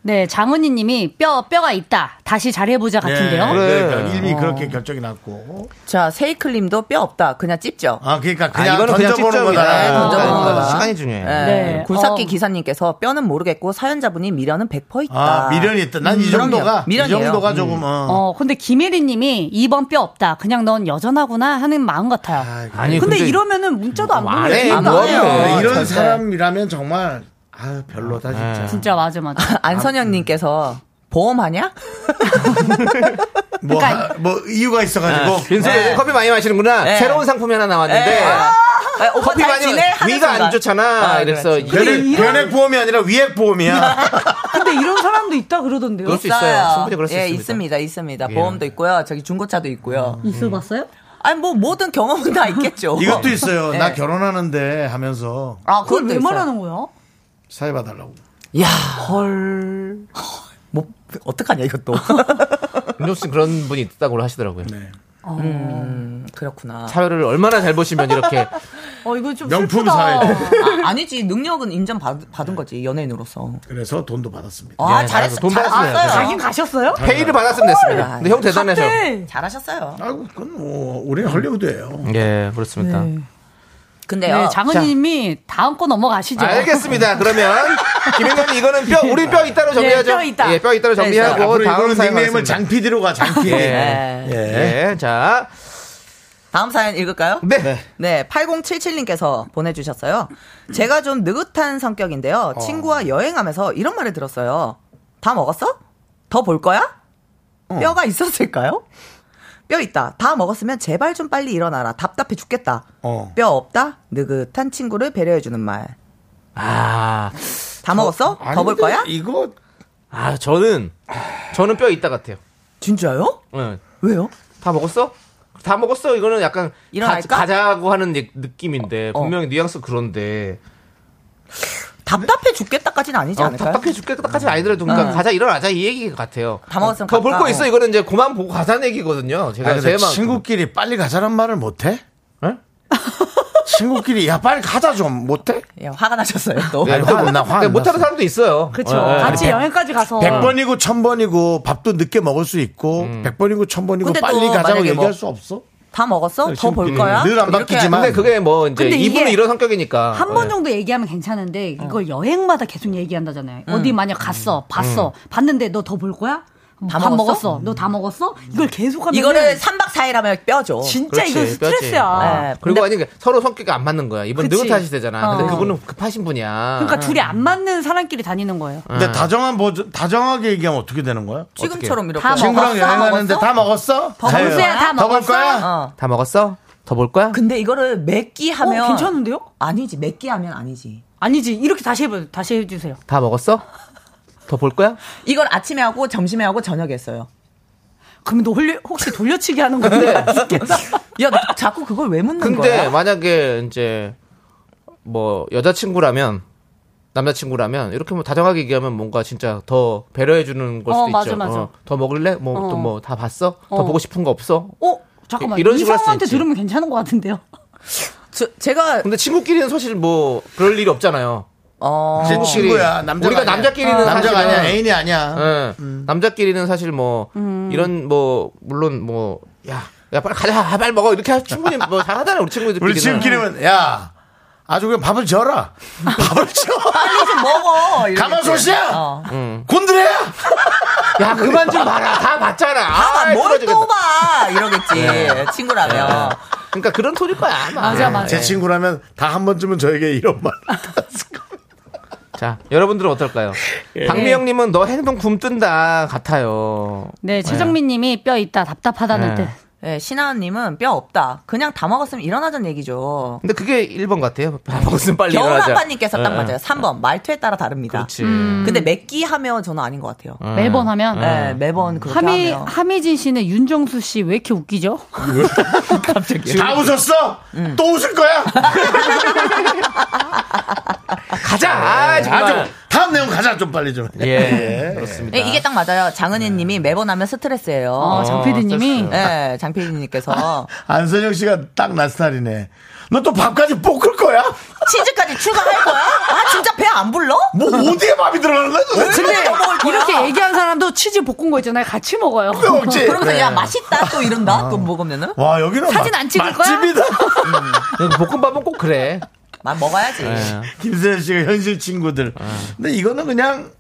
Speaker 7: 네, 장은희 님이 뼈, 뼈가 있다. 다시 잘해보자 같은데요.
Speaker 2: 예,
Speaker 3: 네. 그래.
Speaker 2: 그러니까 이미
Speaker 3: 어.
Speaker 2: 그렇게 결정이 났고.
Speaker 8: 자, 세이클림도 뼈 없다. 그냥 찝죠.
Speaker 2: 아, 그러니까
Speaker 3: 아,
Speaker 2: 그냥
Speaker 3: 이거는 그냥
Speaker 2: 던져보는
Speaker 3: 직접이다.
Speaker 2: 거다.
Speaker 3: 네,
Speaker 8: 던져보는
Speaker 3: 그러니까
Speaker 8: 거다.
Speaker 3: 시간이 중요해.
Speaker 8: 네.
Speaker 7: 네.
Speaker 8: 굴삭기
Speaker 7: 어.
Speaker 8: 기사님께서 뼈는 모르겠고 사연자분이 미련은 100% 있다. 음,
Speaker 2: 아, 미련이 있다. 난 이
Speaker 8: 그럼요.
Speaker 2: 정도가 이
Speaker 8: 미련이에요. 음.
Speaker 2: 정도가 조금 어.
Speaker 7: 어, 근데 김혜리 님이 2번 뼈 없다. 그냥 넌 여전하구나 하는 마음 같아요.
Speaker 3: 아니,
Speaker 7: 근데, 이러면은 문자도 안 보내요. 아,
Speaker 3: 해.
Speaker 8: 안
Speaker 3: 뭐
Speaker 8: 해요.
Speaker 3: 해.
Speaker 2: 어, 이런
Speaker 8: 절대.
Speaker 2: 사람이라면 정말 아, 별로다 진짜.
Speaker 7: 진짜 맞아, 맞아.
Speaker 8: 안선영님께서 보험하냐?
Speaker 2: 뭐, 하- 뭐 이유가 있어 가지고
Speaker 3: 빈소에 커피 많이 마시는구나.
Speaker 8: 네.
Speaker 3: 새로운 상품이 하나 나왔는데.
Speaker 8: 아, 오빠
Speaker 3: 커피가
Speaker 8: 잘
Speaker 3: 아니면
Speaker 8: 지내? 하는
Speaker 3: 위가 안
Speaker 8: 순간.
Speaker 3: 좋잖아.
Speaker 8: 아,
Speaker 3: 이래서
Speaker 8: 그렇지.
Speaker 3: 이게
Speaker 2: 변액, 변액 보험이 아니라 위액
Speaker 8: 네.
Speaker 2: 보험이야.
Speaker 7: 근데 이런 사람도 있다 그러던데요.
Speaker 3: 그럴 수 있어요.
Speaker 8: 있어요.
Speaker 3: 충분히 그럴 수
Speaker 8: 예,
Speaker 3: 있습니다.
Speaker 8: 있습니다. 있습니다. 보험도 있고요. 저기 중고차도 있고요.
Speaker 7: 있어봤어요?
Speaker 8: 아니 뭐 모든 경험은 다 있겠죠.
Speaker 2: 이것도 있어요.
Speaker 8: 네.
Speaker 2: 나 결혼하는데 하면서
Speaker 8: 아,
Speaker 7: 그걸 왜
Speaker 8: 있어요.
Speaker 7: 말하는 거야?
Speaker 2: 사해봐달라고.
Speaker 8: 야, 헐. 뭐 어떡하냐 이것도.
Speaker 3: 윤종 씨 그런 분이 있다고 하시더라고요.
Speaker 8: 음, 그렇구나.
Speaker 3: 사회를 얼마나 잘 보시면 이렇게
Speaker 7: 어, 이거 좀
Speaker 2: 명품
Speaker 7: 슬프다.
Speaker 2: 사회.
Speaker 8: 아, 아니지 능력은 인정 받, 받은 거지 연예인으로서.
Speaker 2: 그래서 돈도 받았습니다.
Speaker 8: 아
Speaker 3: 예,
Speaker 8: 잘했어.
Speaker 3: 잘했어. 돈 받았어요.
Speaker 7: 자긴
Speaker 8: 잘했어요.
Speaker 7: 가셨어요?
Speaker 3: 페이를 받았으면
Speaker 8: 아,
Speaker 3: 됐습니다. 근데 형 대단해서.
Speaker 7: 네.
Speaker 8: 잘하셨어요.
Speaker 2: 아이고 그건 뭐 우리는 헐리우드예요.
Speaker 3: 예, 그렇습니다.
Speaker 8: 네. 근데요.
Speaker 7: 네, 장은님이 다음 거 넘어가시죠.
Speaker 3: 알겠습니다. 그러면 김현님 이거는 뼈 우리 뼈 있다로
Speaker 8: 네,
Speaker 3: 정리하죠.
Speaker 7: 뼈 있다.
Speaker 3: 예, 뼈 있다로 정리하고
Speaker 2: 앞으로
Speaker 3: 다음
Speaker 2: 이거는
Speaker 3: 사연
Speaker 2: 닉네임을
Speaker 3: 하겠습니다.
Speaker 2: 장 PD로 가, 장 PD.
Speaker 3: 예.
Speaker 8: 네.
Speaker 2: 예.
Speaker 3: 예, 자,
Speaker 8: 다음 사연 읽을까요?
Speaker 3: 네.
Speaker 8: 네, 8077님께서 보내주셨어요. 제가 좀 느긋한
Speaker 2: 어.
Speaker 8: 성격인데요. 친구와 여행하면서 이런 말을 들었어요. 다 먹었어? 더 볼 거야?
Speaker 2: 어.
Speaker 8: 뼈가 있었을까요? 뼈 있다. 다 먹었으면 제발 좀 빨리 일어나라. 답답해 죽겠다.
Speaker 2: 어.
Speaker 8: 뼈 없다. 느긋한 친구를 배려해주는 말.
Speaker 3: 아,
Speaker 8: 다 먹었어? 더 볼
Speaker 2: 아닌데,
Speaker 8: 거야?
Speaker 2: 이거
Speaker 3: 아 저는 저는 뼈 있다 같아요.
Speaker 8: 진짜요?
Speaker 3: 응.
Speaker 8: 왜요?
Speaker 3: 다 먹었어? 다 먹었어? 이거는 약간
Speaker 8: 일어날까? 어.
Speaker 3: 가, 자고 하는 느- 느낌인데 분명히 뉘앙스 그런데
Speaker 8: 답답해 죽겠다까지는 아니지
Speaker 2: 어,
Speaker 3: 아,
Speaker 8: 않을까요?
Speaker 3: 답답해 죽겠다까지는 아니더라도 그러니까 가자 일어나자 이 얘기 같아요.
Speaker 8: 다 먹었으면
Speaker 3: 더 볼
Speaker 8: 갈까?
Speaker 3: 거 있어
Speaker 8: 어.
Speaker 3: 이거는 이제 그만 보고 가자는 얘기거든요. 제가
Speaker 2: 아니,
Speaker 3: 제
Speaker 2: 근데
Speaker 3: 마음
Speaker 2: 친구끼리 빨리 가자란 말을 못해? 친구끼리 야 빨리 가자 좀 못해?
Speaker 8: 예, 화가 나셨어요, 또.
Speaker 2: 아니, 화, 나 화. 안
Speaker 3: 네, 그러니까 못하는
Speaker 2: 났어.
Speaker 3: 사람도 있어요.
Speaker 7: 그쵸.
Speaker 3: 예, 예.
Speaker 7: 같이 여행까지
Speaker 8: 어.
Speaker 7: 가서.
Speaker 2: 100번이고 1000번이고 밥도 늦게 먹을 수 있고 100번이고 1000번이고
Speaker 8: 근데 또
Speaker 2: 빨리 가자고
Speaker 8: 만약에
Speaker 2: 얘기할
Speaker 8: 뭐-
Speaker 2: 수 없어?
Speaker 8: 다 먹었어? 더 볼 거야?
Speaker 2: 네, 늘안
Speaker 8: 이렇게
Speaker 2: 바뀌지만
Speaker 3: 근데 그게 뭐 이제
Speaker 7: 근데
Speaker 3: 이분은
Speaker 7: 이게
Speaker 3: 이런 성격이니까
Speaker 7: 한 번
Speaker 3: 예. 어.
Speaker 7: 정도 얘기하면 괜찮은데 이걸 여행마다 계속 얘기한다잖아요.
Speaker 8: 음.
Speaker 7: 어디 만약
Speaker 3: 음.
Speaker 7: 갔어, 봤어, 봤는데 너 더 볼 거야?
Speaker 8: 다
Speaker 7: 다
Speaker 8: 먹었어?
Speaker 7: 먹었어? 너
Speaker 3: 음.
Speaker 7: 다 먹었어? 이걸 계속하면
Speaker 8: 이거를 3박 4일 하면 뼈죠.
Speaker 7: 진짜 이거
Speaker 3: 그렇지,
Speaker 7: 스트레스야.
Speaker 8: 네,
Speaker 3: 그리고
Speaker 8: 근데-
Speaker 3: 아니 그러니까 서로 성격이 안 맞는 거야. 이분
Speaker 7: 그치.
Speaker 3: 느긋하시 되잖아. 근데
Speaker 7: 어.
Speaker 3: 그분은 급하신 분이야.
Speaker 7: 그러니까 둘이 안 맞는 사람끼리 다니는 거예요.
Speaker 8: 어,
Speaker 2: 근데 다정한 버전 다정하게 얘기하면 어떻게 되는 거야?
Speaker 8: 지금처럼 이렇게.
Speaker 7: 다
Speaker 2: 친구랑
Speaker 7: 먹었어?
Speaker 2: 여행하는데 다 먹었어? 자요.
Speaker 7: 정수야, 다
Speaker 2: 더볼
Speaker 7: 먹었어?
Speaker 2: 거야?
Speaker 8: 어.
Speaker 3: 다 먹었어? 더 볼 거야?
Speaker 8: 근데 이거를 몇끼
Speaker 7: 어,
Speaker 8: 하면
Speaker 7: 괜찮은데요?
Speaker 8: 아니지. 몇끼 하면 아니지.
Speaker 7: 아니지. 이렇게 다시 해봐요. 다시 해주세요.
Speaker 3: 다 먹었어? 더 볼 거야?
Speaker 8: 이걸 아침에 하고 점심에 하고 저녁에 했어요.
Speaker 7: 그럼 너 홀리- 혹시 돌려치기 하는 건데?
Speaker 3: 네.
Speaker 8: 야, 너 자꾸 그걸 왜 묻는
Speaker 3: 근데
Speaker 8: 거야?
Speaker 3: 만약에 이제 뭐 여자친구라면 남자친구라면 이렇게 뭐 다정하게 얘기하면 뭔가 진짜 더 배려해 주는 걸
Speaker 7: 어,
Speaker 3: 수도
Speaker 7: 맞아,
Speaker 3: 있죠.
Speaker 7: 맞아.
Speaker 3: 어, 더 먹을래? 뭐 또 뭐 다 봤어? 더
Speaker 7: 어.
Speaker 3: 보고 싶은 거 없어?
Speaker 7: 어? 잠깐만.
Speaker 3: 이-
Speaker 7: 이런
Speaker 3: 이런 식으로 할수
Speaker 7: 이성한테
Speaker 3: 있지.
Speaker 7: 들으면 괜찮은 것 같은데요?
Speaker 8: 저- 제가
Speaker 3: 근데 친구끼리는 사실 뭐 그럴 일이 없잖아요.
Speaker 8: 어,
Speaker 2: 제
Speaker 3: 친구끼리.
Speaker 2: 친구야 남자
Speaker 3: 우리가 남자끼리는
Speaker 2: 남자가 어.
Speaker 3: 사실은-
Speaker 2: 아니야 음. 애인이 아니야.
Speaker 3: 예. 남자끼리는 사실 뭐 이런 뭐 물론 뭐 야, 야 빨리 가자. 아, 빨리 먹어. 이렇게 하- 충분히 뭐 잘하잖아. 우리 친구들끼리는.
Speaker 2: 우리 친구끼리는 야 아주 그냥 밥을 줘라. 밥을 줘.
Speaker 8: 빨리 좀 먹어. 이러겠지.
Speaker 2: 가마솥이야?
Speaker 8: 어.
Speaker 2: 곤드레야.
Speaker 3: 야, 그만 좀 봐라. 다 봤잖아. 아,
Speaker 8: 아, 뭘또
Speaker 3: 쓰러지겠다. 네.
Speaker 8: 봐. 이러겠지. 친구라면.
Speaker 3: 그러니까 그런 소리일 거야. 아마.
Speaker 7: 맞아, 맞아.
Speaker 2: 제 친구라면 다 한 번쯤은 저에게 이런 말.
Speaker 3: 자, 여러분들은 어떨까요? 박미영님은 너 행동 굼뜬다 같아요.
Speaker 7: 네, 최정민 님이 뼈 있다,
Speaker 3: 네.
Speaker 7: 답답하다는 뜻.
Speaker 8: 예, 신하은님은 뼈 없다. 그냥 다 먹었으면 일어나자는 얘기죠.
Speaker 3: 근데 그게 1번 같아요. 밥 먹었으면 빨리
Speaker 8: 겨울
Speaker 3: 일어나자.
Speaker 8: 아빠님께서 딱
Speaker 3: 예,
Speaker 8: 맞아요. 3번. 말투에 따라 다릅니다. 음.
Speaker 3: 그렇지. 음.
Speaker 8: 근데 몇 끼 하면 저는 아닌 것 같아요.
Speaker 7: 매번 하면.
Speaker 8: 예, 매번 그렇게
Speaker 7: 하미,
Speaker 8: 하면.
Speaker 7: 하미진 씨는 윤정수 씨 왜 이렇게 웃기죠?
Speaker 2: 다 웃었어? 또 웃을 거야?
Speaker 3: 가자! 아, 정말.
Speaker 2: 아주 다음 내용 가자 좀 빨리 좀.
Speaker 3: 예, 예, 그렇습니다.
Speaker 8: 예, 이게 딱 맞아요. 장은혜님이 매번 하면 스트레스예요.
Speaker 7: 어, 장 p d 님이
Speaker 8: 예, 장PD님께서
Speaker 2: 안선영 씨가 딱 나 스타일이네. 너 또 밥까지 볶을 거야?
Speaker 8: 치즈까지 추가할 거야? 아 진짜 배 안 불러?
Speaker 2: 뭐 어디에 밥이 들어가는 거야? 도대체?
Speaker 8: 근데
Speaker 7: 이렇게 얘기한 사람도 치즈 볶은 거 있잖아요. 같이 먹어요.
Speaker 2: 왜 먹지?
Speaker 8: 그러면서 야 맛있다 또 이런다 또 먹으면은
Speaker 2: 네. 아. 와 여기는
Speaker 7: 사진
Speaker 2: 맛-
Speaker 7: 안 찍을 거야?
Speaker 2: 맛집이다.
Speaker 3: 볶음밥은 꼭 그래.
Speaker 8: 막 먹어야지.
Speaker 2: 네.
Speaker 7: 음.
Speaker 2: 김세현 씨가 현실 친구들. 근데 이거는 그냥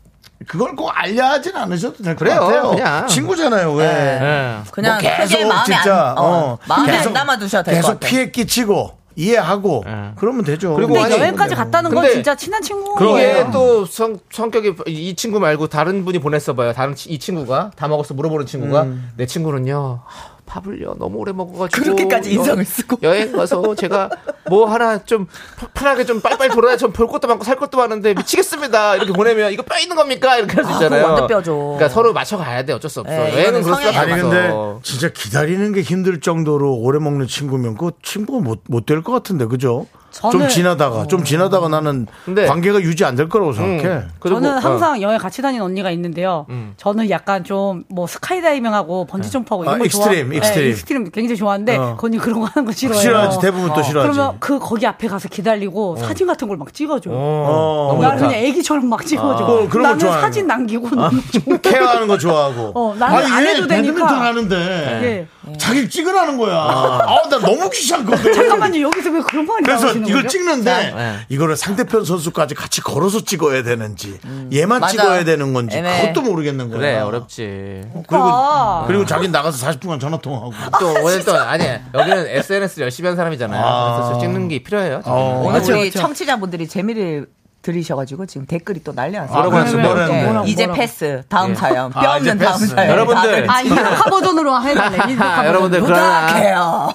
Speaker 2: 그걸 꼭 알려하진 않으셔도 될 것
Speaker 3: 그래요,
Speaker 2: 같아요.
Speaker 3: 그냥.
Speaker 2: 친구잖아요. 왜?
Speaker 3: 예.
Speaker 8: 그냥
Speaker 2: 뭐
Speaker 8: 크게 마음에 안 어, 마음에 안 담아 두셔도 될 것
Speaker 2: 계속
Speaker 8: 같아요.
Speaker 2: 피해 끼치고 이해하고 그러면 되죠.
Speaker 3: 그리고
Speaker 7: 근데
Speaker 3: 아니,
Speaker 7: 여행까지 갔다는 건
Speaker 3: 근데
Speaker 7: 진짜 친한 친구인
Speaker 3: 이게
Speaker 8: 네.
Speaker 7: 거예요.
Speaker 3: 또 성, 성격이 이 친구 말고 다른 분이 보냈어 봐요. 다른 치- 이 친구가 다 먹었어 물어보는 친구가 내 친구는요 하, 밥을요 너무 오래 먹어가지고
Speaker 8: 음. 그렇게까지
Speaker 3: 이거
Speaker 8: 인상을 쓰고.
Speaker 3: 여행 가서 제가 뭐 하나 좀 파- 편하게 좀 빨빨 돌아야 좀 볼 것도 많고 살 것도 많은데 미치겠습니다 이렇게 보내면 이거 뼈 있는 겁니까 이렇게 할 수
Speaker 8: 아,
Speaker 3: 있잖아요.
Speaker 8: 그거 완전 뼈죠.
Speaker 3: 그러니까 서로 맞춰가야 돼 어쩔 수 없어.
Speaker 8: 네,
Speaker 3: 여행은
Speaker 8: 이거는
Speaker 3: 그럴 수밖에
Speaker 8: 성향이
Speaker 2: 아니 근데
Speaker 3: 없어.
Speaker 2: 진짜 기다리는 게 힘들 정도로 오래 먹는 친구면 그 친구가 못 못 될 것 같은데 그죠? 좀
Speaker 7: 저는-
Speaker 2: 지나다가 좀 지나다가 나는
Speaker 3: 근데-
Speaker 2: 관계가 유지 안 될 거라고 생각해.
Speaker 3: 그리고-
Speaker 7: 저는
Speaker 3: 어.
Speaker 7: 항상 여행 같이 다니는 언니가 있는데요. 저는 약간 좀 뭐 스카이다이빙하고 번지점프하고 이런
Speaker 2: 아,
Speaker 7: 거
Speaker 2: 익스트림,
Speaker 7: 좋아.
Speaker 2: 익스트림.
Speaker 7: 네, 익스트림 굉장히 좋아하는데
Speaker 2: 어.
Speaker 7: 그 언니 그런 거 하는 거 싫어해요.
Speaker 2: 싫어하지 대부분 또 싫어하지.
Speaker 7: 그러면 그 거기 앞에 가서 기다리고 사진 같은 걸 막 찍어줘. 요
Speaker 2: 어.
Speaker 3: 너무
Speaker 7: 나는
Speaker 3: 좋다.
Speaker 7: 그냥 애기처럼 막 찍어줘.
Speaker 2: 어, 그런 거
Speaker 7: 나는
Speaker 2: 좋아하는
Speaker 7: 사진 남기고 너무 좋아.
Speaker 2: 케어하는 거 좋아하고.
Speaker 7: 어, 나는 안
Speaker 2: 얘
Speaker 7: 해도
Speaker 2: 배드민턴
Speaker 7: 되니까.
Speaker 2: 하는데
Speaker 7: 예.
Speaker 2: 자기 찍으라는 거야. 아, 나 너무 귀찮거든.
Speaker 7: 잠깐만요 여기서 왜 그런 말이
Speaker 2: 그래서
Speaker 7: 나오시는
Speaker 2: 이걸
Speaker 7: 거죠? 네.
Speaker 2: 찍는데 이거를 상대편 선수까지 같이 걸어서 찍어야 되는지 얘만
Speaker 8: 맞아.
Speaker 2: 찍어야 되는
Speaker 7: 네,
Speaker 2: 건지
Speaker 8: 애매해.
Speaker 2: 그것도 모르겠는
Speaker 8: 네.
Speaker 2: 거야.
Speaker 8: 아.
Speaker 3: 그래 어렵지.
Speaker 2: 그리고
Speaker 7: 아.
Speaker 2: 그리고 자기 나가서 40분간 전화 통화하고.
Speaker 3: 또 오랫동안 아니 여기는 SNS 를 열심히 한 사람이잖아요.
Speaker 2: 아.
Speaker 3: 그래서 찍는 게 필요해요. 저는.
Speaker 2: 어.
Speaker 8: 오늘
Speaker 2: 그렇죠,
Speaker 8: 우리 청취자분들이 재미를 들으셔가지고 지금 댓글이 또 난리 났어요.
Speaker 2: 뭐라고
Speaker 8: 네,
Speaker 2: 했어요?
Speaker 8: 네,
Speaker 2: 뭐라고
Speaker 8: 네.
Speaker 2: 했는데?
Speaker 8: 이제 패스. 다음
Speaker 3: 예.
Speaker 8: 사연. 뼈
Speaker 2: 아, 이제
Speaker 8: 없는 다음
Speaker 2: 패스.
Speaker 8: 사연. 네.
Speaker 3: 여러분들
Speaker 7: 아 이거 화보존으로 해달래. 이거
Speaker 3: 아,
Speaker 7: 화보존.
Speaker 3: 여러분들 그러나
Speaker 8: 부탁해요.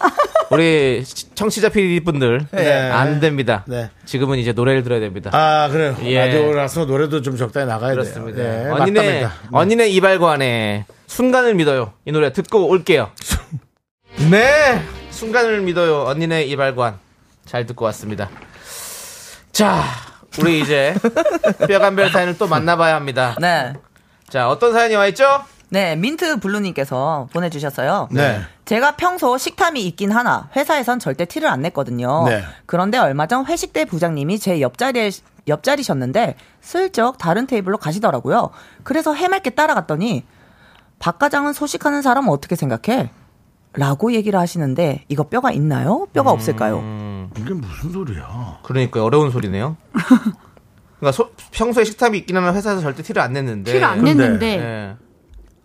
Speaker 3: 우리 시- 청취자 PD분들
Speaker 2: 네.
Speaker 3: 안 됩니다.
Speaker 2: 네.
Speaker 3: 지금은 이제 노래를 들어야 됩니다.
Speaker 2: 아 그래요.
Speaker 3: 예.
Speaker 2: 라디오라서 노래도 좀 적당히 나가야
Speaker 3: 그렇습니다.
Speaker 2: 돼요. 예,
Speaker 3: 언니네
Speaker 2: 맞답니다.
Speaker 3: 언니네 이발관에 순간을 믿어요. 이 노래 듣고 올게요. 네, 순간을 믿어요. 언니네 이발관 잘 듣고 왔습니다. 자, 우리 이제 뼈간별 사연을 또 만나봐야 합니다.
Speaker 8: 네.
Speaker 3: 자, 어떤 사연이 와 있죠?
Speaker 8: 네, 민트 블루님께서 보내주셨어요.
Speaker 2: 네.
Speaker 8: 제가 평소 식탐이 있긴 하나 회사에선 절대 티를 안 냈거든요.
Speaker 2: 네.
Speaker 8: 그런데 얼마 전 회식 때 부장님이 제 옆자리에 옆자리셨는데 슬쩍 다른 테이블로 가시더라고요. 그래서 해맑게 따라갔더니 박 과장은 소식하는 사람 어떻게 생각해? 라고 얘기를 하시는데 이거 뼈가 있나요?
Speaker 2: 음.
Speaker 8: 뼈가 없을까요?
Speaker 2: 이게 무슨 소리야?
Speaker 3: 그러니까 어려운 소리네요. 그러니까 소- 평소에 식탐이 있긴 하면 회사에서 절대 티를 안 냈는데.
Speaker 7: 티를 안
Speaker 2: 근데-
Speaker 7: 냈는데
Speaker 3: 예.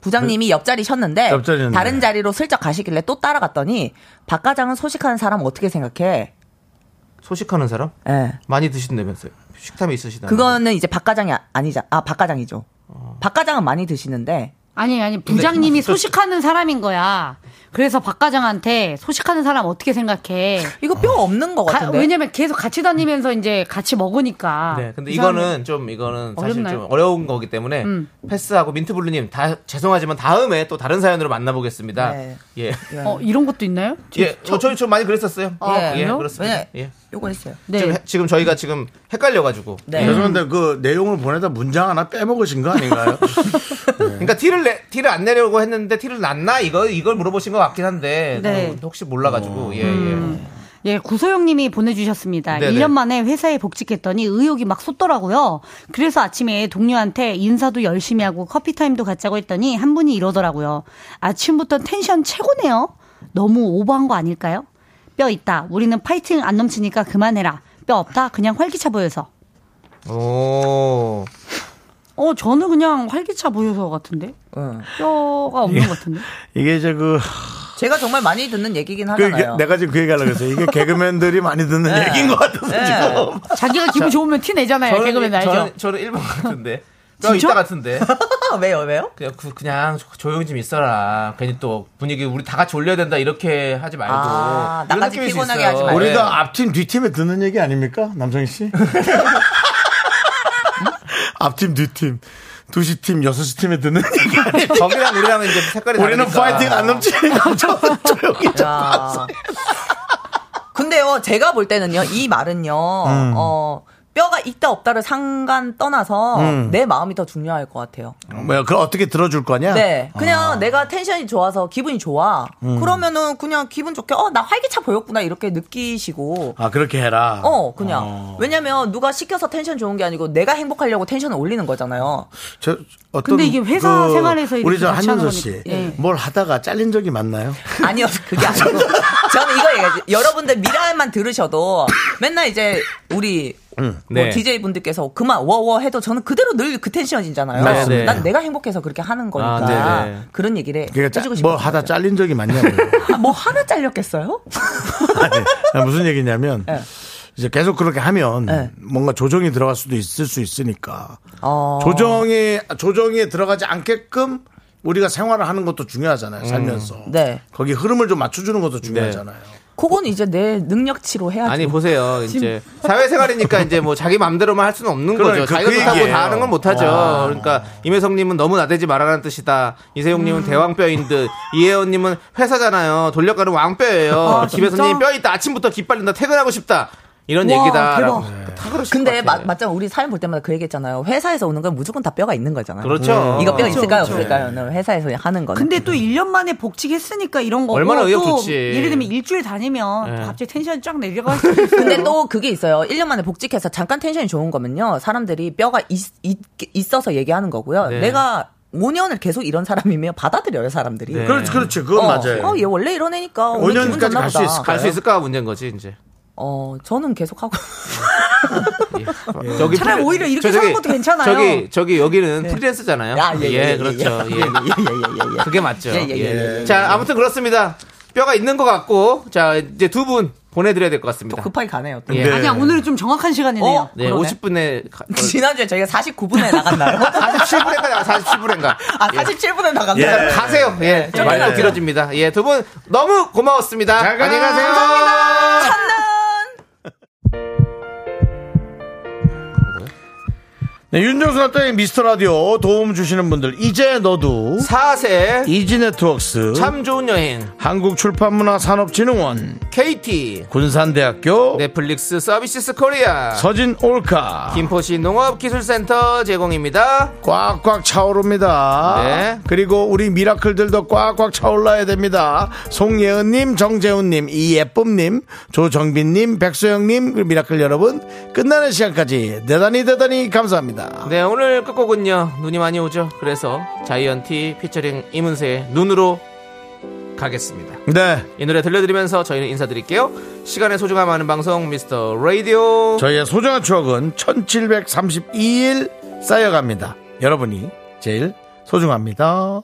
Speaker 8: 부장님이 옆자리셨는데
Speaker 2: 그 옆자리였는데.
Speaker 8: 다른 자리로 슬쩍 가시길래 또 따라갔더니 박 과장은 소식하는 사람 어떻게 생각해?
Speaker 3: 소식하는 사람
Speaker 8: 예.
Speaker 3: 많이 드신다면서요? 식탐이 있으시다.
Speaker 8: 그거는 이제 박 과장이 아니자 아 박 과장이죠. 박 과장은 많이 드시는데
Speaker 7: 아니 아니 부장님이 소식하는 사람인 거야. 그래서 박 과장한테 소식하는 사람 어떻게 생각해?
Speaker 8: 이거 뼈 없는 것
Speaker 7: 가-
Speaker 8: 같은데.
Speaker 7: 왜냐면 계속 같이 다니면서 이제 같이 먹으니까.
Speaker 3: 네, 근데
Speaker 7: 아, 이 사람-
Speaker 3: 이거는 좀 이거는 사실
Speaker 7: 어렵나요?
Speaker 3: 좀 어려운 거기 때문에 패스하고 민트블루님 다 죄송하지만 다음에 또 다른 사연으로 만나보겠습니다.
Speaker 8: 네.
Speaker 3: 예,
Speaker 7: 어 이런 것도 있나요?
Speaker 3: 예, 저, 저희 좀 많이 그랬었어요.
Speaker 8: 아,
Speaker 3: 예,
Speaker 8: 그래요?
Speaker 3: 그렇습니다.
Speaker 8: 네.
Speaker 3: 예.
Speaker 8: 요거 했어요.
Speaker 7: 네.
Speaker 3: 지금, 해- 지금 저희가 지금 헷갈려가지고.
Speaker 8: 네.
Speaker 2: 죄송한데 그 내용을 보내다 문장 하나 빼먹으신 거 아닌가요?
Speaker 3: 그러니까 티를 내, 티를 안 내려고 했는데 티를 났나 이거 이걸 물어보신 것 같긴 한데
Speaker 7: 네.
Speaker 3: 또 혹시 몰라가지고 예,
Speaker 8: 음.
Speaker 3: 예.
Speaker 7: 예, 구소영님이 보내주셨습니다.
Speaker 3: 네네.
Speaker 7: 1년 만에 회사에 복직했더니 의욕이 막 솟더라고요. 그래서 아침에 동료한테 인사도 열심히 하고 커피타임도 갖자고 했더니 한 분이 이러더라고요. 아침부터 텐션 최고네요. 너무 오버한 거 아닐까요? 뼈 있다. 우리는 파이팅 안 넘치니까 그만해라. 뼈 없다. 그냥 활기차 보여서.
Speaker 3: 오.
Speaker 7: 어, 저는 그냥 활기차 보여서 같은데?
Speaker 8: 예.
Speaker 7: 뼈가
Speaker 3: 예.
Speaker 7: 없는 것 같은데?
Speaker 2: 이게 이제 그,
Speaker 8: 제가 정말 많이 듣는 얘기긴
Speaker 2: 그 이게
Speaker 8: 하잖아요. 네.
Speaker 2: 내가 지금 그 얘기하려고 했어. 이게 개그맨들이 많이 듣는 얘기인 것 같아서
Speaker 8: 예.
Speaker 2: 지금.
Speaker 7: 자기가 기분 좋으면 티 내잖아요. 개그맨 알죠?
Speaker 3: 저는, 저는 1번 같은데. 뼈
Speaker 7: 진짜?
Speaker 3: 있다 같은데.
Speaker 8: 왜요, 왜요?
Speaker 3: 그냥, 그, 그냥 조- 조용히 좀 있어라. 괜히 또 분위기 우리 다 같이 올려야 된다 이렇게 하지 말고.
Speaker 8: 아,
Speaker 3: 이런
Speaker 8: 나까지
Speaker 3: 느낌일 수
Speaker 8: 피곤하게
Speaker 3: 있어요. 네.
Speaker 8: 하지 말고.
Speaker 2: 우리가 앞팀 뒷팀에 듣는 얘기 아닙니까? 남성희 씨? 앞팀 뒷팀. 2시 팀, 6시 팀에 듣는 얘기
Speaker 7: 그러니까.
Speaker 2: 아닙니까?
Speaker 3: 네. 저기랑 우리랑은 이제 색깔이
Speaker 2: 우리는
Speaker 3: 다르니까.
Speaker 2: 파이팅 안 넘치니까 저는 조용히 좀
Speaker 8: 야. 근데요, 제가 볼 때는요, 이 말은요, 어, 뼈가 있다 없다를 상관 떠나서 내 마음이 더 중요할 것 같아요.
Speaker 2: 뭐야, 그걸 어떻게 들어줄 거냐?
Speaker 8: 네. 그냥 내가 텐션이 좋아서 기분이 좋아. 그러면은 그냥 기분 좋게, 어, 나 활기차 보였구나. 이렇게 느끼시고.
Speaker 2: 아, 그렇게 해라.
Speaker 8: 어, 그냥.
Speaker 3: 아.
Speaker 8: 왜냐면 누가 시켜서 텐션 좋은 게 아니고 내가 행복하려고 텐션을 올리는 거잖아요.
Speaker 2: 저, 어떤 그
Speaker 7: 근데 이게 회사 생활에서 이렇게
Speaker 2: 우리 저
Speaker 7: 같이 하는
Speaker 2: 한윤서 씨,
Speaker 7: 거니까. 예.
Speaker 2: 뭘 하다가 잘린 적이 많나요?
Speaker 8: 아니요, 그게 아니고. 저는 이거 얘기하지. 여러분들 미라만 들으셔도 맨날 이제 우리 뭐
Speaker 2: 음,
Speaker 3: 네.
Speaker 8: DJ 분들께서 그만 워워 해도 저는 그대로 늘 그 텐션이잖아요.
Speaker 3: 맞습니다.
Speaker 8: 난 내가 행복해서 그렇게 하는 거니까
Speaker 3: 네, 아, 네네.
Speaker 8: 그런 얘기를
Speaker 2: 그러니까 짜-
Speaker 8: 해주고 싶어요.
Speaker 2: 뭐 하다 잘린 적이 많냐고요.
Speaker 8: 뭐 하나 잘렸겠어요?
Speaker 2: 아니, 나 무슨 얘기냐면 이제 계속 그렇게 하면
Speaker 8: 네.
Speaker 2: 뭔가 조정이 들어갈 수도 있을 수 있으니까
Speaker 8: 어.
Speaker 2: 조정이 조정에 들어가지 않게끔 우리가 생활을 하는 것도 중요하잖아요. 살면서.
Speaker 8: 네.
Speaker 2: 거기 흐름을 좀 맞춰주는 것도 중요하잖아요.
Speaker 8: 그건 이제 내 능력치로 해야죠.
Speaker 3: 아니 보세요 이제 사회생활이니까 이제 뭐 자기 마음대로만 할 수는 없는
Speaker 2: 그러니까
Speaker 3: 거죠 자기가
Speaker 2: 그
Speaker 3: 좋다고 뭐
Speaker 2: 얘기예요.
Speaker 3: 다 하는 건 못하죠 그러니까 임혜성님은 너무 나대지 말아라는 뜻이다 이세용님은
Speaker 8: 음.
Speaker 3: 대왕뼈인 듯 이혜원님은 회사잖아요 돌려가는 왕뼈예요
Speaker 8: 아,
Speaker 3: 김혜성님
Speaker 8: 진짜?
Speaker 3: 뼈 있다 아침부터 기빨린다 퇴근하고 싶다 이런
Speaker 8: 와,
Speaker 3: 얘기다라고
Speaker 8: 대박.
Speaker 3: 다 그러실
Speaker 8: 근데
Speaker 3: 것 같아.
Speaker 8: 마, 맞잖아 우리 사연 볼 때마다 그 얘기했잖아요. 회사에서 오는 건 무조건 다 뼈가 있는 거잖아요.
Speaker 3: 그렇죠
Speaker 8: 이거 뼈 있을까요
Speaker 3: 그렇죠.
Speaker 8: 없을까요? 네, 회사에서 하는 거는.
Speaker 7: 근데 또 1년 만에 복직했으니까 이런 거고
Speaker 3: 얼마나 의욕
Speaker 7: 또
Speaker 3: 좋지.
Speaker 7: 예를 들면 일주일 다니면
Speaker 3: 예.
Speaker 7: 또 갑자기 텐션이 쫙 내려갈 수도 있어요.
Speaker 8: 근데 또 그게 있어요. 1년 만에 복직해서 잠깐 텐션이 좋은 거면요. 사람들이 뼈가 있, 어서 얘기하는 거고요.
Speaker 3: 네.
Speaker 8: 내가 5년을 계속 이런 사람이면 받아들여요, 사람들이.
Speaker 3: 네.
Speaker 2: 그렇지, 그렇지. 그건
Speaker 8: 어,
Speaker 2: 맞아요.
Speaker 8: 어, 얘 원래 이런 애니까. 오늘 기분
Speaker 2: 5년까지
Speaker 8: 좋나
Speaker 2: 갈수
Speaker 8: 보다.
Speaker 2: 있을까요?
Speaker 3: 갈 수 있을까 문제인 거지 이제
Speaker 8: 어, 저는 계속 하고.
Speaker 3: 예. 저기
Speaker 7: 차라리
Speaker 3: 프리-
Speaker 7: 오히려 이렇게
Speaker 3: 저 저기-
Speaker 7: 사는 것도 괜찮아요.
Speaker 3: 저기 저기 여기는 프리랜서잖아요
Speaker 8: 아, 예, 예, 예, 예.
Speaker 3: 그렇죠
Speaker 8: 예,
Speaker 3: 예.
Speaker 8: 예, 예, 예, 예.
Speaker 3: 그게 맞죠.
Speaker 8: 예, 예, 예,
Speaker 3: 예. 자, 아무튼 그렇습니다. 뼈가 있는 것 같고, 자, 이제 두 분 보내드려야 될 것 같습니다.
Speaker 8: 급하게 가네요. 또.
Speaker 3: 예.
Speaker 7: 아니야 오늘은 좀 정확한 시간이네요.
Speaker 8: 어?
Speaker 3: 네,
Speaker 8: 그러네.
Speaker 3: 50분에. 어,
Speaker 8: 지난주에 저희가 49분에 나갔나요?
Speaker 2: 예.
Speaker 3: 47분인가, 47분인가.
Speaker 8: 아, 47분에 나갔나요?
Speaker 3: 가세요. 예,
Speaker 8: 예.
Speaker 3: 정말
Speaker 2: 예.
Speaker 3: 길어집니다. 예, 두 분 너무 고마웠습니다. 안녕히 가세요.
Speaker 2: 네, 윤정수 남자의 미스터 라디오 도움 주시는 분들, 이제 너도.
Speaker 3: 사세
Speaker 2: 이지 네트웍스.
Speaker 3: 참 좋은 여행
Speaker 2: 한국출판문화산업진흥원.
Speaker 3: KT
Speaker 2: 군산대학교.
Speaker 3: 넷플릭스 서비스 코리아
Speaker 2: 서진 올카.
Speaker 3: 김포시 농업기술센터 제공입니다.
Speaker 2: 꽉꽉 차오릅니다.
Speaker 3: 네.
Speaker 2: 그리고 우리 미라클들도 꽉꽉 차올라야 됩니다. 송예은님, 정재훈님, 이예쁨님, 조정빈님, 백소영님, 그리고 미라클 여러분, 끝나는 시간까지 대단히 대단히 감사합니다.
Speaker 3: 네 오늘 끝곡은요 눈이 많이 오죠 그래서 자이언티 피처링 이문세의 눈으로 가겠습니다
Speaker 2: 네.
Speaker 3: 이 노래 들려드리면서 저희는 인사드릴게요 시간의 소중함 아는 방송 미스터 라디오
Speaker 2: 저희의 소중한 추억은 1732일 쌓여갑니다. 여러분이 제일 소중합니다.